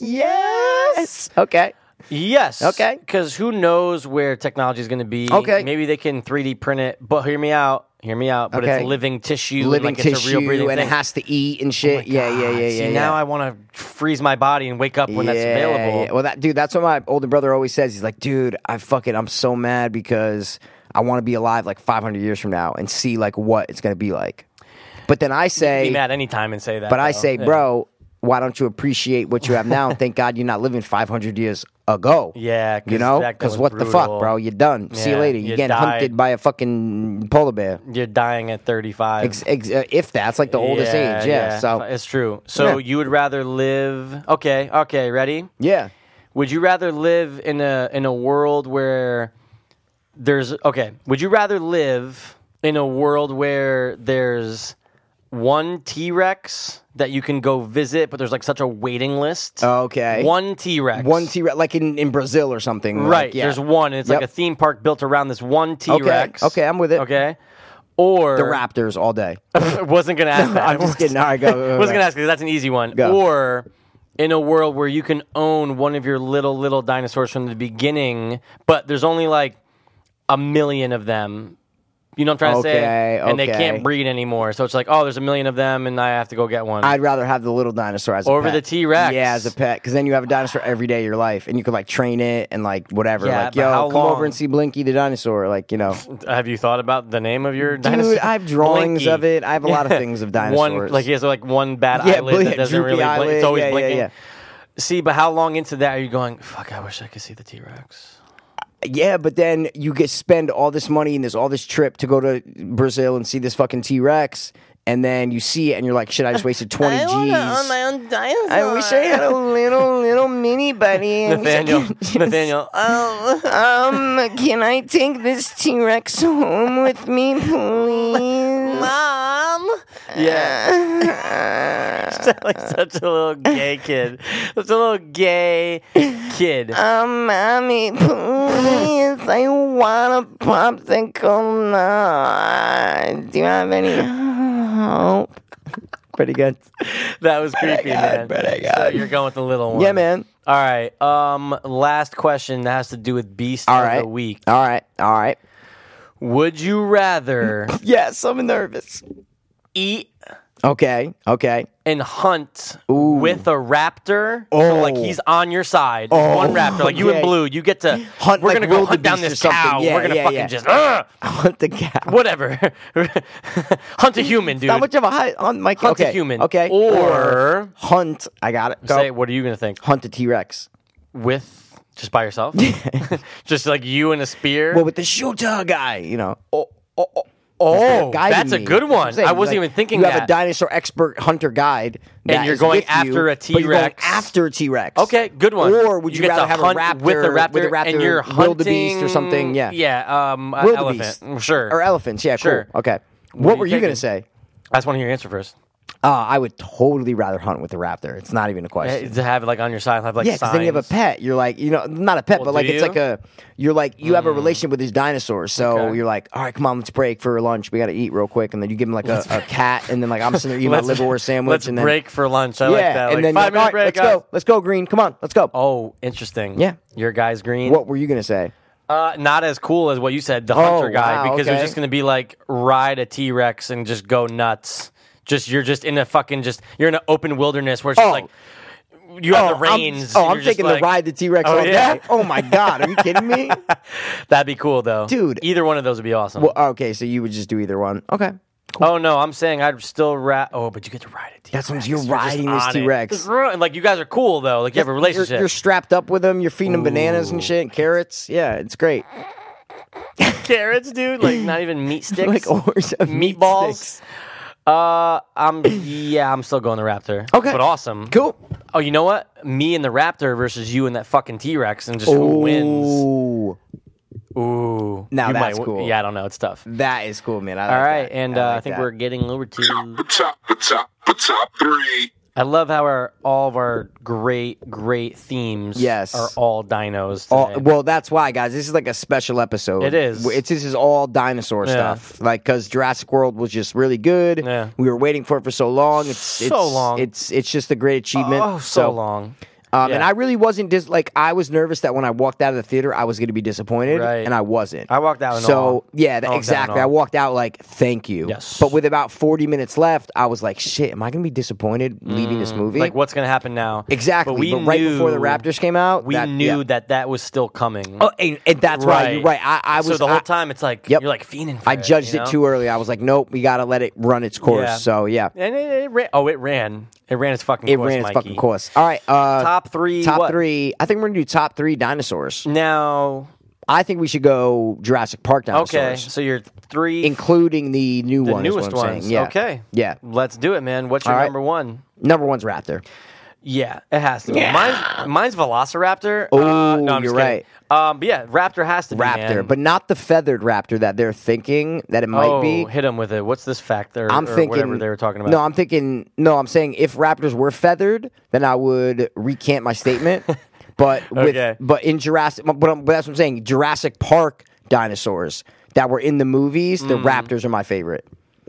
Speaker 2: Yes. Okay.
Speaker 3: Yes.
Speaker 2: Okay.
Speaker 3: Because who knows where technology is going to be?
Speaker 2: Okay.
Speaker 3: Maybe they can 3D print it, but hear me out. Hear me out. But
Speaker 2: Okay.
Speaker 3: it's living tissue. and,
Speaker 2: Living
Speaker 3: like,
Speaker 2: tissue,
Speaker 3: it's a real breathing
Speaker 2: and
Speaker 3: thing. Oh
Speaker 2: it has to eat and shit. yeah, yeah, yeah, yeah.
Speaker 3: See,
Speaker 2: yeah.
Speaker 3: now I want to freeze my body and wake up when that's
Speaker 2: Yeah,
Speaker 3: available.
Speaker 2: yeah. Well, that dude. That's what my older brother always says. He's like, dude, I fucking, I'm so mad because I want to be alive like 500 years from now and see like what it's gonna be like. But then I say,
Speaker 3: be mad anytime and say that.
Speaker 2: But I
Speaker 3: though.
Speaker 2: say,
Speaker 3: Yeah.
Speaker 2: bro, why don't you appreciate what you have now?
Speaker 3: [LAUGHS]
Speaker 2: And thank God you're not living 500 years ago.
Speaker 3: Yeah, 'cause
Speaker 2: you know,
Speaker 3: that
Speaker 2: because
Speaker 3: was
Speaker 2: what the fuck,
Speaker 3: brutal.
Speaker 2: bro? You're done. See you
Speaker 3: Yeah,
Speaker 2: later. You're
Speaker 3: you
Speaker 2: getting
Speaker 3: died.
Speaker 2: hunted by a fucking polar bear.
Speaker 3: you're dying at 35.
Speaker 2: Ex- ex- uh, if that's like the oldest age, yeah. So
Speaker 3: it's true.
Speaker 2: Yeah.
Speaker 3: So you would rather live? Okay, okay, ready?
Speaker 2: yeah,
Speaker 3: Would you rather live in a in a world where there's okay? Would you rather live in a world where there's one T Rex that you can go visit, but there's like such a waiting list?
Speaker 2: Okay.
Speaker 3: one T Rex,
Speaker 2: one T Rex, like in, in Brazil or something. like,
Speaker 3: Right.
Speaker 2: yeah.
Speaker 3: There's one, and it's
Speaker 2: Yep.
Speaker 3: like a theme park built around this one T Rex.
Speaker 2: okay, I'm with it.
Speaker 3: Okay. Or
Speaker 2: The
Speaker 3: [LAUGHS]
Speaker 2: Raptors all day.
Speaker 3: wasn't
Speaker 2: [LAUGHS]
Speaker 3: gonna ask that.
Speaker 2: I'm just kidding. All right,
Speaker 3: [LAUGHS]
Speaker 2: go. go, go, go.
Speaker 3: wasn't gonna ask because that's an easy one.
Speaker 2: Go.
Speaker 3: Or in a world where you can own one of your little little dinosaurs from the beginning, but there's only like a million of them. You know what I'm trying to
Speaker 2: Okay,
Speaker 3: say? And they
Speaker 2: okay.
Speaker 3: can't breed anymore, so it's like, oh, there's a million of them, and I have to go get one.
Speaker 2: I'd rather have the little dinosaur as a
Speaker 3: Over
Speaker 2: pet.
Speaker 3: the T-Rex.
Speaker 2: Yeah, as a pet, because then you have a dinosaur every day of your life, and you could like train it and like whatever.
Speaker 3: Yeah,
Speaker 2: like,
Speaker 3: but
Speaker 2: yo,
Speaker 3: how
Speaker 2: come over
Speaker 3: long?
Speaker 2: and see Blinky the dinosaur. Like, you know,
Speaker 3: have you thought about the name of your dinosaur?
Speaker 2: dude, I have drawings
Speaker 3: Blinky.
Speaker 2: of it. I have a lot of things of dinosaurs.
Speaker 3: One like he has like one
Speaker 2: [LAUGHS]
Speaker 3: bad
Speaker 2: Yeah,
Speaker 3: eyelid
Speaker 2: bl- yeah,
Speaker 3: that doesn't
Speaker 2: droopy
Speaker 3: really blink.
Speaker 2: eyelid,
Speaker 3: It's always
Speaker 2: yeah, yeah,
Speaker 3: blinking.
Speaker 2: yeah.
Speaker 3: See, but how long into that are you going? Fuck! I wish I could see the T Rex.
Speaker 2: Yeah, but then you get spend all this money and there's all this trip to go to Brazil and see this fucking T Rex, and then you see it and you're like, shit, I just
Speaker 3: [LAUGHS]
Speaker 2: wasted twenty G's.
Speaker 3: own dinosaur.
Speaker 2: I wish I had
Speaker 3: [LAUGHS]
Speaker 2: a little little mini buddy. I wish I [LAUGHS]
Speaker 3: Nathaniel.
Speaker 2: could just-
Speaker 3: Nathaniel.
Speaker 2: Um, can I take this T Rex home with me, please?
Speaker 3: Mom. Yeah.
Speaker 2: [LAUGHS]
Speaker 3: [LAUGHS] Sound like such a little gay kid. Such a little gay kid.
Speaker 2: Um, mommy, please, I want a popsicle now. Do you have
Speaker 3: [GASPS]
Speaker 2: any Oh. hope? Pretty good.
Speaker 3: That was creepy, man.
Speaker 2: but I got
Speaker 3: So
Speaker 2: it.
Speaker 3: you're going with the little one.
Speaker 2: Yeah, man.
Speaker 3: All right. Um, last question that has to do with Beast
Speaker 2: All
Speaker 3: of
Speaker 2: right.
Speaker 3: the Week.
Speaker 2: All right. All right.
Speaker 3: Would
Speaker 2: [LAUGHS]
Speaker 3: you rather
Speaker 2: Yes, I'm nervous.
Speaker 3: eat
Speaker 2: Okay. Okay. [LAUGHS]
Speaker 3: and hunt with a raptor?
Speaker 2: Oh.
Speaker 3: So like he's on your side. There's One raptor. Like you
Speaker 2: Yeah.
Speaker 3: and Blue, you get to
Speaker 2: Hunt
Speaker 3: We're
Speaker 2: like
Speaker 3: gonna go
Speaker 2: wildebeest
Speaker 3: hunt down
Speaker 2: or
Speaker 3: this
Speaker 2: something.
Speaker 3: cow.
Speaker 2: Yeah,
Speaker 3: we're gonna
Speaker 2: yeah,
Speaker 3: fucking
Speaker 2: yeah.
Speaker 3: just "Ugh,
Speaker 2: Hunt the cow.
Speaker 3: whatever. [LAUGHS] hunt a human, dude.
Speaker 2: How much of a high on Mike?
Speaker 3: hunt
Speaker 2: okay.
Speaker 3: a human.
Speaker 2: Okay.
Speaker 3: Or
Speaker 2: hunt. I got it. Go.
Speaker 3: say, what are you gonna think?
Speaker 2: hunt a T Rex.
Speaker 3: With just
Speaker 2: [LAUGHS]
Speaker 3: by yourself? just like you and a spear?
Speaker 2: Well, with the shooter guy, you know. Oh,
Speaker 3: oh,
Speaker 2: guiding
Speaker 3: that's a
Speaker 2: me.
Speaker 3: good
Speaker 2: That's what I'm
Speaker 3: one.
Speaker 2: saying.
Speaker 3: I wasn't
Speaker 2: Like,
Speaker 3: even thinking
Speaker 2: You
Speaker 3: that.
Speaker 2: have a dinosaur expert hunter guide, that
Speaker 3: you're
Speaker 2: is
Speaker 3: going
Speaker 2: with you,
Speaker 3: after a
Speaker 2: but you're going
Speaker 3: T-Rex.
Speaker 2: after a T Rex.
Speaker 3: Okay, good one.
Speaker 2: Or would you,
Speaker 3: get
Speaker 2: rather
Speaker 3: to
Speaker 2: have
Speaker 3: hunt
Speaker 2: a raptor
Speaker 3: with a raptor,
Speaker 2: with a raptor
Speaker 3: and you're
Speaker 2: wildebeest or
Speaker 3: hunting-
Speaker 2: something? Yeah,
Speaker 3: yeah, um, a
Speaker 2: wildebeest,
Speaker 3: elephant, sure.
Speaker 2: or elephants. Yeah,
Speaker 3: Sure.
Speaker 2: cool. Okay, what,
Speaker 3: are
Speaker 2: were
Speaker 3: you
Speaker 2: you gonna
Speaker 3: thinking?
Speaker 2: say?
Speaker 3: I just want to hear your answer first.
Speaker 2: Uh, I would totally rather hunt with a raptor. It's not even a question.
Speaker 3: Eh, to have it like on your side, have like
Speaker 2: Yeah, because then you have a
Speaker 3: signs.
Speaker 2: pet. You're like, you know, not a pet,
Speaker 3: Well,
Speaker 2: but like
Speaker 3: do
Speaker 2: it's like
Speaker 3: you? Hmm.
Speaker 2: a, you're like, you have a relationship with these dinosaurs. So
Speaker 3: Okay.
Speaker 2: you're like, all right, come on, let's break for lunch. We got to eat real quick. And then you give them like a, a cat, and then like I'm sitting
Speaker 3: [LAUGHS]
Speaker 2: there eating my
Speaker 3: Let's-
Speaker 2: liverwort sandwich.
Speaker 3: Let's
Speaker 2: and then,
Speaker 3: break for lunch. I
Speaker 2: yeah,
Speaker 3: like that.
Speaker 2: and
Speaker 3: Like,
Speaker 2: then
Speaker 3: five
Speaker 2: you're like,
Speaker 3: minute
Speaker 2: all right,
Speaker 3: break.
Speaker 2: let's
Speaker 3: guys.
Speaker 2: go, let's go, green. Come on, let's go.
Speaker 3: Oh, interesting.
Speaker 2: Yeah.
Speaker 3: your guy's green.
Speaker 2: What were you gonna say?
Speaker 3: Uh, not as cool as what you said, the
Speaker 2: Oh,
Speaker 3: hunter guy,
Speaker 2: wow,
Speaker 3: because it was
Speaker 2: okay.
Speaker 3: just going to be like ride a T Rex and just go nuts. Just you're just in a fucking just you're in an open wilderness where it's just
Speaker 2: Oh.
Speaker 3: like you have the
Speaker 2: I'm-
Speaker 3: reins.
Speaker 2: oh,
Speaker 3: and
Speaker 2: I'm
Speaker 3: you're just
Speaker 2: taking
Speaker 3: like-
Speaker 2: the ride the T Rex
Speaker 3: Oh,
Speaker 2: all
Speaker 3: yeah?
Speaker 2: day. Oh
Speaker 3: [LAUGHS]
Speaker 2: my god, are you kidding me?
Speaker 3: That'd be cool though,
Speaker 2: Dude.
Speaker 3: Either one of those would be awesome.
Speaker 2: well, okay, so you would just do either one. Okay,
Speaker 3: oh no, I'm saying I'd still rat. Oh, but you get to ride a T.
Speaker 2: that's what I'm- you're riding this T Rex.
Speaker 3: Like you guys are cool though. Like you have a relationship.
Speaker 2: You're, you're strapped up with them. You're feeding them bananas and shit, and carrots. Yeah, it's great.
Speaker 3: carrots, dude. Like not even meat sticks.
Speaker 2: [LAUGHS] Like oars of meat
Speaker 3: meatballs.
Speaker 2: sticks.
Speaker 3: Uh, I'm yeah, I'm still going the Raptor.
Speaker 2: Okay.
Speaker 3: but awesome.
Speaker 2: Cool.
Speaker 3: Oh, you know what? Me and the Raptor versus you and that fucking T Rex, and just who wins?
Speaker 2: Ooh,
Speaker 3: Ooh,
Speaker 2: Now
Speaker 3: You
Speaker 2: that's
Speaker 3: wi-
Speaker 2: cool.
Speaker 3: Yeah, I don't know. It's tough.
Speaker 2: that is cool, man. I
Speaker 3: All
Speaker 2: like
Speaker 3: right,
Speaker 2: that.
Speaker 3: and uh, I think
Speaker 2: like
Speaker 3: we're
Speaker 2: that.
Speaker 3: getting over to.
Speaker 5: Top, the top, the top three.
Speaker 3: I love how our all of our great great themes
Speaker 2: Yes.
Speaker 3: are all dinos.
Speaker 2: All,
Speaker 3: today.
Speaker 2: well, that's why, guys. This is like a special episode.
Speaker 3: It is.
Speaker 2: It's this is all dinosaur
Speaker 3: Yeah.
Speaker 2: stuff. Like because Jurassic World was just really good.
Speaker 3: Yeah.
Speaker 2: We were waiting for it for so long. It's,
Speaker 3: So
Speaker 2: it's-
Speaker 3: long.
Speaker 2: It's it's just a great achievement.
Speaker 3: oh, so long.
Speaker 2: Um, And
Speaker 3: Yeah.
Speaker 2: I really wasn't dis- like I was nervous that when I walked out of the theater I was going to be disappointed,
Speaker 3: Right.
Speaker 2: and I wasn't.
Speaker 3: I walked out in awe.
Speaker 2: So yeah,
Speaker 3: I
Speaker 2: that,
Speaker 3: walked out in
Speaker 2: exactly.
Speaker 3: awe.
Speaker 2: I walked out like thank you.
Speaker 3: Yes.
Speaker 2: But with about forty minutes left, I was like, shit, am I going to be disappointed leaving this movie?
Speaker 3: Mm. Like what's gonna happen now?
Speaker 2: Exactly.
Speaker 3: But we
Speaker 2: right
Speaker 3: knew,
Speaker 2: before the Raptors came out,
Speaker 3: we
Speaker 2: that-
Speaker 3: knew
Speaker 2: yeah.
Speaker 3: that that was still coming.
Speaker 2: Oh, and, and that's why you're right. I, I was
Speaker 3: so the whole
Speaker 2: I-
Speaker 3: time it's like
Speaker 2: Yep.
Speaker 3: you're like fiending. For
Speaker 2: I judged
Speaker 3: you know?
Speaker 2: it too early. I was like, nope, we got to let it run its course.
Speaker 3: Yeah.
Speaker 2: So yeah,
Speaker 3: And it, it ran. Oh, it ran. It ran its fucking.
Speaker 2: it
Speaker 3: course,
Speaker 2: ran its
Speaker 3: Mikey.
Speaker 2: fucking course. All right, uh,
Speaker 3: Top three.
Speaker 2: top
Speaker 3: what?
Speaker 2: three. I think we're gonna do top three dinosaurs.
Speaker 3: Now,
Speaker 2: I think we should go Jurassic Park
Speaker 3: okay.
Speaker 2: dinosaurs,
Speaker 3: So you're three.
Speaker 2: including the new
Speaker 3: the
Speaker 2: one. is what
Speaker 3: newest
Speaker 2: I'm saying.
Speaker 3: ones.
Speaker 2: Yeah.
Speaker 3: Okay.
Speaker 2: Yeah.
Speaker 3: Let's do it, man. What's your
Speaker 2: All right.
Speaker 3: number one?
Speaker 2: Number one's Raptor.
Speaker 3: Yeah, it has to. be. Mine's, mine's Velociraptor. Oh, uh, no, I'm
Speaker 2: you're
Speaker 3: just kidding. Um, but yeah, Raptor has to be
Speaker 2: Raptor,
Speaker 3: man.
Speaker 2: but not the feathered raptor that they're thinking that it might
Speaker 3: oh,
Speaker 2: be.
Speaker 3: hit him with it. What's this fact? Or,
Speaker 2: I'm
Speaker 3: or
Speaker 2: thinking
Speaker 3: whatever they were talking about.
Speaker 2: No, I'm thinking no. I'm saying if raptors were feathered, then I would recant my statement.
Speaker 3: [LAUGHS]
Speaker 2: but with
Speaker 3: Okay.
Speaker 2: but in Jurassic, but, I'm- but that's what I'm saying. Jurassic Park dinosaurs that were in the movies, the
Speaker 3: Hmm.
Speaker 2: raptors are my favorite.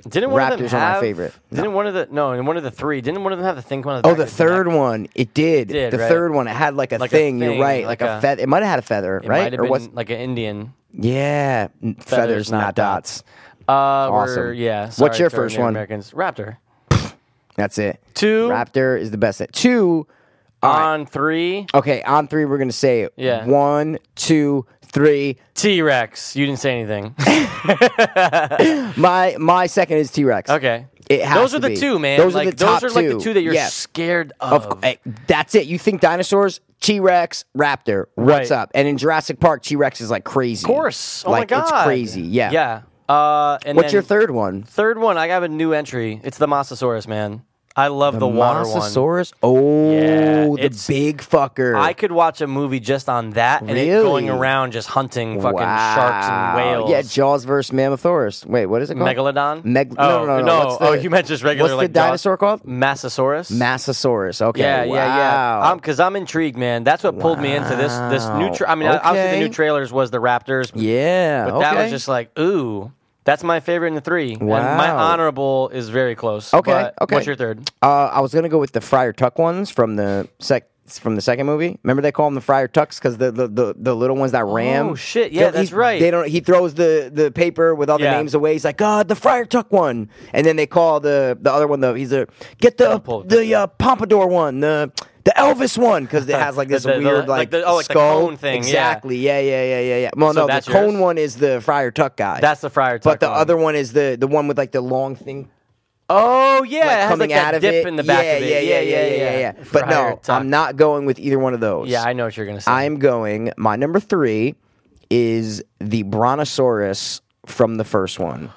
Speaker 3: didn't one of them
Speaker 2: Raptors are my
Speaker 3: have-
Speaker 2: favorite. No.
Speaker 3: Didn't one of the no, and one of the three. Didn't one of them have the thing come out of the
Speaker 2: Oh,
Speaker 3: back
Speaker 2: the
Speaker 3: of their neck?
Speaker 2: third one, it did.
Speaker 3: did,
Speaker 2: the
Speaker 3: right?
Speaker 2: third one, it had like a,
Speaker 3: Like a
Speaker 2: thing,
Speaker 3: thing,
Speaker 2: You're right,
Speaker 3: like
Speaker 2: like,
Speaker 3: a-
Speaker 2: a feather. It might have had a feather,
Speaker 3: It
Speaker 2: right?
Speaker 3: might have
Speaker 2: or
Speaker 3: been
Speaker 2: what's?
Speaker 3: like an Indian.
Speaker 2: Yeah, feathers, not, dots.
Speaker 3: Uh, we're-
Speaker 2: Awesome.
Speaker 3: yeah.
Speaker 2: What's
Speaker 3: sorry
Speaker 2: your
Speaker 3: to our
Speaker 2: first
Speaker 3: Native
Speaker 2: one?
Speaker 3: Americans. Raptor.
Speaker 2: That's it.
Speaker 3: Two
Speaker 2: Raptor is the best. At two.
Speaker 3: on three.
Speaker 2: Okay, on three, we're gonna say it.
Speaker 3: Yeah.
Speaker 2: One, two, three.
Speaker 3: T Rex. You didn't
Speaker 2: [LAUGHS]
Speaker 3: say anything.
Speaker 2: My my second is T Rex.
Speaker 3: Okay.
Speaker 2: It has
Speaker 3: those
Speaker 2: to
Speaker 3: are the
Speaker 2: be.
Speaker 3: two, man.
Speaker 2: Those are
Speaker 3: like,
Speaker 2: the top
Speaker 3: Those are like the
Speaker 2: two.
Speaker 3: two that you're
Speaker 2: Yeah.
Speaker 3: scared of.
Speaker 2: Of, hey, that's it. You think dinosaurs? T Rex, Raptor. What's
Speaker 3: Right.
Speaker 2: up? And in Jurassic Park, T Rex is like crazy.
Speaker 3: Of course. Oh
Speaker 2: like
Speaker 3: my god.
Speaker 2: it's crazy. Yeah.
Speaker 3: Yeah. Uh, and
Speaker 2: What's
Speaker 3: then
Speaker 2: your third one?
Speaker 3: third one? I have a new entry. It's the Mosasaurus, man. I love the, water one.
Speaker 2: Mosasaurus. Oh,
Speaker 3: Yeah,
Speaker 2: the
Speaker 3: it's-
Speaker 2: big fucker.
Speaker 3: I could watch a movie just on that and it
Speaker 2: Really?
Speaker 3: going around just hunting fucking sharks and
Speaker 2: Wow.
Speaker 3: whales.
Speaker 2: Yeah, Jaws versus Mammothorus. Wait, what is it called?
Speaker 3: Megalodon?
Speaker 2: Meg-
Speaker 3: oh,
Speaker 2: no, no, no, What's the,
Speaker 3: oh, you meant just regular
Speaker 2: What's
Speaker 3: like
Speaker 2: the
Speaker 3: Jaws?
Speaker 2: dinosaur called?
Speaker 3: Massasaurus.
Speaker 2: Massasaurus. Okay.
Speaker 3: yeah,
Speaker 2: wow.
Speaker 3: yeah, yeah. I'm because I'm intrigued, man. That's what pulled me into this this new. Tra- I mean, I obviously
Speaker 2: Okay.
Speaker 3: the new trailers was the Raptors,
Speaker 2: yeah.
Speaker 3: but that was
Speaker 2: okay.
Speaker 3: just like, ooh, that's my favorite in the three. And my
Speaker 2: Wow.
Speaker 3: honorable is very close.
Speaker 2: Okay,
Speaker 3: but
Speaker 2: okay.
Speaker 3: What's your third?
Speaker 2: Uh, I was gonna go with the Friar Tuck ones from the sec from the second movie. Remember they call them the Friar Tucks because the, the the the little ones that ram.
Speaker 3: Oh, shit.
Speaker 2: They-
Speaker 3: Yeah, that's
Speaker 2: he's-
Speaker 3: right.
Speaker 2: They don't. He throws the the paper with all the
Speaker 3: Yeah.
Speaker 2: names away. He's like, God, the Friar Tuck one, and then they call the the other one the he's a get
Speaker 3: Gotta
Speaker 2: the
Speaker 3: pull it
Speaker 2: the uh, Pompadour one the. The Elvis one because it
Speaker 3: [LAUGHS]
Speaker 2: has like this
Speaker 3: The- the- the-
Speaker 2: weird
Speaker 3: like
Speaker 2: like,
Speaker 3: the- oh, like the
Speaker 2: skull
Speaker 3: cone thing, yeah.
Speaker 2: Exactly. Yeah. Yeah. Yeah. Yeah. Yeah. Well,
Speaker 3: So
Speaker 2: no,
Speaker 3: that's
Speaker 2: the cone
Speaker 3: yours?
Speaker 2: one is the Friar Tuck guy.
Speaker 3: That's the Friar
Speaker 2: But
Speaker 3: Tuck
Speaker 2: the
Speaker 3: one.
Speaker 2: other one is the the one with like the long thing
Speaker 3: Oh yeah, it
Speaker 2: like,
Speaker 3: has,
Speaker 2: coming
Speaker 3: like, that
Speaker 2: out of
Speaker 3: dip
Speaker 2: it.
Speaker 3: in the back
Speaker 2: yeah,
Speaker 3: of it.
Speaker 2: Yeah, yeah, yeah, yeah, yeah, yeah. But
Speaker 3: Friar
Speaker 2: no,
Speaker 3: Tuck.
Speaker 2: I'm not going with either one of those.
Speaker 3: Yeah, I know what you're gonna say.
Speaker 2: I'm going. My number three is the Brontosaurus from the first one.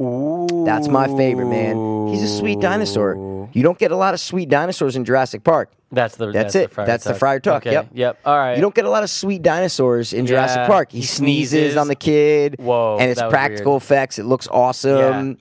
Speaker 2: Ooh, that's my favorite man. He's a sweet dinosaur. You don't get a lot of sweet dinosaurs in Jurassic Park.
Speaker 3: that's the
Speaker 2: That's,
Speaker 3: the
Speaker 2: it.
Speaker 3: Friar
Speaker 2: that's the
Speaker 3: Tuck.
Speaker 2: Friar Tuck.
Speaker 3: Okay,
Speaker 2: Yep.
Speaker 3: Yep. All right.
Speaker 2: You don't get a lot of sweet dinosaurs in Jurassic
Speaker 3: Yeah.
Speaker 2: Park. He,
Speaker 3: He
Speaker 2: sneezes,
Speaker 3: sneezes.
Speaker 2: on the kid.
Speaker 3: Whoa,
Speaker 2: And it's
Speaker 3: that was
Speaker 2: practical
Speaker 3: weird.
Speaker 2: effects. It looks awesome.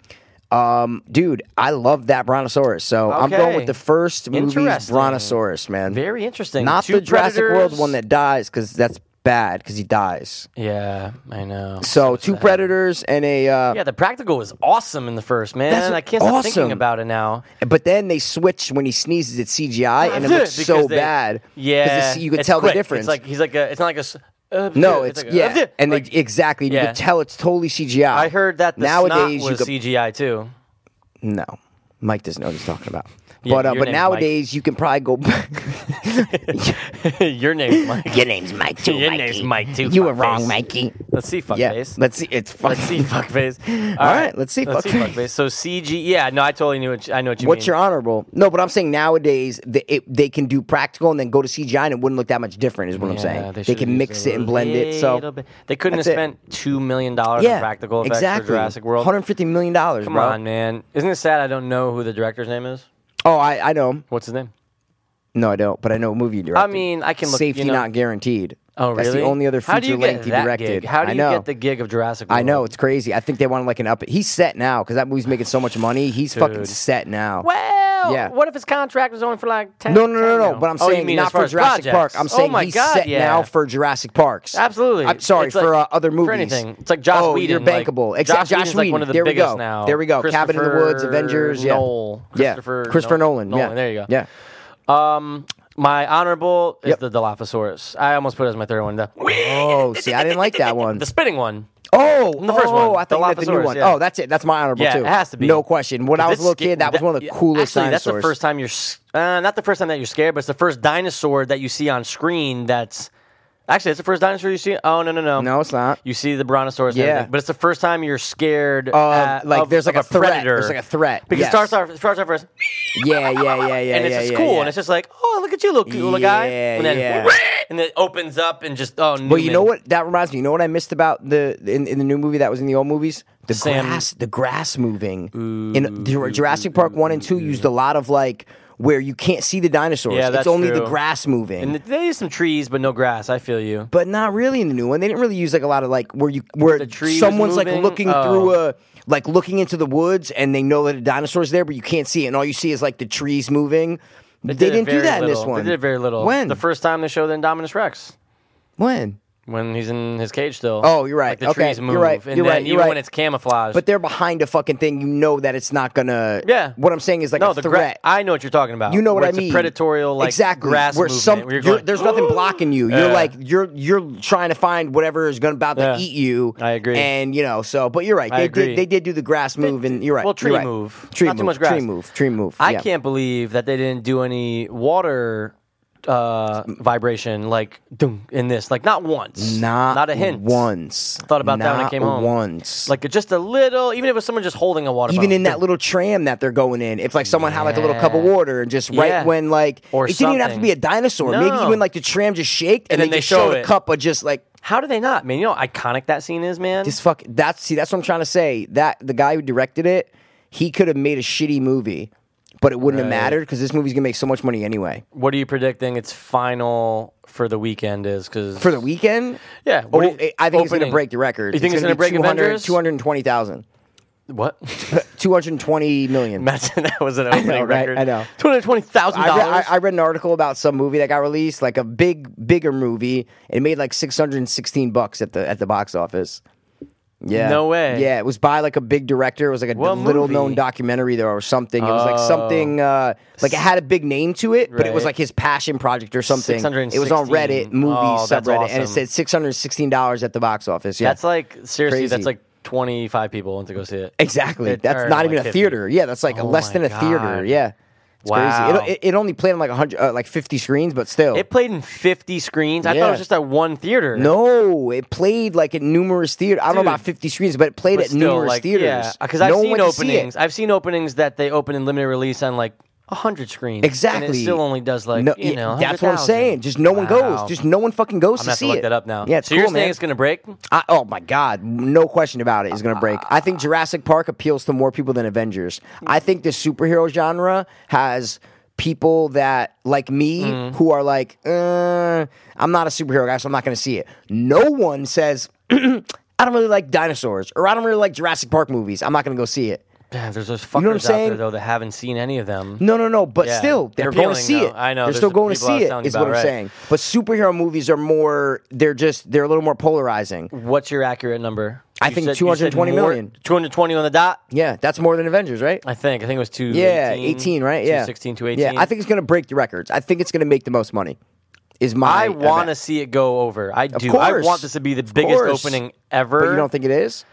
Speaker 2: Um, dude, I love that Brontosaurus. So I'm going
Speaker 3: Okay.
Speaker 2: with the first movie's
Speaker 3: Interesting.
Speaker 2: Brontosaurus, man.
Speaker 3: Very interesting.
Speaker 2: Not
Speaker 3: Two
Speaker 2: the Jurassic
Speaker 3: predators.
Speaker 2: World one that dies because that's bad because he dies.
Speaker 3: Yeah, I know.
Speaker 2: So two predators and a. Uh,
Speaker 3: Yeah, the practical was awesome in the first man.
Speaker 2: That's
Speaker 3: I can't stop
Speaker 2: awesome.
Speaker 3: thinking about it now.
Speaker 2: But then they switch when he sneezes. It's CGI and it
Speaker 3: Yeah,
Speaker 2: looks so
Speaker 3: [LAUGHS] because they-
Speaker 2: bad. 'Cause
Speaker 3: Yeah,
Speaker 2: it's- you could
Speaker 3: it's
Speaker 2: tell
Speaker 3: quick.
Speaker 2: the difference.
Speaker 3: It's like he's like a. It's not like a. s- uh,
Speaker 2: no,
Speaker 3: uh,
Speaker 2: it's,
Speaker 3: like a-
Speaker 2: yeah,
Speaker 3: uh,
Speaker 2: and
Speaker 3: like-
Speaker 2: they, exactly. You
Speaker 3: yeah.
Speaker 2: could tell it's totally CGI.
Speaker 3: I heard that the
Speaker 2: nowadays
Speaker 3: snot was
Speaker 2: you could
Speaker 3: CGI too. [LAUGHS]
Speaker 2: No, Mike doesn't know what he's talking about.
Speaker 3: Yeah,
Speaker 2: but uh,
Speaker 3: your
Speaker 2: but
Speaker 3: name's Mike.
Speaker 2: nowadays you can probably go. [LAUGHS]
Speaker 3: Your name's Mike.
Speaker 2: Your name's Mike too.
Speaker 3: Your
Speaker 2: Mikey.
Speaker 3: name's Mike, too,
Speaker 2: You were
Speaker 3: fuckface.
Speaker 2: wrong, Mikey.
Speaker 3: Let's see, fuckface.
Speaker 2: Yeah, let's see. It's fuck.
Speaker 3: Let's
Speaker 2: [LAUGHS]
Speaker 3: see, fuckface.
Speaker 2: All right, let's see,
Speaker 3: Let's
Speaker 2: fuckface.
Speaker 3: see, fuckface. So CG. Yeah, no, I totally knew. What you, I know what you
Speaker 2: What's
Speaker 3: mean.
Speaker 2: your honorable? No, but I'm saying nowadays they, it, they can do practical and then go to CGI and it wouldn't look that much different. Is what I'm saying. They, can mix it and blend it. So
Speaker 3: they couldn't have
Speaker 2: that's it.
Speaker 3: spent two million dollars
Speaker 2: yeah,
Speaker 3: on practical effects
Speaker 2: exactly.
Speaker 3: for Jurassic World.
Speaker 2: 150 million dollars,
Speaker 3: Come
Speaker 2: bro.
Speaker 3: on, man! Isn't it sad? I don't know who the director's name is.
Speaker 2: Oh, I I know. him.
Speaker 3: What's his name?
Speaker 2: No, I don't. But I know what movie you directed.
Speaker 3: mean, I can look-
Speaker 2: Safety
Speaker 3: you know-
Speaker 2: not guaranteed.
Speaker 3: Oh, really?
Speaker 2: That's the only other
Speaker 3: How do
Speaker 2: feature
Speaker 3: you get
Speaker 2: length he
Speaker 3: that
Speaker 2: directed.
Speaker 3: Gig? How do
Speaker 2: I
Speaker 3: you
Speaker 2: know.
Speaker 3: get the gig of Jurassic? World?
Speaker 2: I know it's crazy. I think they want to like an up. He's set now because that movie's making so much money. He's fucking
Speaker 3: Dude.
Speaker 2: set now.
Speaker 3: Well,
Speaker 2: Yeah.
Speaker 3: what if his contract was only for like ten?
Speaker 2: No, no, no,
Speaker 3: 10
Speaker 2: no,
Speaker 3: now?
Speaker 2: no. But I'm
Speaker 3: Oh, you
Speaker 2: saying
Speaker 3: mean as
Speaker 2: not
Speaker 3: far
Speaker 2: for
Speaker 3: as
Speaker 2: Jurassic
Speaker 3: projects.
Speaker 2: Park. I'm
Speaker 3: Oh
Speaker 2: saying
Speaker 3: my
Speaker 2: he's
Speaker 3: God,
Speaker 2: set
Speaker 3: yeah.
Speaker 2: now for Jurassic Parks.
Speaker 3: Absolutely.
Speaker 2: I'm sorry
Speaker 3: It's
Speaker 2: for
Speaker 3: like-
Speaker 2: uh, other movies.
Speaker 3: For anything. It's like Josh
Speaker 2: oh,
Speaker 3: Whedon.
Speaker 2: You're
Speaker 3: like,
Speaker 2: bankable.
Speaker 3: Josh
Speaker 2: Exact Josh
Speaker 3: Whedon's like one of the
Speaker 2: there
Speaker 3: biggest
Speaker 2: we go.
Speaker 3: now.
Speaker 2: There we go. Cabin in the Woods, Avengers. Yeah.
Speaker 3: Noel.
Speaker 2: Yeah.
Speaker 3: Christopher,
Speaker 2: Christopher
Speaker 3: Nol-
Speaker 2: Nolan.
Speaker 3: Nolan.
Speaker 2: Yeah.
Speaker 3: There you go.
Speaker 2: Yeah.
Speaker 3: Um, my honorable is
Speaker 2: Yep.
Speaker 3: the Dilophosaurus. I almost put it as my third one. The,
Speaker 2: Oh, see, I didn't like that one.
Speaker 3: [LAUGHS] the spinning one.
Speaker 2: Oh,
Speaker 3: The first
Speaker 2: oh,
Speaker 3: one,
Speaker 2: I thought the new
Speaker 3: Dilophosaurus,
Speaker 2: one.
Speaker 3: yeah.
Speaker 2: Oh, that's it. That's my honorable
Speaker 3: Yeah,
Speaker 2: too.
Speaker 3: it has to be.
Speaker 2: No question. When I was a
Speaker 3: This
Speaker 2: little
Speaker 3: sca-
Speaker 2: kid, that was one of the
Speaker 3: yeah,
Speaker 2: coolest
Speaker 3: Actually,
Speaker 2: dinosaurs.
Speaker 3: that's the first time you're. s- Uh, not the first time that you're scared, but it's the first dinosaur that you see on screen. That's actually that's the first dinosaur you see. Oh no no no
Speaker 2: No, it's not.
Speaker 3: You see the brontosaurus, and
Speaker 2: Yeah.
Speaker 3: everything, but it's the first time you're scared. Uh,
Speaker 2: Of, like, there's like
Speaker 3: of
Speaker 2: a threat.
Speaker 3: predator.
Speaker 2: There's like a threat.
Speaker 3: because
Speaker 2: Yes.
Speaker 3: it starts off, it starts off first,
Speaker 2: Yeah, yeah, yeah, yeah.
Speaker 3: [LAUGHS] and it's
Speaker 2: yeah,
Speaker 3: just
Speaker 2: yeah,
Speaker 3: cool,
Speaker 2: yeah.
Speaker 3: and it's just like, oh look at you, little, little guy,
Speaker 2: Yeah,
Speaker 3: and then
Speaker 2: yeah.
Speaker 3: [LAUGHS] and it opens up and just oh.
Speaker 2: Well, you know what? That reminds me. You know what I missed about the in, in the new movie that was in the old movies? The
Speaker 3: Sam-
Speaker 2: grass, the grass moving in Jur- Jurassic Park one and two used a lot of like where you can't see the dinosaurs.
Speaker 3: Yeah,
Speaker 2: it's
Speaker 3: that's
Speaker 2: only the
Speaker 3: true.
Speaker 2: grass moving.
Speaker 3: And they use some trees, but no grass. I feel you.
Speaker 2: but not really in the new one. They didn't really use like a lot of like where you where
Speaker 3: The tree was
Speaker 2: someone's like
Speaker 3: moving?
Speaker 2: looking
Speaker 3: Oh.
Speaker 2: through a like looking into the woods and they know that a dinosaur's there, but you can't see it, and all you see is like the trees moving. They,
Speaker 3: did it
Speaker 2: didn't do
Speaker 3: very
Speaker 2: that in this
Speaker 3: little.
Speaker 2: one.
Speaker 3: They did it very little.
Speaker 2: When
Speaker 3: the first time they showed the Indominus Rex.
Speaker 2: when?
Speaker 3: when he's in his cage still.
Speaker 2: Oh, you're right.
Speaker 3: Like the
Speaker 2: Okay,
Speaker 3: trees
Speaker 2: you're
Speaker 3: move,
Speaker 2: right,
Speaker 3: and
Speaker 2: you're
Speaker 3: then
Speaker 2: right, you're
Speaker 3: even
Speaker 2: right.
Speaker 3: when it's camouflaged.
Speaker 2: But they're behind a fucking thing. You know that it's not gonna.
Speaker 3: Yeah.
Speaker 2: What I'm saying is like
Speaker 3: no,
Speaker 2: a
Speaker 3: the gra-
Speaker 2: threat.
Speaker 3: I know what you're talking about.
Speaker 2: you know what
Speaker 3: where
Speaker 2: I
Speaker 3: it's
Speaker 2: mean?
Speaker 3: A predatorial, like
Speaker 2: exactly.
Speaker 3: grass
Speaker 2: where
Speaker 3: movement,
Speaker 2: some
Speaker 3: where you're
Speaker 2: you're-
Speaker 3: going,
Speaker 2: there's nothing blocking you. You're
Speaker 3: Yeah.
Speaker 2: like you're you're trying to find whatever is going about to
Speaker 3: Yeah.
Speaker 2: eat you.
Speaker 3: I agree.
Speaker 2: And you know so, but you're right.
Speaker 3: I
Speaker 2: They
Speaker 3: agree.
Speaker 2: did they did do the grass move, and you're right.
Speaker 3: well, tree
Speaker 2: you're right.
Speaker 3: move.
Speaker 2: Tree
Speaker 3: Not
Speaker 2: move.
Speaker 3: too much grass.
Speaker 2: Tree move. Tree move.
Speaker 3: I
Speaker 2: yeah.
Speaker 3: can't believe that they didn't do any water uh, vibration like dunk, in this. Like not once.
Speaker 2: Not
Speaker 3: not a hint.
Speaker 2: once.
Speaker 3: Thought about that when I
Speaker 2: Not
Speaker 3: came home.
Speaker 2: Once.
Speaker 3: Like just a little. Even if it was someone just holding a water.
Speaker 2: even
Speaker 3: bottle.
Speaker 2: in that little tram that they're going in, if like someone had like a little cup of
Speaker 3: Yeah.
Speaker 2: water and just right
Speaker 3: Yeah.
Speaker 2: when like
Speaker 3: Or
Speaker 2: it didn't even have to
Speaker 3: something.
Speaker 2: be a dinosaur, maybe
Speaker 3: No.
Speaker 2: even like the tram just shaked and,
Speaker 3: And then
Speaker 2: they
Speaker 3: they
Speaker 2: just showed
Speaker 3: show
Speaker 2: a
Speaker 3: it.
Speaker 2: cup of just like
Speaker 3: How do they not, man? You know how iconic that scene is, man.
Speaker 2: this fuck. That's see, that's what I'm trying to say. That the guy who directed it, he could have made a shitty movie, but it wouldn't have
Speaker 3: Right.
Speaker 2: mattered because this movie's gonna make so much money anyway.
Speaker 3: what are you predicting its final for the weekend is? Because
Speaker 2: For the weekend,
Speaker 3: Yeah,
Speaker 2: oh,
Speaker 3: what do you-
Speaker 2: I think it's gonna
Speaker 3: opening.
Speaker 2: break the record.
Speaker 3: You think it's
Speaker 2: gonna
Speaker 3: gonna break
Speaker 2: be 200
Speaker 3: Avengers?
Speaker 2: 220,000.
Speaker 3: what? [LAUGHS]
Speaker 2: 220 million.
Speaker 3: Imagine that was an opening
Speaker 2: know, right?
Speaker 3: record.
Speaker 2: [LAUGHS] I know.
Speaker 3: Two hundred twenty thousand
Speaker 2: I read, I,
Speaker 3: dollars.
Speaker 2: I read an article about some movie that got released, like a big, bigger movie, and it made like six hundred and sixteen bucks at the at the box office. Yeah,
Speaker 3: No way.
Speaker 2: Yeah, it was by like a big director. It was like a
Speaker 3: What
Speaker 2: little known
Speaker 3: movie?
Speaker 2: documentary though, or something. It was like
Speaker 3: Oh.
Speaker 2: something uh, like it had a big name to it, but it was
Speaker 3: Right.
Speaker 2: like his passion project or something. It was on
Speaker 3: 616.
Speaker 2: Reddit movies
Speaker 3: Oh, that's
Speaker 2: subreddit, and it
Speaker 3: awesome.
Speaker 2: said six hundred sixteen dollars at the box office. Yeah,
Speaker 3: That's like seriously,
Speaker 2: Crazy.
Speaker 3: that's like twenty five people want to go see it.
Speaker 2: exactly.
Speaker 3: It-
Speaker 2: that's
Speaker 3: or
Speaker 2: not
Speaker 3: like
Speaker 2: even a
Speaker 3: 50.
Speaker 2: theater. Yeah, that's like
Speaker 3: Oh
Speaker 2: less
Speaker 3: my
Speaker 2: than a theater.
Speaker 3: God.
Speaker 2: Yeah. It's
Speaker 3: Wow.
Speaker 2: crazy. It, it, it only played on like 100, uh, like 50 screens, but still.
Speaker 3: It played in fifty screens. I thought
Speaker 2: Oh. Yeah.
Speaker 3: it was just at one theater.
Speaker 2: No, it played like at numerous theaters. I don't know
Speaker 3: Dude.
Speaker 2: about 50 screens, but it played
Speaker 3: but
Speaker 2: at
Speaker 3: still,
Speaker 2: numerous
Speaker 3: like,
Speaker 2: theaters.
Speaker 3: Yeah, because
Speaker 2: no
Speaker 3: I've
Speaker 2: one
Speaker 3: seen
Speaker 2: went to see it.
Speaker 3: openings. I've seen openings that they open in limited release on like hundred screens.
Speaker 2: Exactly.
Speaker 3: And it still only does like
Speaker 2: No, yeah,
Speaker 3: you know.
Speaker 2: that's what I'm
Speaker 3: 100,000.
Speaker 2: saying. Just no one
Speaker 3: Wow.
Speaker 2: goes. Just no one fucking goes
Speaker 3: I'm
Speaker 2: to
Speaker 3: gonna have
Speaker 2: see
Speaker 3: to look
Speaker 2: it.
Speaker 3: that up now.
Speaker 2: Yeah, it's
Speaker 3: so
Speaker 2: cool,
Speaker 3: you're saying
Speaker 2: man.
Speaker 3: it's gonna break?
Speaker 2: I, oh my god, no question about it is going to break. I
Speaker 3: Ah.
Speaker 2: think Jurassic Park appeals to more people than Avengers. I think the superhero genre has people that like me
Speaker 3: Mm-hmm.
Speaker 2: who are like, uh, I'm not a superhero guy, so I'm not going to see it. No [CLEARS THROAT] one says I don't really like dinosaurs or I don't really like Jurassic Park movies. I'm not going to go see it.
Speaker 3: Man, there's those
Speaker 2: You
Speaker 3: fuckers
Speaker 2: know what I'm
Speaker 3: out
Speaker 2: saying?
Speaker 3: there though that haven't seen any of them.
Speaker 2: No, no, no. But
Speaker 3: Yeah,
Speaker 2: still, they're,
Speaker 3: they're
Speaker 2: going to
Speaker 3: appealing,
Speaker 2: see
Speaker 3: though.
Speaker 2: it.
Speaker 3: I know,
Speaker 2: They're
Speaker 3: there's
Speaker 2: still
Speaker 3: the
Speaker 2: going to
Speaker 3: people I
Speaker 2: see
Speaker 3: was
Speaker 2: it.
Speaker 3: telling you
Speaker 2: Is what
Speaker 3: about,
Speaker 2: I'm
Speaker 3: right.
Speaker 2: saying. But superhero movies are more. They're just. They're a little more polarizing.
Speaker 3: What's your accurate number?
Speaker 2: I
Speaker 3: You
Speaker 2: think
Speaker 3: said- you
Speaker 2: 220
Speaker 3: said more-
Speaker 2: million.
Speaker 3: 220 on the dot.
Speaker 2: Yeah, that's more than Avengers, right?
Speaker 3: I think. I think it was two.
Speaker 2: Yeah, 18, right? Yeah,
Speaker 3: 16 to 18.
Speaker 2: Yeah, I think it's gonna break the records. I think it's gonna make the most money. Is my
Speaker 3: I want to
Speaker 2: event.
Speaker 3: see it go over. I do. I
Speaker 2: course.
Speaker 3: want this to be the
Speaker 2: Of
Speaker 3: biggest
Speaker 2: course.
Speaker 3: opening ever.
Speaker 2: But you don't think it is?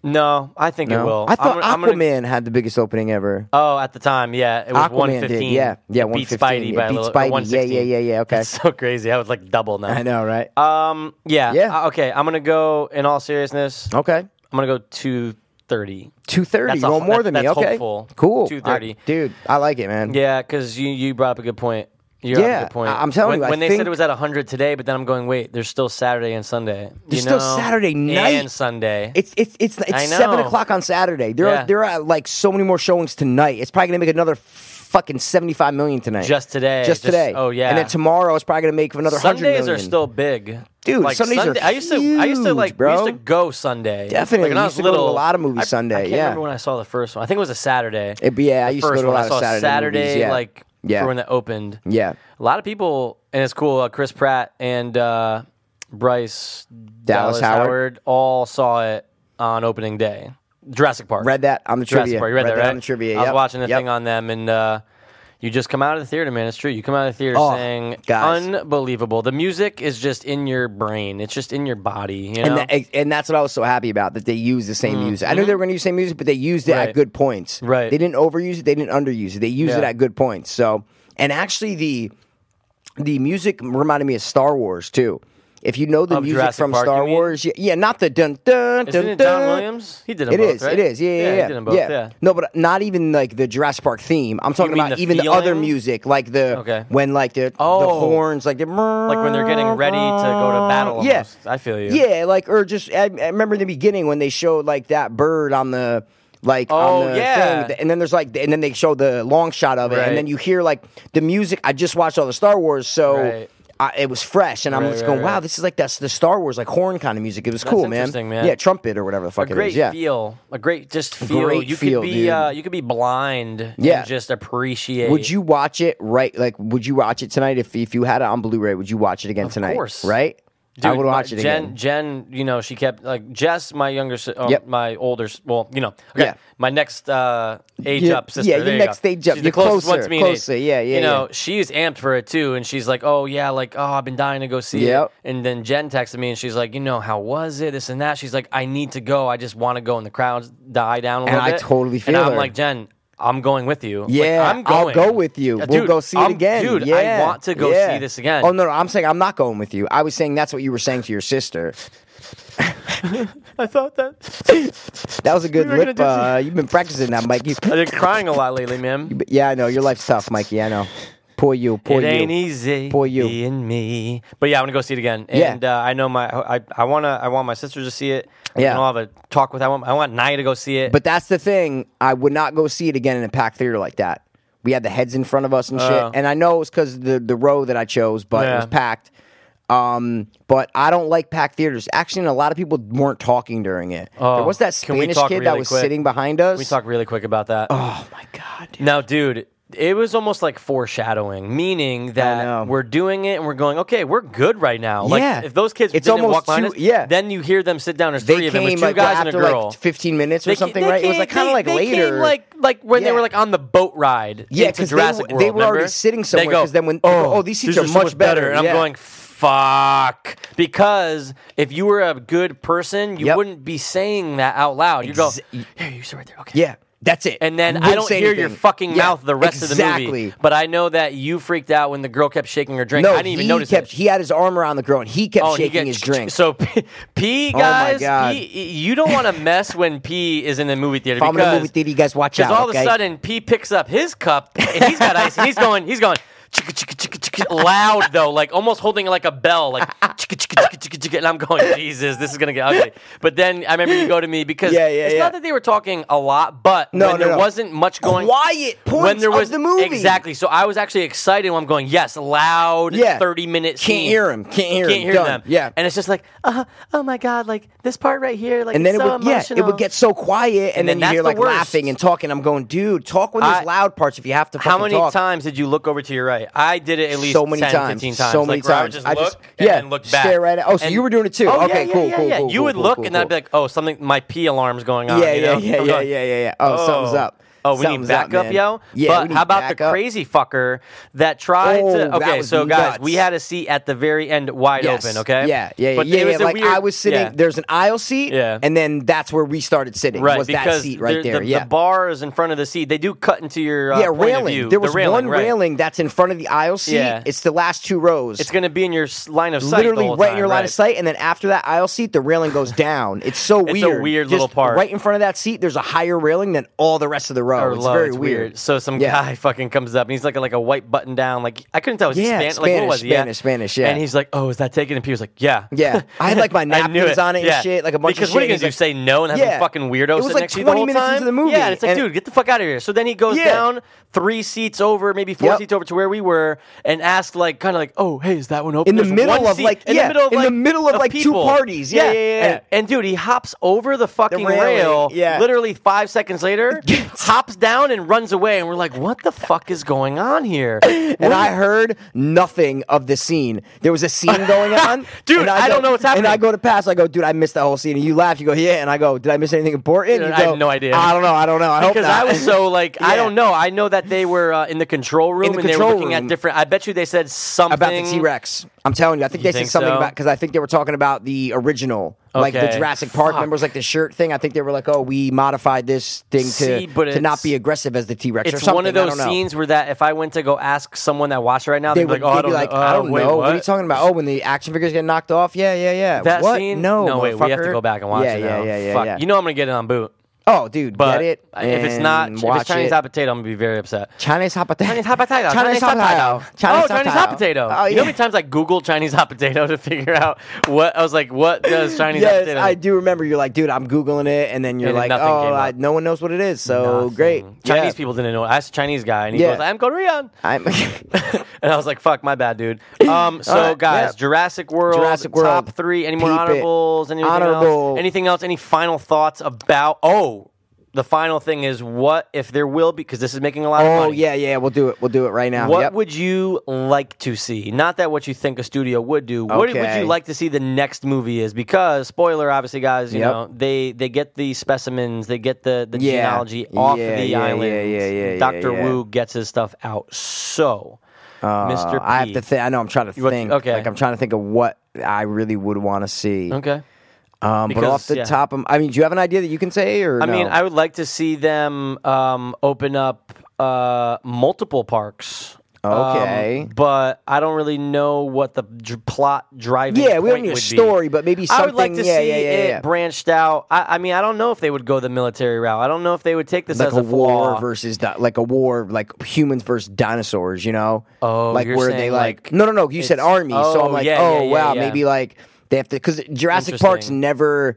Speaker 3: No, I think it will.
Speaker 2: I thought
Speaker 3: I'm, gonna- I'm gonna-
Speaker 2: Aquaman had the biggest opening ever.
Speaker 3: Oh, at the time, yeah, it was
Speaker 2: Aquaman
Speaker 3: 115.
Speaker 2: did, yeah. Yeah,
Speaker 3: It beat
Speaker 2: 115.
Speaker 3: Spidey
Speaker 2: It
Speaker 3: by
Speaker 2: beat
Speaker 3: a little. or
Speaker 2: Spidey. Yeah,
Speaker 3: 116.
Speaker 2: yeah, yeah, yeah, okay.
Speaker 3: That's so crazy. I was like double now.
Speaker 2: I know, right?
Speaker 3: Um, yeah,
Speaker 2: Yeah. Oh.
Speaker 3: Uh, okay, I'm gonna go. In all seriousness, I'm
Speaker 2: okay,
Speaker 3: gonna go 230.
Speaker 2: two thirty.
Speaker 3: That's
Speaker 2: You
Speaker 3: a-
Speaker 2: want more
Speaker 3: that-
Speaker 2: than me?
Speaker 3: that's
Speaker 2: okay,
Speaker 3: hopeful.
Speaker 2: cool. I-
Speaker 3: 230.
Speaker 2: dude. I like it, man.
Speaker 3: Yeah, because you you brought up a good point. You brought up
Speaker 2: Yeah,
Speaker 3: a good point.
Speaker 2: I- I'm telling
Speaker 3: when,
Speaker 2: you, I
Speaker 3: when they
Speaker 2: think-
Speaker 3: said it was at 100 today, but then I'm going, wait, there's still Saturday and Sunday.
Speaker 2: There's
Speaker 3: you know?
Speaker 2: still Saturday night.
Speaker 3: and Sunday.
Speaker 2: It's it's it's
Speaker 3: I
Speaker 2: it's seven
Speaker 3: know.
Speaker 2: o'clock on Saturday. There
Speaker 3: Yeah.
Speaker 2: are there are like so many more showings tonight. It's probably gonna make another fucking seventy five million tonight.
Speaker 3: Just today,
Speaker 2: Just
Speaker 3: just-
Speaker 2: today.
Speaker 3: oh, yeah.
Speaker 2: And then tomorrow it's probably gonna make another hundred million.
Speaker 3: Sundays are still big,
Speaker 2: Dude, Sundays are
Speaker 3: I used to, I used to
Speaker 2: huge,
Speaker 3: like,
Speaker 2: bro.
Speaker 3: we used to go Sunday.
Speaker 2: Definitely.
Speaker 3: like, when I
Speaker 2: We
Speaker 3: was
Speaker 2: used to go to
Speaker 3: little,
Speaker 2: a lot of movies
Speaker 3: I-
Speaker 2: Sunday,
Speaker 3: I can't
Speaker 2: yeah.
Speaker 3: remember when I saw the first one. I think it was a Saturday.
Speaker 2: It- yeah, I
Speaker 3: The
Speaker 2: used to go
Speaker 3: first
Speaker 2: to a
Speaker 3: one.
Speaker 2: lot
Speaker 3: I
Speaker 2: of
Speaker 3: saw
Speaker 2: Saturday
Speaker 3: Saturday,
Speaker 2: movies, yeah.
Speaker 3: like
Speaker 2: Yeah.
Speaker 3: for when that opened.
Speaker 2: Yeah.
Speaker 3: a lot of people, and it's cool. Uh, Chris Pratt and uh, Bryce
Speaker 2: Dallas Howard.
Speaker 3: all saw it on opening day. Jurassic Park.
Speaker 2: Read that on the
Speaker 3: Jurassic
Speaker 2: trivia.
Speaker 3: Park. You read, that, right?
Speaker 2: on the trivia.
Speaker 3: I was
Speaker 2: Yep.
Speaker 3: watching the
Speaker 2: Yep.
Speaker 3: thing on them, and uh, you just come out of the theater, man. It's true. You come out of the theater
Speaker 2: Oh,
Speaker 3: saying,
Speaker 2: guys.
Speaker 3: "Unbelievable!" The music is just in your brain. It's just in your body. You know?
Speaker 2: And, that, and that's what I was so happy about that they used the same music. I knew they were going to use the same music, but they used it
Speaker 3: Mm-hmm. Right.
Speaker 2: at good points.
Speaker 3: Right.
Speaker 2: They didn't overuse it. They didn't underuse it. They used it
Speaker 3: Yeah.
Speaker 2: at good points. So, and actually the the music reminded me of Star Wars too. If you know the
Speaker 3: Of
Speaker 2: music
Speaker 3: Jurassic
Speaker 2: from
Speaker 3: Park, you
Speaker 2: Star
Speaker 3: mean?
Speaker 2: Wars, yeah, yeah, not the dun dun dun
Speaker 3: Isn't
Speaker 2: dun.
Speaker 3: it John Williams? He did them
Speaker 2: It
Speaker 3: both,
Speaker 2: is.
Speaker 3: right?
Speaker 2: It is. Yeah, yeah,
Speaker 3: Yeah,
Speaker 2: yeah.
Speaker 3: he did them both, yeah.
Speaker 2: No, but not even like the Jurassic Park theme. I'm talking
Speaker 3: mean
Speaker 2: about
Speaker 3: the
Speaker 2: even the other
Speaker 3: feeling?
Speaker 2: music, like the
Speaker 3: Okay.
Speaker 2: when like the, the
Speaker 3: Oh.
Speaker 2: horns, like the
Speaker 3: like when they're getting ready to go to battle. Almost.
Speaker 2: [LAUGHS] Yeah.
Speaker 3: I feel you.
Speaker 2: Yeah, like or just I, I remember in the beginning when they showed like that bird on the like
Speaker 3: Oh,
Speaker 2: on the
Speaker 3: yeah.
Speaker 2: thing, and then there's like and then they show the long shot of it,
Speaker 3: Right.
Speaker 2: and then you hear like the music. I just watched all the Star Wars, so.
Speaker 3: Right.
Speaker 2: I, it was fresh, and I'm
Speaker 3: Right,
Speaker 2: just
Speaker 3: right,
Speaker 2: going, "Wow,
Speaker 3: right.
Speaker 2: this is like that's the Star Wars like horn kind of music." It was cool, man.
Speaker 3: interesting, man.
Speaker 2: Yeah, trumpet or whatever the
Speaker 3: A
Speaker 2: fuck it
Speaker 3: great
Speaker 2: is. Yeah,
Speaker 3: feel, a great just feel.
Speaker 2: great
Speaker 3: you
Speaker 2: feel,
Speaker 3: could be,
Speaker 2: dude.
Speaker 3: Uh, you could be blind.
Speaker 2: Yeah.
Speaker 3: and just appreciate.
Speaker 2: Would you watch it right? Like, would you watch it tonight if if you had it on Blu-ray? Would you watch it again tonight?
Speaker 3: course.
Speaker 2: right? I
Speaker 3: Dude,
Speaker 2: would
Speaker 3: my-
Speaker 2: watch it
Speaker 3: Jen,
Speaker 2: again.
Speaker 3: Jen, you know, she kept like Jess, my younger, si- oh,
Speaker 2: Yep.
Speaker 3: my older, s- well, you know, okay,
Speaker 2: Yeah.
Speaker 3: my next uh, age
Speaker 2: Yeah,
Speaker 3: up sister.
Speaker 2: yeah,
Speaker 3: there
Speaker 2: your
Speaker 3: you go.
Speaker 2: next age up.
Speaker 3: She's the
Speaker 2: You're
Speaker 3: closest one
Speaker 2: closer,
Speaker 3: to me in age.
Speaker 2: closer. Yeah, yeah,
Speaker 3: You know, she's amped for it too, and she's like, "Oh yeah, like oh, I've been dying to go see
Speaker 2: Yep.
Speaker 3: it." And then Jen texted me, and she's like, "You know, how was it? This and that." She's like, "I need to go. I just want to go." And the crowds die down a
Speaker 2: And
Speaker 3: little
Speaker 2: I
Speaker 3: bit.
Speaker 2: totally feel
Speaker 3: And I'm
Speaker 2: her.
Speaker 3: like, Jen. I'm going with you. Like,
Speaker 2: Yeah,
Speaker 3: I'm going.
Speaker 2: will go with you.
Speaker 3: Yeah,
Speaker 2: we'll
Speaker 3: dude,
Speaker 2: go see
Speaker 3: I'm-
Speaker 2: it again.
Speaker 3: Dude,
Speaker 2: Yeah,
Speaker 3: I want to go
Speaker 2: yeah.
Speaker 3: see this again.
Speaker 2: Oh no, no, I'm saying I'm not going with you. I was saying that's what you were saying to your sister.
Speaker 3: I thought that.
Speaker 2: That was a good
Speaker 3: [LAUGHS] We were gonna
Speaker 2: lip.
Speaker 3: do some-
Speaker 2: Uh, you've been practicing that,
Speaker 3: [LAUGHS]
Speaker 2: Mikey.
Speaker 3: I've been crying a lot lately, man.
Speaker 2: yeah, I know your life's tough, Mikey. I know. Poor you. Poor
Speaker 3: it
Speaker 2: you.
Speaker 3: ain't easy
Speaker 2: Poor you.
Speaker 3: being me. But yeah, I want to go see it again.
Speaker 2: Yeah.
Speaker 3: And uh, I know my I, I want to I want my sisters to see it.
Speaker 2: Yeah.
Speaker 3: And I'll have a talk with I want I want Naya to go see it.
Speaker 2: But that's the thing. I would not go see it again in a packed theater like that. We had the heads in front of us and shit.
Speaker 3: Oh.
Speaker 2: and I know it was because the the row that I chose, but it
Speaker 3: Yeah.
Speaker 2: was packed. Um, but I don't like packed theaters. Actually, and a lot of people weren't talking during it. there
Speaker 3: Oh,
Speaker 2: was that
Speaker 3: can we
Speaker 2: Spanish
Speaker 3: talk
Speaker 2: kid that
Speaker 3: really
Speaker 2: was
Speaker 3: quick?
Speaker 2: sitting behind us.
Speaker 3: we talk really quick about that.
Speaker 2: Oh my god. dude.
Speaker 3: Now, dude, it was almost like foreshadowing, meaning
Speaker 2: know.
Speaker 3: that we're doing it and we're going, okay, we're good right now.
Speaker 2: Yeah.
Speaker 3: Like if those kids
Speaker 2: It's
Speaker 3: didn't
Speaker 2: almost
Speaker 3: walk behind
Speaker 2: two-
Speaker 3: us,
Speaker 2: yeah.
Speaker 3: then you hear them sit down. There's
Speaker 2: They
Speaker 3: three of them,
Speaker 2: came
Speaker 3: with two
Speaker 2: like well,
Speaker 3: guys
Speaker 2: after
Speaker 3: and a girl.
Speaker 2: like 15 minutes or
Speaker 3: They ca-
Speaker 2: something,
Speaker 3: they
Speaker 2: right? it was
Speaker 3: came-
Speaker 2: like kind of
Speaker 3: they-
Speaker 2: like
Speaker 3: they
Speaker 2: later.
Speaker 3: Came like like when
Speaker 2: Yeah.
Speaker 3: they were like on the boat ride.
Speaker 2: Yeah,
Speaker 3: into
Speaker 2: 'cause they
Speaker 3: Jurassic
Speaker 2: were-
Speaker 3: World,
Speaker 2: they were already
Speaker 3: remember?
Speaker 2: sitting
Speaker 3: They
Speaker 2: somewhere,
Speaker 3: go,
Speaker 2: 'cause then when- they go,
Speaker 3: oh,
Speaker 2: "Oh, these seats
Speaker 3: are
Speaker 2: are
Speaker 3: so
Speaker 2: much
Speaker 3: much better,
Speaker 2: better,
Speaker 3: and
Speaker 2: yeah.
Speaker 3: I'm going fuck because if you were a good person, you
Speaker 2: Yep.
Speaker 3: wouldn't be saying that out loud. You go,
Speaker 2: Ex-
Speaker 3: here, you sit right there, okay.
Speaker 2: yeah, that's it.
Speaker 3: And then
Speaker 2: You
Speaker 3: I
Speaker 2: wouldn't
Speaker 3: don't
Speaker 2: say
Speaker 3: hear your
Speaker 2: anything.
Speaker 3: fucking
Speaker 2: Yeah,
Speaker 3: mouth the rest of the
Speaker 2: exactly.
Speaker 3: movie. But I know that you freaked out when the girl kept shaking her drink.
Speaker 2: No,
Speaker 3: I didn't even
Speaker 2: he
Speaker 3: notice
Speaker 2: kept.
Speaker 3: it.
Speaker 2: He had his arm around the girl, and he kept
Speaker 3: Oh, and he
Speaker 2: shaking his
Speaker 3: gets-
Speaker 2: drink.
Speaker 3: So [LAUGHS] P, P
Speaker 2: Oh, my
Speaker 3: guys,
Speaker 2: God.
Speaker 3: P, you don't want to mess when P is in the movie theater
Speaker 2: if I'm in
Speaker 3: because
Speaker 2: a movie theater, you guys watch
Speaker 3: because
Speaker 2: out.
Speaker 3: all of
Speaker 2: okay?
Speaker 3: a sudden P picks up his cup and he's got ice and he's going he's going chicka chicka chicka chicka loud though, like almost holding like a
Speaker 2: [LAUGHS]
Speaker 3: bell, like chicka, chicka, chicka, chicka, chicka, and I'm going, Jesus, this is gonna get ugly. But then I remember you go to me because
Speaker 2: Yeah, yeah,
Speaker 3: it's
Speaker 2: yeah.
Speaker 3: not that they were talking a lot, but
Speaker 2: No,
Speaker 3: when
Speaker 2: no,
Speaker 3: there
Speaker 2: no.
Speaker 3: wasn't much going
Speaker 2: Quiet points
Speaker 3: when there
Speaker 2: of
Speaker 3: was
Speaker 2: the movie.
Speaker 3: Exactly. So I was actually excited when I'm going, yes, loud
Speaker 2: Yeah.
Speaker 3: thirty minute
Speaker 2: Can't
Speaker 3: scene.
Speaker 2: hear 'em, can't hear 'em,
Speaker 3: Can't hear
Speaker 2: done,
Speaker 3: them.
Speaker 2: yeah.
Speaker 3: And it's just like, uh, oh my God, like this part right here, like
Speaker 2: And then
Speaker 3: it's
Speaker 2: it
Speaker 3: so
Speaker 2: would, yeah, it
Speaker 3: emotional.
Speaker 2: would get so quiet, and,
Speaker 3: And
Speaker 2: then,
Speaker 3: then
Speaker 2: you hear
Speaker 3: that's
Speaker 2: like
Speaker 3: the worst.
Speaker 2: laughing and talking. I'm going, dude, talk when there's
Speaker 3: I-
Speaker 2: loud parts if you have to. Fucking
Speaker 3: How many
Speaker 2: talk.
Speaker 3: times did you look over to your right? I did it at least
Speaker 2: so many
Speaker 3: 10,
Speaker 2: times,
Speaker 3: 15 times.
Speaker 2: so
Speaker 3: Like,
Speaker 2: many
Speaker 3: where I would
Speaker 2: times.
Speaker 3: just look and
Speaker 2: yeah,
Speaker 3: then look back.
Speaker 2: Stare right at. Oh, so
Speaker 3: And-
Speaker 2: you were doing it too?
Speaker 3: Oh, yeah,
Speaker 2: okay,
Speaker 3: yeah,
Speaker 2: cool,
Speaker 3: yeah,
Speaker 2: cool,
Speaker 3: yeah.
Speaker 2: cool.
Speaker 3: You
Speaker 2: cool,
Speaker 3: would
Speaker 2: cool,
Speaker 3: look,
Speaker 2: cool,
Speaker 3: and I'd be
Speaker 2: cool.
Speaker 3: like, "Oh, something. My pee alarm's going on."
Speaker 2: yeah,
Speaker 3: you know?
Speaker 2: yeah,
Speaker 3: [LAUGHS]
Speaker 2: yeah,
Speaker 3: I'm
Speaker 2: yeah,
Speaker 3: going,
Speaker 2: yeah, yeah, yeah. Oh, something's up.
Speaker 3: Oh, we
Speaker 2: something's
Speaker 3: need backup,
Speaker 2: man.
Speaker 3: yo.
Speaker 2: Yeah, we
Speaker 3: but
Speaker 2: need
Speaker 3: how about the
Speaker 2: backup.
Speaker 3: crazy fucker that tried
Speaker 2: Oh,
Speaker 3: to?
Speaker 2: that
Speaker 3: Okay,
Speaker 2: was
Speaker 3: so guys,
Speaker 2: nuts.
Speaker 3: we had a seat at the very end, wide
Speaker 2: Yes.
Speaker 3: open. Okay.
Speaker 2: Yeah, yeah, yeah.
Speaker 3: But
Speaker 2: yeah,
Speaker 3: it was
Speaker 2: yeah.
Speaker 3: a
Speaker 2: Like
Speaker 3: weird-
Speaker 2: I was sitting.
Speaker 3: yeah.
Speaker 2: There's an aisle seat.
Speaker 3: Yeah.
Speaker 2: And then that's where we started sitting.
Speaker 3: Right,
Speaker 2: Was that
Speaker 3: because
Speaker 2: seat right
Speaker 3: the-
Speaker 2: there?
Speaker 3: The,
Speaker 2: yeah.
Speaker 3: the bars in front of the seat, they do cut into your uh,
Speaker 2: yeah,
Speaker 3: point Of
Speaker 2: railing.
Speaker 3: view.
Speaker 2: There
Speaker 3: The
Speaker 2: was
Speaker 3: railing,
Speaker 2: one
Speaker 3: right.
Speaker 2: railing that's in front of the aisle seat.
Speaker 3: Yeah.
Speaker 2: It's the last two rows.
Speaker 3: It's going to be in your s- line of sight. the
Speaker 2: literally
Speaker 3: whole
Speaker 2: right in
Speaker 3: time,
Speaker 2: your line of sight, and then after that aisle seat, the railing goes down. It's so
Speaker 3: [LAUGHS] It's a
Speaker 2: weird.
Speaker 3: weird
Speaker 2: Just
Speaker 3: little part.
Speaker 2: Right in front of that seat, there's a higher railing than all the rest of the row.
Speaker 3: Or
Speaker 2: It's
Speaker 3: low,
Speaker 2: very
Speaker 3: it's
Speaker 2: weird.
Speaker 3: So some
Speaker 2: Yeah.
Speaker 3: guy [LAUGHS] fucking comes up and he's like like a white button down. Like I couldn't tell. It was
Speaker 2: Yeah,
Speaker 3: Span- like, what
Speaker 2: Spanish,
Speaker 3: was it? Yeah.
Speaker 2: Spanish, Spanish, yeah.
Speaker 3: And he's like, "Oh, is that taken?" And Peter's like, "Yeah,
Speaker 2: Yeah. I had, like, my
Speaker 3: [LAUGHS] I knew
Speaker 2: napkins on it and
Speaker 3: Yeah.
Speaker 2: shit, like a bunch of
Speaker 3: because what are you
Speaker 2: shit.
Speaker 3: gonna
Speaker 2: He's
Speaker 3: do?
Speaker 2: like-
Speaker 3: say no and have
Speaker 2: Yeah.
Speaker 3: some fucking weirdo
Speaker 2: It was,
Speaker 3: sitting
Speaker 2: like,
Speaker 3: next to you the
Speaker 2: 20
Speaker 3: whole
Speaker 2: minutes into
Speaker 3: time?
Speaker 2: the movie,
Speaker 3: Yeah, and it's like,
Speaker 2: and-
Speaker 3: dude, get the fuck out of here. So then he goes
Speaker 2: Yeah.
Speaker 3: down three seats over, maybe four
Speaker 2: Yep.
Speaker 3: seats over to where we were, and asked like kind of like, "Oh, hey, is that one open?"
Speaker 2: In the
Speaker 3: There's
Speaker 2: middle
Speaker 3: one
Speaker 2: of,
Speaker 3: seat-
Speaker 2: like-
Speaker 3: in
Speaker 2: yeah,
Speaker 3: the middle of
Speaker 2: in the
Speaker 3: like,
Speaker 2: middle of, like, two
Speaker 3: people.
Speaker 2: parties. Yeah, yeah, yeah, yeah.
Speaker 3: And, and dude, he hops over the fucking
Speaker 2: railing,
Speaker 3: rail.
Speaker 2: yeah.
Speaker 3: literally five
Speaker 2: [LAUGHS]
Speaker 3: seconds later, hops down and runs away, and we're like, "What the fuck is going
Speaker 2: [LAUGHS]
Speaker 3: on here?"
Speaker 2: and I heard nothing of the scene. There was a scene
Speaker 3: [LAUGHS]
Speaker 2: going on,
Speaker 3: Dude,
Speaker 2: and
Speaker 3: I
Speaker 2: go-
Speaker 3: don't know what's
Speaker 2: And I
Speaker 3: happening.
Speaker 2: go to pass. I go, dude, I missed that whole scene. And you laugh. You go, yeah. And I go, did I miss anything important?
Speaker 3: Dude,
Speaker 2: You
Speaker 3: I have
Speaker 2: go,
Speaker 3: no idea.
Speaker 2: I don't know. I don't know. I hope
Speaker 3: because
Speaker 2: not.
Speaker 3: I
Speaker 2: [LAUGHS]
Speaker 3: was so like
Speaker 2: Yeah.
Speaker 3: I don't know. I know that they were uh, in the control room
Speaker 2: the
Speaker 3: and they
Speaker 2: control
Speaker 3: were looking
Speaker 2: room.
Speaker 3: at different. I bet you they said something
Speaker 2: about the T Rex. I'm telling you, I think they
Speaker 3: think
Speaker 2: said something
Speaker 3: so?
Speaker 2: about because I think they were talking about the original, like the
Speaker 3: Okay.
Speaker 2: Jurassic Park.
Speaker 3: Fuck.
Speaker 2: Members like the shirt thing. I think they were like, oh, we modified this thing
Speaker 3: See,
Speaker 2: to
Speaker 3: but
Speaker 2: to not
Speaker 3: it's-
Speaker 2: be aggressive as the T Rex. or
Speaker 3: It's
Speaker 2: something.
Speaker 3: one of
Speaker 2: I don't
Speaker 3: those
Speaker 2: know.
Speaker 3: scenes where that if I went to go ask someone that watched it right now,
Speaker 2: They
Speaker 3: they'd
Speaker 2: would
Speaker 3: be like, "Oh, I
Speaker 2: they'd
Speaker 3: don't
Speaker 2: be like,
Speaker 3: know.
Speaker 2: I
Speaker 3: Oh,
Speaker 2: don't
Speaker 3: wait,
Speaker 2: know. What?
Speaker 3: What
Speaker 2: are you talking about? Oh, when the action figures get knocked off? Yeah, yeah, yeah.
Speaker 3: That
Speaker 2: what?
Speaker 3: scene?
Speaker 2: No,
Speaker 3: wait, we have to
Speaker 2: motherfucker.
Speaker 3: go back and watch
Speaker 2: yeah,
Speaker 3: it
Speaker 2: Yeah,
Speaker 3: now.
Speaker 2: yeah, yeah,
Speaker 3: Fuck.
Speaker 2: yeah.
Speaker 3: You know I'm gonna get it on boot,
Speaker 2: oh, dude,
Speaker 3: but
Speaker 2: get it.
Speaker 3: if it's not,
Speaker 2: and
Speaker 3: if
Speaker 2: watch
Speaker 3: it's Chinese
Speaker 2: it.
Speaker 3: hot potato, I'm gonna be very upset.
Speaker 2: Chinese hot potato.
Speaker 3: Chinese hot potato.
Speaker 2: Chinese hot potato.
Speaker 3: oh, Chinese hot potato.
Speaker 2: Oh,
Speaker 3: You know how
Speaker 2: yeah.
Speaker 3: many times I Googled Chinese hot potato to figure out what I was like, what does Chinese hot
Speaker 2: Yes,
Speaker 3: potato?
Speaker 2: I do remember. You're like, dude, I'm googling it, and then you're
Speaker 3: And
Speaker 2: like,
Speaker 3: nothing
Speaker 2: oh,
Speaker 3: came
Speaker 2: I,
Speaker 3: up.
Speaker 2: no one knows what it is. So
Speaker 3: Nothing.
Speaker 2: Oh, great, Yeah.
Speaker 3: Chinese people didn't know. I asked a Chinese guy, and he
Speaker 2: Yeah.
Speaker 3: goes, "I'm
Speaker 2: [LAUGHS]
Speaker 3: Korean."
Speaker 2: I'm
Speaker 3: and I was like, "Fuck, my
Speaker 2: [CLEARS THROAT]
Speaker 3: bad, dude." Um, so
Speaker 2: All right,
Speaker 3: guys,
Speaker 2: yeah.
Speaker 3: Jurassic World,
Speaker 2: Jurassic World.
Speaker 3: top three. Any more
Speaker 2: Peep it.
Speaker 3: honorables? Anything
Speaker 2: Honorable.
Speaker 3: Else? Anything else? Any final thoughts about? Oh, the final thing is what if there will be? Because this is making a lot of
Speaker 2: Oh
Speaker 3: money.
Speaker 2: yeah, yeah, we'll do it. We'll do it right now.
Speaker 3: What
Speaker 2: Oh, Yep.
Speaker 3: would you like to see? Not that what you think a studio would do. What would
Speaker 2: Okay.
Speaker 3: you like to see the next movie is? Because spoiler, obviously, guys, you
Speaker 2: Yep.
Speaker 3: know they they get the specimens, they get the the
Speaker 2: Yeah.
Speaker 3: genealogy off
Speaker 2: Yeah,
Speaker 3: the
Speaker 2: yeah,
Speaker 3: island.
Speaker 2: yeah, yeah, yeah, yeah,
Speaker 3: Doctor
Speaker 2: yeah.
Speaker 3: Wu gets his stuff out. So, Mr.
Speaker 2: Uh,
Speaker 3: P.
Speaker 2: I have to think. I know I'm trying to
Speaker 3: want-
Speaker 2: think.
Speaker 3: okay.
Speaker 2: like I'm trying to think of what I really would want to see.
Speaker 3: okay.
Speaker 2: Um, but
Speaker 3: because,
Speaker 2: off the
Speaker 3: yeah.
Speaker 2: top, of, I mean, do you have an idea that you can say? Or
Speaker 3: I mean,
Speaker 2: no?
Speaker 3: I would like to see them um, open up uh, multiple parks. Um,
Speaker 2: Okay.
Speaker 3: but I don't really know what the dr- plot driving.
Speaker 2: yeah, we don't
Speaker 3: point
Speaker 2: need a
Speaker 3: would be.
Speaker 2: story, but maybe something.
Speaker 3: I would like to
Speaker 2: yeah,
Speaker 3: see
Speaker 2: yeah, yeah,
Speaker 3: it
Speaker 2: yeah.
Speaker 3: branched out. I, I mean, I don't know if they would go the military route. I don't know if they would take this
Speaker 2: like
Speaker 3: as
Speaker 2: a,
Speaker 3: a,
Speaker 2: war
Speaker 3: flaw.
Speaker 2: versus di- like a war like humans versus dinosaurs you know
Speaker 3: Oh,
Speaker 2: like
Speaker 3: you're
Speaker 2: where they
Speaker 3: saying,
Speaker 2: like,
Speaker 3: like,
Speaker 2: no no no you said
Speaker 3: it's-
Speaker 2: army so
Speaker 3: oh,
Speaker 2: i'm like
Speaker 3: yeah,
Speaker 2: oh
Speaker 3: yeah, yeah,
Speaker 2: wow
Speaker 3: yeah.
Speaker 2: maybe like they have to because jurassic park's
Speaker 3: Interesting.
Speaker 2: never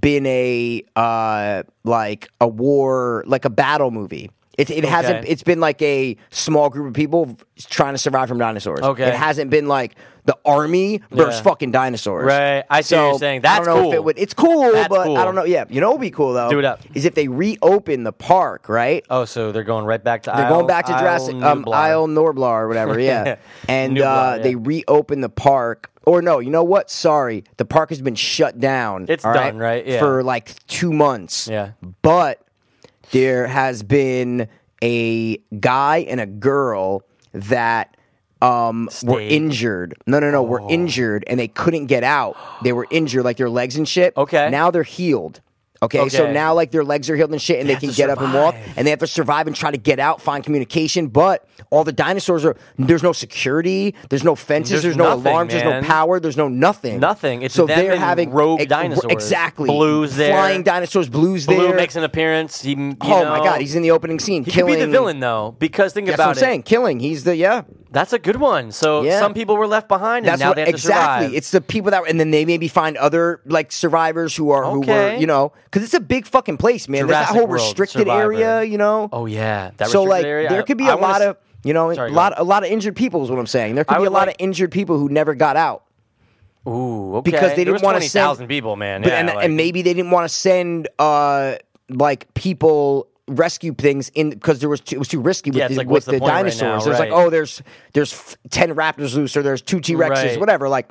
Speaker 2: been a uh like a war like a battle movie it, it hasn't
Speaker 3: Okay.
Speaker 2: it's been like a small group of people trying to survive from dinosaurs
Speaker 3: Okay.
Speaker 2: it hasn't been like the army versus
Speaker 3: Yeah.
Speaker 2: fucking dinosaurs
Speaker 3: Right. I see what you're
Speaker 2: So,
Speaker 3: saying.
Speaker 2: I
Speaker 3: That's
Speaker 2: don't know if
Speaker 3: cool.
Speaker 2: it would, it's cool
Speaker 3: That's
Speaker 2: but i
Speaker 3: cool.
Speaker 2: don't know yeah you know what would be cool though
Speaker 3: Do it up.
Speaker 2: is if they reopen the park right
Speaker 3: Oh, so they're going right back to.
Speaker 2: they're
Speaker 3: Isle,
Speaker 2: going back to
Speaker 3: Isle
Speaker 2: Jurassic um,
Speaker 3: Nublar.
Speaker 2: Isle Norblar or
Speaker 3: [LAUGHS]
Speaker 2: whatever, yeah. and
Speaker 3: Nublar,
Speaker 2: uh,
Speaker 3: yeah.
Speaker 2: they reopened the park. Or no, you know what? Sorry, the park has been shut down.
Speaker 3: It's
Speaker 2: all
Speaker 3: done, right? Yeah.
Speaker 2: For like two months.
Speaker 3: Yeah.
Speaker 2: But there has been a guy and a girl that um, were
Speaker 3: Stayed. Oh.
Speaker 2: injured. No, no, no, were injured and they couldn't get out. They were injured, like their legs and shit.
Speaker 3: Okay.
Speaker 2: Now they're healed. Okay, so
Speaker 3: Okay.
Speaker 2: now like their legs are healed and shit, and they,
Speaker 3: have
Speaker 2: can
Speaker 3: to
Speaker 2: get up and walk,
Speaker 3: survive.
Speaker 2: and they have to survive and try to get out, find communication. But all the dinosaurs are there's no security, there's no fences, there's,
Speaker 3: There's
Speaker 2: no
Speaker 3: nothing,
Speaker 2: alarms, there's
Speaker 3: man.
Speaker 2: no power, there's no nothing,
Speaker 3: Nothing. It's
Speaker 2: so
Speaker 3: them
Speaker 2: they're
Speaker 3: and
Speaker 2: having
Speaker 3: rogue
Speaker 2: ex-
Speaker 3: dinosaurs.
Speaker 2: exactly
Speaker 3: Blues there.
Speaker 2: flying dinosaurs, blues
Speaker 3: Blue
Speaker 2: there.
Speaker 3: makes an appearance. He, you
Speaker 2: oh my
Speaker 3: know,
Speaker 2: god, he's in the opening scene,
Speaker 3: he could
Speaker 2: killing
Speaker 3: be the villain though, because think
Speaker 2: That's
Speaker 3: about
Speaker 2: what I'm
Speaker 3: it.
Speaker 2: saying, killing. He's the yeah.
Speaker 3: That's a good one. So
Speaker 2: Yeah.
Speaker 3: some people were left behind, and
Speaker 2: That's
Speaker 3: now
Speaker 2: what
Speaker 3: they have
Speaker 2: exactly.
Speaker 3: to survive.
Speaker 2: It's the people that, and then they maybe find other like survivors who are who were
Speaker 3: Okay.
Speaker 2: you know because it's a big fucking place, man. There's
Speaker 3: Jurassic
Speaker 2: that whole
Speaker 3: World
Speaker 2: restricted
Speaker 3: Survivor.
Speaker 2: area, you know.
Speaker 3: oh yeah, that
Speaker 2: so
Speaker 3: restricted
Speaker 2: like
Speaker 3: area,
Speaker 2: there
Speaker 3: I-
Speaker 2: could be
Speaker 3: I
Speaker 2: a
Speaker 3: wanna
Speaker 2: lot
Speaker 3: s-
Speaker 2: of you know
Speaker 3: Sorry,
Speaker 2: a
Speaker 3: go
Speaker 2: lot
Speaker 3: ahead.
Speaker 2: a lot of injured people is what I'm saying. There could
Speaker 3: I
Speaker 2: be a
Speaker 3: would
Speaker 2: lot
Speaker 3: like-
Speaker 2: of injured people who never got out.
Speaker 3: ooh okay.
Speaker 2: because they
Speaker 3: There
Speaker 2: didn't
Speaker 3: was
Speaker 2: wanna
Speaker 3: twenty
Speaker 2: send-
Speaker 3: thousand people, man.
Speaker 2: But
Speaker 3: yeah,
Speaker 2: and,
Speaker 3: like-
Speaker 2: and maybe they didn't want to send uh like people rescue things in because there was too, it was too risky with
Speaker 3: Yeah, it's
Speaker 2: the,
Speaker 3: like,
Speaker 2: with
Speaker 3: what's
Speaker 2: the,
Speaker 3: the point right
Speaker 2: dinosaurs.
Speaker 3: now,
Speaker 2: There's like
Speaker 3: right.
Speaker 2: oh there's there's f- ten raptors loose or there's two T Rexes
Speaker 3: Right.
Speaker 2: whatever like.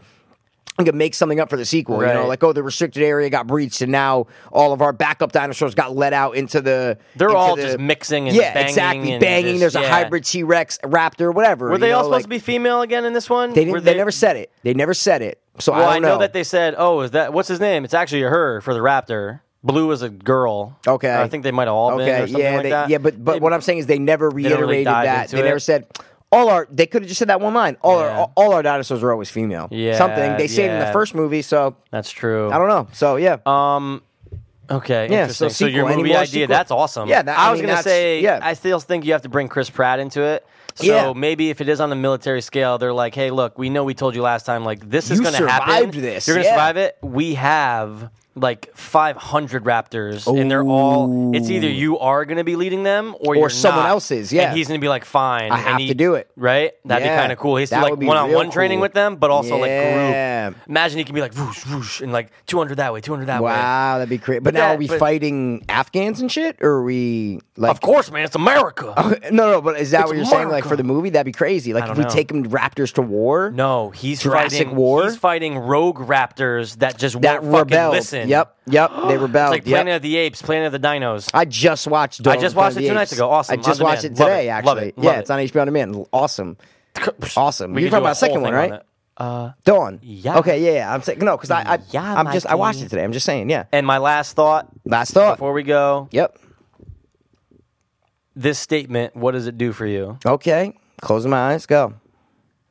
Speaker 2: I could make something up for the sequel, you know,
Speaker 3: Right.
Speaker 2: like oh, the restricted area got breached, and now all of our backup dinosaurs got let out into the.
Speaker 3: They're
Speaker 2: into
Speaker 3: all
Speaker 2: the-
Speaker 3: just mixing and
Speaker 2: yeah,
Speaker 3: banging
Speaker 2: exactly,
Speaker 3: and
Speaker 2: banging.
Speaker 3: just-
Speaker 2: there's a
Speaker 3: yeah.
Speaker 2: hybrid T Rex, raptor, whatever.
Speaker 3: were
Speaker 2: you
Speaker 3: they all
Speaker 2: know, like-
Speaker 3: supposed to be female again in this one?
Speaker 2: They
Speaker 3: Were
Speaker 2: didn't. They, never said it. They never said it. So
Speaker 3: Well,
Speaker 2: I
Speaker 3: I
Speaker 2: don't
Speaker 3: know. that they said, "Oh, is that what's his name?" It's actually a her for the raptor. Blue is a girl.
Speaker 2: Okay.
Speaker 3: I think they might have all been.
Speaker 2: Okay,
Speaker 3: Or something
Speaker 2: yeah,
Speaker 3: like
Speaker 2: they,
Speaker 3: that.
Speaker 2: yeah, but but
Speaker 3: They-
Speaker 2: what I'm saying is they never
Speaker 3: don't really
Speaker 2: reiterated
Speaker 3: dive
Speaker 2: that.
Speaker 3: into
Speaker 2: They never
Speaker 3: it.
Speaker 2: said all our. They could have just said that one line. All
Speaker 3: Yeah.
Speaker 2: our all our dinosaurs were always female.
Speaker 3: Yeah,
Speaker 2: something they say it in the
Speaker 3: yeah.
Speaker 2: first movie. So
Speaker 3: that's true.
Speaker 2: I don't know. So yeah,
Speaker 3: Um. Okay.
Speaker 2: Yeah,
Speaker 3: Interesting.
Speaker 2: so
Speaker 3: So,
Speaker 2: sequel,
Speaker 3: your
Speaker 2: any
Speaker 3: movie
Speaker 2: more
Speaker 3: idea.
Speaker 2: sequel-
Speaker 3: That's awesome.
Speaker 2: Yeah, that- I
Speaker 3: I was
Speaker 2: mean,
Speaker 3: gonna
Speaker 2: that's-
Speaker 3: say.
Speaker 2: yeah.
Speaker 3: I still think you have to bring Chris Pratt into it. So
Speaker 2: Yeah.
Speaker 3: maybe if it is on the military scale, they're like, "Hey, look, we know we told you last time. Like this is
Speaker 2: You
Speaker 3: going to happen.
Speaker 2: survived this,
Speaker 3: You're going to
Speaker 2: yeah.
Speaker 3: survive it. We have." Like 500 Raptors, and they're all. It's either you are going to be leading them, or you're
Speaker 2: someone
Speaker 3: not.
Speaker 2: else is, yeah.
Speaker 3: and he's going to be like, "Fine,
Speaker 2: I
Speaker 3: and
Speaker 2: have
Speaker 3: he-
Speaker 2: to do it.
Speaker 3: Right? That'd
Speaker 2: Yeah.
Speaker 3: be kind of cool. He's
Speaker 2: That
Speaker 3: like
Speaker 2: would be
Speaker 3: one-on-one
Speaker 2: real
Speaker 3: training
Speaker 2: cool.
Speaker 3: with them, but also
Speaker 2: Yeah.
Speaker 3: like group. Imagine he can be like whoosh, whoosh, and like 200 that way, 200 that way.
Speaker 2: wow, that'd be crazy. But,
Speaker 3: But
Speaker 2: now
Speaker 3: that-
Speaker 2: are we
Speaker 3: but-
Speaker 2: fighting Afghans and shit, or are we like?
Speaker 3: Of course, man, it's America.
Speaker 2: [LAUGHS] No, no. But is that
Speaker 3: It's
Speaker 2: what you're saying? Like
Speaker 3: America.
Speaker 2: for the movie, that'd be crazy. Like
Speaker 3: I
Speaker 2: if
Speaker 3: don't
Speaker 2: we
Speaker 3: know.
Speaker 2: take them raptors to war.
Speaker 3: no, he's
Speaker 2: Jurassic
Speaker 3: fighting
Speaker 2: War?
Speaker 3: He's fighting rogue raptors that just
Speaker 2: that
Speaker 3: won't fucking
Speaker 2: rebelled.
Speaker 3: listen.
Speaker 2: Yep, yep. They
Speaker 3: [GASPS] It's
Speaker 2: rebelled.
Speaker 3: like
Speaker 2: yep.
Speaker 3: Planet of the Apes, Planet of the Dinos.
Speaker 2: I just watched. Dawn
Speaker 3: I just
Speaker 2: of the
Speaker 3: watched it
Speaker 2: Planet
Speaker 3: two
Speaker 2: of the
Speaker 3: nights
Speaker 2: Apes.
Speaker 3: ago. Awesome.
Speaker 2: I just
Speaker 3: On
Speaker 2: watched it
Speaker 3: demand. Love
Speaker 2: today.
Speaker 3: it.
Speaker 2: Actually,
Speaker 3: Love it.
Speaker 2: yeah,
Speaker 3: Love
Speaker 2: it's on HBO on demand.
Speaker 3: [LAUGHS]
Speaker 2: Awesome, awesome.
Speaker 3: We
Speaker 2: You're
Speaker 3: could do
Speaker 2: talking about
Speaker 3: a
Speaker 2: the second
Speaker 3: whole
Speaker 2: one,
Speaker 3: thing on
Speaker 2: right?
Speaker 3: it. Uh,
Speaker 2: Dawn.
Speaker 3: Yeah.
Speaker 2: Okay. Yeah. yeah. I'm saying no because I, I
Speaker 3: Yeah,
Speaker 2: I'm just I
Speaker 3: Mikey.
Speaker 2: watched it today. I'm just saying. Yeah.
Speaker 3: and my last thought
Speaker 2: Last thought.
Speaker 3: before we go:
Speaker 2: Yep.
Speaker 3: this statement. What does it do for you?
Speaker 2: Okay. Closing my eyes. Go.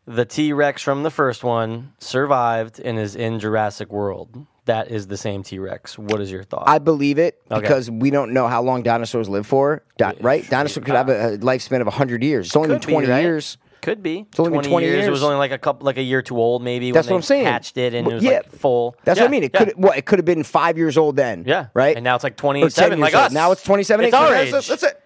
Speaker 3: The T Rex from the first one survived and is in Jurassic World. That is the same T Rex. What is your thought?
Speaker 2: I believe it
Speaker 3: Okay.
Speaker 2: because we don't know how long dinosaurs live for. Di- right? Dinosaurs could have a, a lifespan of 100 years. It's only been
Speaker 3: Could be,
Speaker 2: 20
Speaker 3: right?
Speaker 2: years.
Speaker 3: Could be.
Speaker 2: only been 20
Speaker 3: It
Speaker 2: years.
Speaker 3: was only like a couple, like a year too old, maybe.
Speaker 2: That's
Speaker 3: when
Speaker 2: what I'm
Speaker 3: they
Speaker 2: saying.
Speaker 3: Hatched it and
Speaker 2: Well,
Speaker 3: it was
Speaker 2: yeah.
Speaker 3: like full.
Speaker 2: That's
Speaker 3: Yeah,
Speaker 2: what I mean. It
Speaker 3: yeah.
Speaker 2: could well, it could have been five years old then.
Speaker 3: Yeah.
Speaker 2: Right.
Speaker 3: And now it's like
Speaker 2: Or 10
Speaker 3: 27,
Speaker 2: years
Speaker 3: like
Speaker 2: old.
Speaker 3: us.
Speaker 2: Now it's 27.
Speaker 3: It's our
Speaker 2: That's-
Speaker 3: age.
Speaker 2: That's it.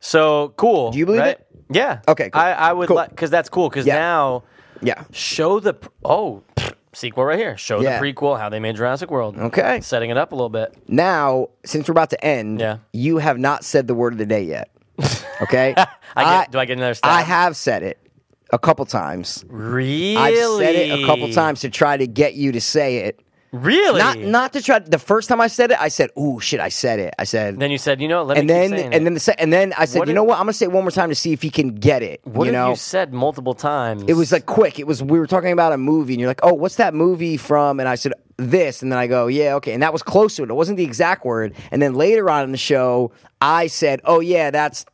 Speaker 3: So cool. Do
Speaker 2: you believe it?
Speaker 3: Yeah.
Speaker 2: Okay, cool.
Speaker 3: I, I would
Speaker 2: Cool.
Speaker 3: like because that's cool because
Speaker 2: Yeah.
Speaker 3: now
Speaker 2: Yeah.
Speaker 3: show the pr- oh pfft, sequel right here. Show
Speaker 2: Yeah.
Speaker 3: the prequel how they made Jurassic World.
Speaker 2: Okay.
Speaker 3: Setting it up a little bit.
Speaker 2: Now, since we're about to end,
Speaker 3: Yeah.
Speaker 2: you have not said the word of the day
Speaker 3: [LAUGHS]
Speaker 2: yet. Okay?
Speaker 3: I get- do I get another stab?
Speaker 2: I have said it a couple times.
Speaker 3: Really?
Speaker 2: I've said it a couple times to try to get you to say it.
Speaker 3: Really?
Speaker 2: Not not to try the first time I said it, I said, "Ooh, shit, I said it." I said
Speaker 3: Then you said, you know, what, let
Speaker 2: and
Speaker 3: me
Speaker 2: then
Speaker 3: keep saying
Speaker 2: and then
Speaker 3: it.
Speaker 2: the se- and then I said,
Speaker 3: What
Speaker 2: "You
Speaker 3: if-
Speaker 2: know what? I'm going to say it one more time to see if he can get it."
Speaker 3: What
Speaker 2: you
Speaker 3: have
Speaker 2: know?
Speaker 3: you said multiple times?
Speaker 2: it was like quick. It was we were talking about a movie, and you're like, "Oh, what's that movie from?" And I said this, and then I go, "Yeah, okay." And that was close to it. It wasn't the exact word. And then later on in the show, I said, "Oh yeah, that's."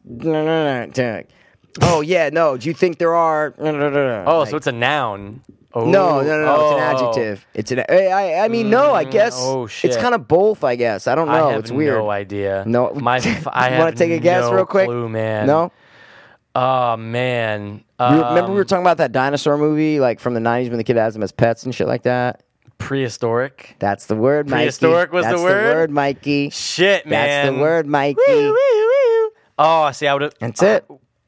Speaker 2: Oh yeah, no. Do you think there are?
Speaker 3: oh,
Speaker 2: Oh,
Speaker 3: so it's a noun. Oh.
Speaker 2: no, no, no, no. It's an
Speaker 3: Oh.
Speaker 2: adjective. It's an. I, I- I mean, no. I guess.
Speaker 3: oh, shit.
Speaker 2: It's kind of both. I guess. I don't know.
Speaker 3: I have
Speaker 2: it's weird.
Speaker 3: no idea.
Speaker 2: No.
Speaker 3: [LAUGHS]
Speaker 2: [LAUGHS]
Speaker 3: my f- I
Speaker 2: want
Speaker 3: have
Speaker 2: to take a guess
Speaker 3: no
Speaker 2: real quick?
Speaker 3: Clue, man.
Speaker 2: No.
Speaker 3: Oh man. Um,
Speaker 2: You remember we were talking about that dinosaur movie, like from the '90s, when the kid has them as pets and shit like that.
Speaker 3: prehistoric.
Speaker 2: That's the word, Mikey.
Speaker 3: Prehistoric was the
Speaker 2: That's
Speaker 3: word?
Speaker 2: Mikey.
Speaker 3: Shit, man.
Speaker 2: That's the word, Mikey.
Speaker 3: Woo, woo, woo. Oh, see, I would have.
Speaker 2: That's it.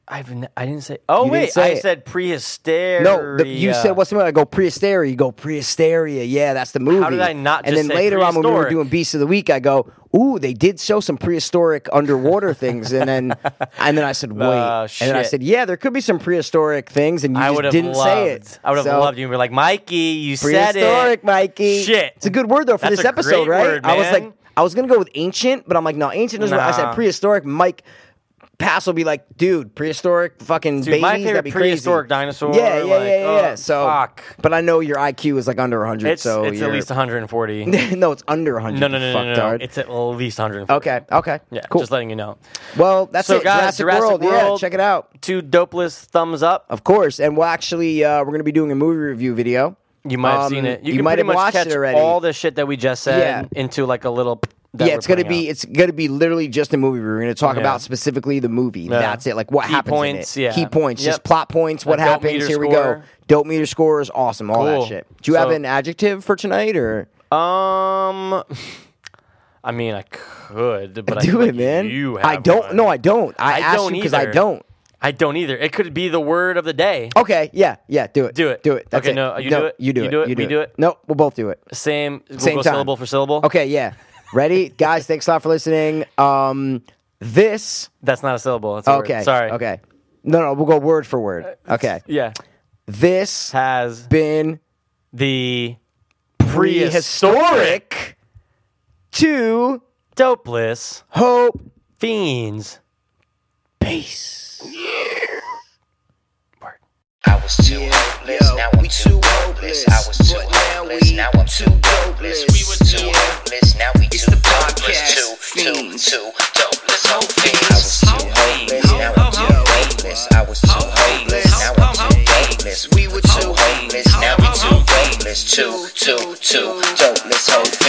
Speaker 3: I've n- I didn't say. Oh
Speaker 2: You didn't
Speaker 3: wait,
Speaker 2: say
Speaker 3: I
Speaker 2: it.
Speaker 3: said prehistoric.
Speaker 2: No, the, you said what's the movie? I go prehysteria. You go prehysteria. Yeah, that's the movie.
Speaker 3: did I not
Speaker 2: And
Speaker 3: just
Speaker 2: then
Speaker 3: say
Speaker 2: later on, when we were
Speaker 3: prehistoric?
Speaker 2: doing Beast of the Week, I go, "Ooh, they did show some prehistoric underwater things." And
Speaker 3: [LAUGHS]
Speaker 2: then, and then I said, "Wait,"
Speaker 3: Oh,
Speaker 2: and then I
Speaker 3: shit.
Speaker 2: said, "Yeah, there could be some prehistoric things," and you
Speaker 3: I
Speaker 2: just
Speaker 3: would have
Speaker 2: didn't
Speaker 3: loved.
Speaker 2: say it.
Speaker 3: I would have
Speaker 2: So,
Speaker 3: loved you and be like, Mikey, you said
Speaker 2: Prehistoric,
Speaker 3: it.
Speaker 2: Mikey.
Speaker 3: Shit.
Speaker 2: it's a good word though for
Speaker 3: That's
Speaker 2: this
Speaker 3: a
Speaker 2: episode,
Speaker 3: great
Speaker 2: right?
Speaker 3: word,
Speaker 2: I was like,
Speaker 3: man.
Speaker 2: I was gonna go with ancient, but I'm like, no, ancient is what I said.
Speaker 3: Nah.
Speaker 2: Prehistoric, Mike. Pass will be like, dude, prehistoric fucking
Speaker 3: Dude, my
Speaker 2: babies, that'd
Speaker 3: favorite
Speaker 2: be crazy."
Speaker 3: prehistoric dinosaur.
Speaker 2: Yeah, yeah,
Speaker 3: like,
Speaker 2: yeah, yeah.
Speaker 3: oh,
Speaker 2: yeah. so,
Speaker 3: fuck.
Speaker 2: but I know your IQ is like under 100.
Speaker 3: It's
Speaker 2: so
Speaker 3: it's
Speaker 2: you're-
Speaker 3: at
Speaker 2: [LAUGHS]
Speaker 3: least 140.
Speaker 2: no, it's under 100.
Speaker 3: No, no,
Speaker 2: you
Speaker 3: no, no, no,
Speaker 2: fucktard.
Speaker 3: no. It's at least 140.
Speaker 2: okay, okay,
Speaker 3: Yeah,
Speaker 2: cool.
Speaker 3: just letting you know.
Speaker 2: well, that's
Speaker 3: So,
Speaker 2: it.
Speaker 3: guys,
Speaker 2: Jurassic,
Speaker 3: Jurassic
Speaker 2: World, yeah,
Speaker 3: World-
Speaker 2: check it out.
Speaker 3: Two dopeless thumbs up.
Speaker 2: Of course, and we'll actually uh, we're gonna be doing a movie review video.
Speaker 3: You might have
Speaker 2: Um,
Speaker 3: seen it. You,
Speaker 2: you
Speaker 3: can
Speaker 2: might
Speaker 3: pretty
Speaker 2: have
Speaker 3: much
Speaker 2: watched
Speaker 3: catch
Speaker 2: it already.
Speaker 3: all the shit that we just said
Speaker 2: Yeah.
Speaker 3: into like a little that
Speaker 2: yeah,
Speaker 3: we're
Speaker 2: it's gonna
Speaker 3: putting
Speaker 2: be
Speaker 3: out.
Speaker 2: it's gonna be literally just a movie. We're gonna talk
Speaker 3: Yeah.
Speaker 2: about specifically the movie. That's it. Like what
Speaker 3: Key
Speaker 2: happens
Speaker 3: points,
Speaker 2: in it.
Speaker 3: yeah.
Speaker 2: Key points, just
Speaker 3: Yep.
Speaker 2: plot points. What
Speaker 3: A dope
Speaker 2: happens?
Speaker 3: meter
Speaker 2: Here we go.
Speaker 3: score.
Speaker 2: Dope meter scores, awesome. All
Speaker 3: Cool.
Speaker 2: that shit. Do you have
Speaker 3: So-
Speaker 2: an adjective for tonight or?
Speaker 3: Um, I mean, I could, but I
Speaker 2: do
Speaker 3: feel
Speaker 2: it,
Speaker 3: like
Speaker 2: man.
Speaker 3: You have
Speaker 2: I don't.
Speaker 3: one.
Speaker 2: No, I don't. I,
Speaker 3: I
Speaker 2: asked
Speaker 3: don't
Speaker 2: you because I
Speaker 3: either.
Speaker 2: don't.
Speaker 3: I don't either. It could be the word of the day.
Speaker 2: Okay. Yeah. Yeah. Do it.
Speaker 3: Do it.
Speaker 2: Do it. That's
Speaker 3: Okay,
Speaker 2: it.
Speaker 3: no, you do it,
Speaker 2: You do
Speaker 3: you
Speaker 2: it.
Speaker 3: do it,
Speaker 2: You
Speaker 3: we do it.
Speaker 2: No, we'll both
Speaker 3: [LAUGHS]
Speaker 2: do it.
Speaker 3: Same. we'll
Speaker 2: Same
Speaker 3: go
Speaker 2: time.
Speaker 3: syllable for syllable.
Speaker 2: Okay. Yeah. Ready, guys? Thanks a lot for listening. Um, this.
Speaker 3: that's not a syllable. That's a word.
Speaker 2: Okay.
Speaker 3: Sorry.
Speaker 2: Okay. No, no. We'll go word for word. Okay.
Speaker 3: Yeah.
Speaker 2: This has
Speaker 3: Has
Speaker 2: been
Speaker 3: the
Speaker 2: prehistoric to
Speaker 3: dopeless
Speaker 2: hope.
Speaker 3: fiends.
Speaker 1: I was too hopeless, now I'm too hopeless. I was too hopeless, now I'm too dopeless. We were too hopeless, now we too dopeless. Too, too, too dopeless, hope fiends. I was too hopeless, now I'm too hopeless. I was too hopeless, now I'm too dopeless. We were too hopeless, now we too dopeless. Too, too, too dopeless, hope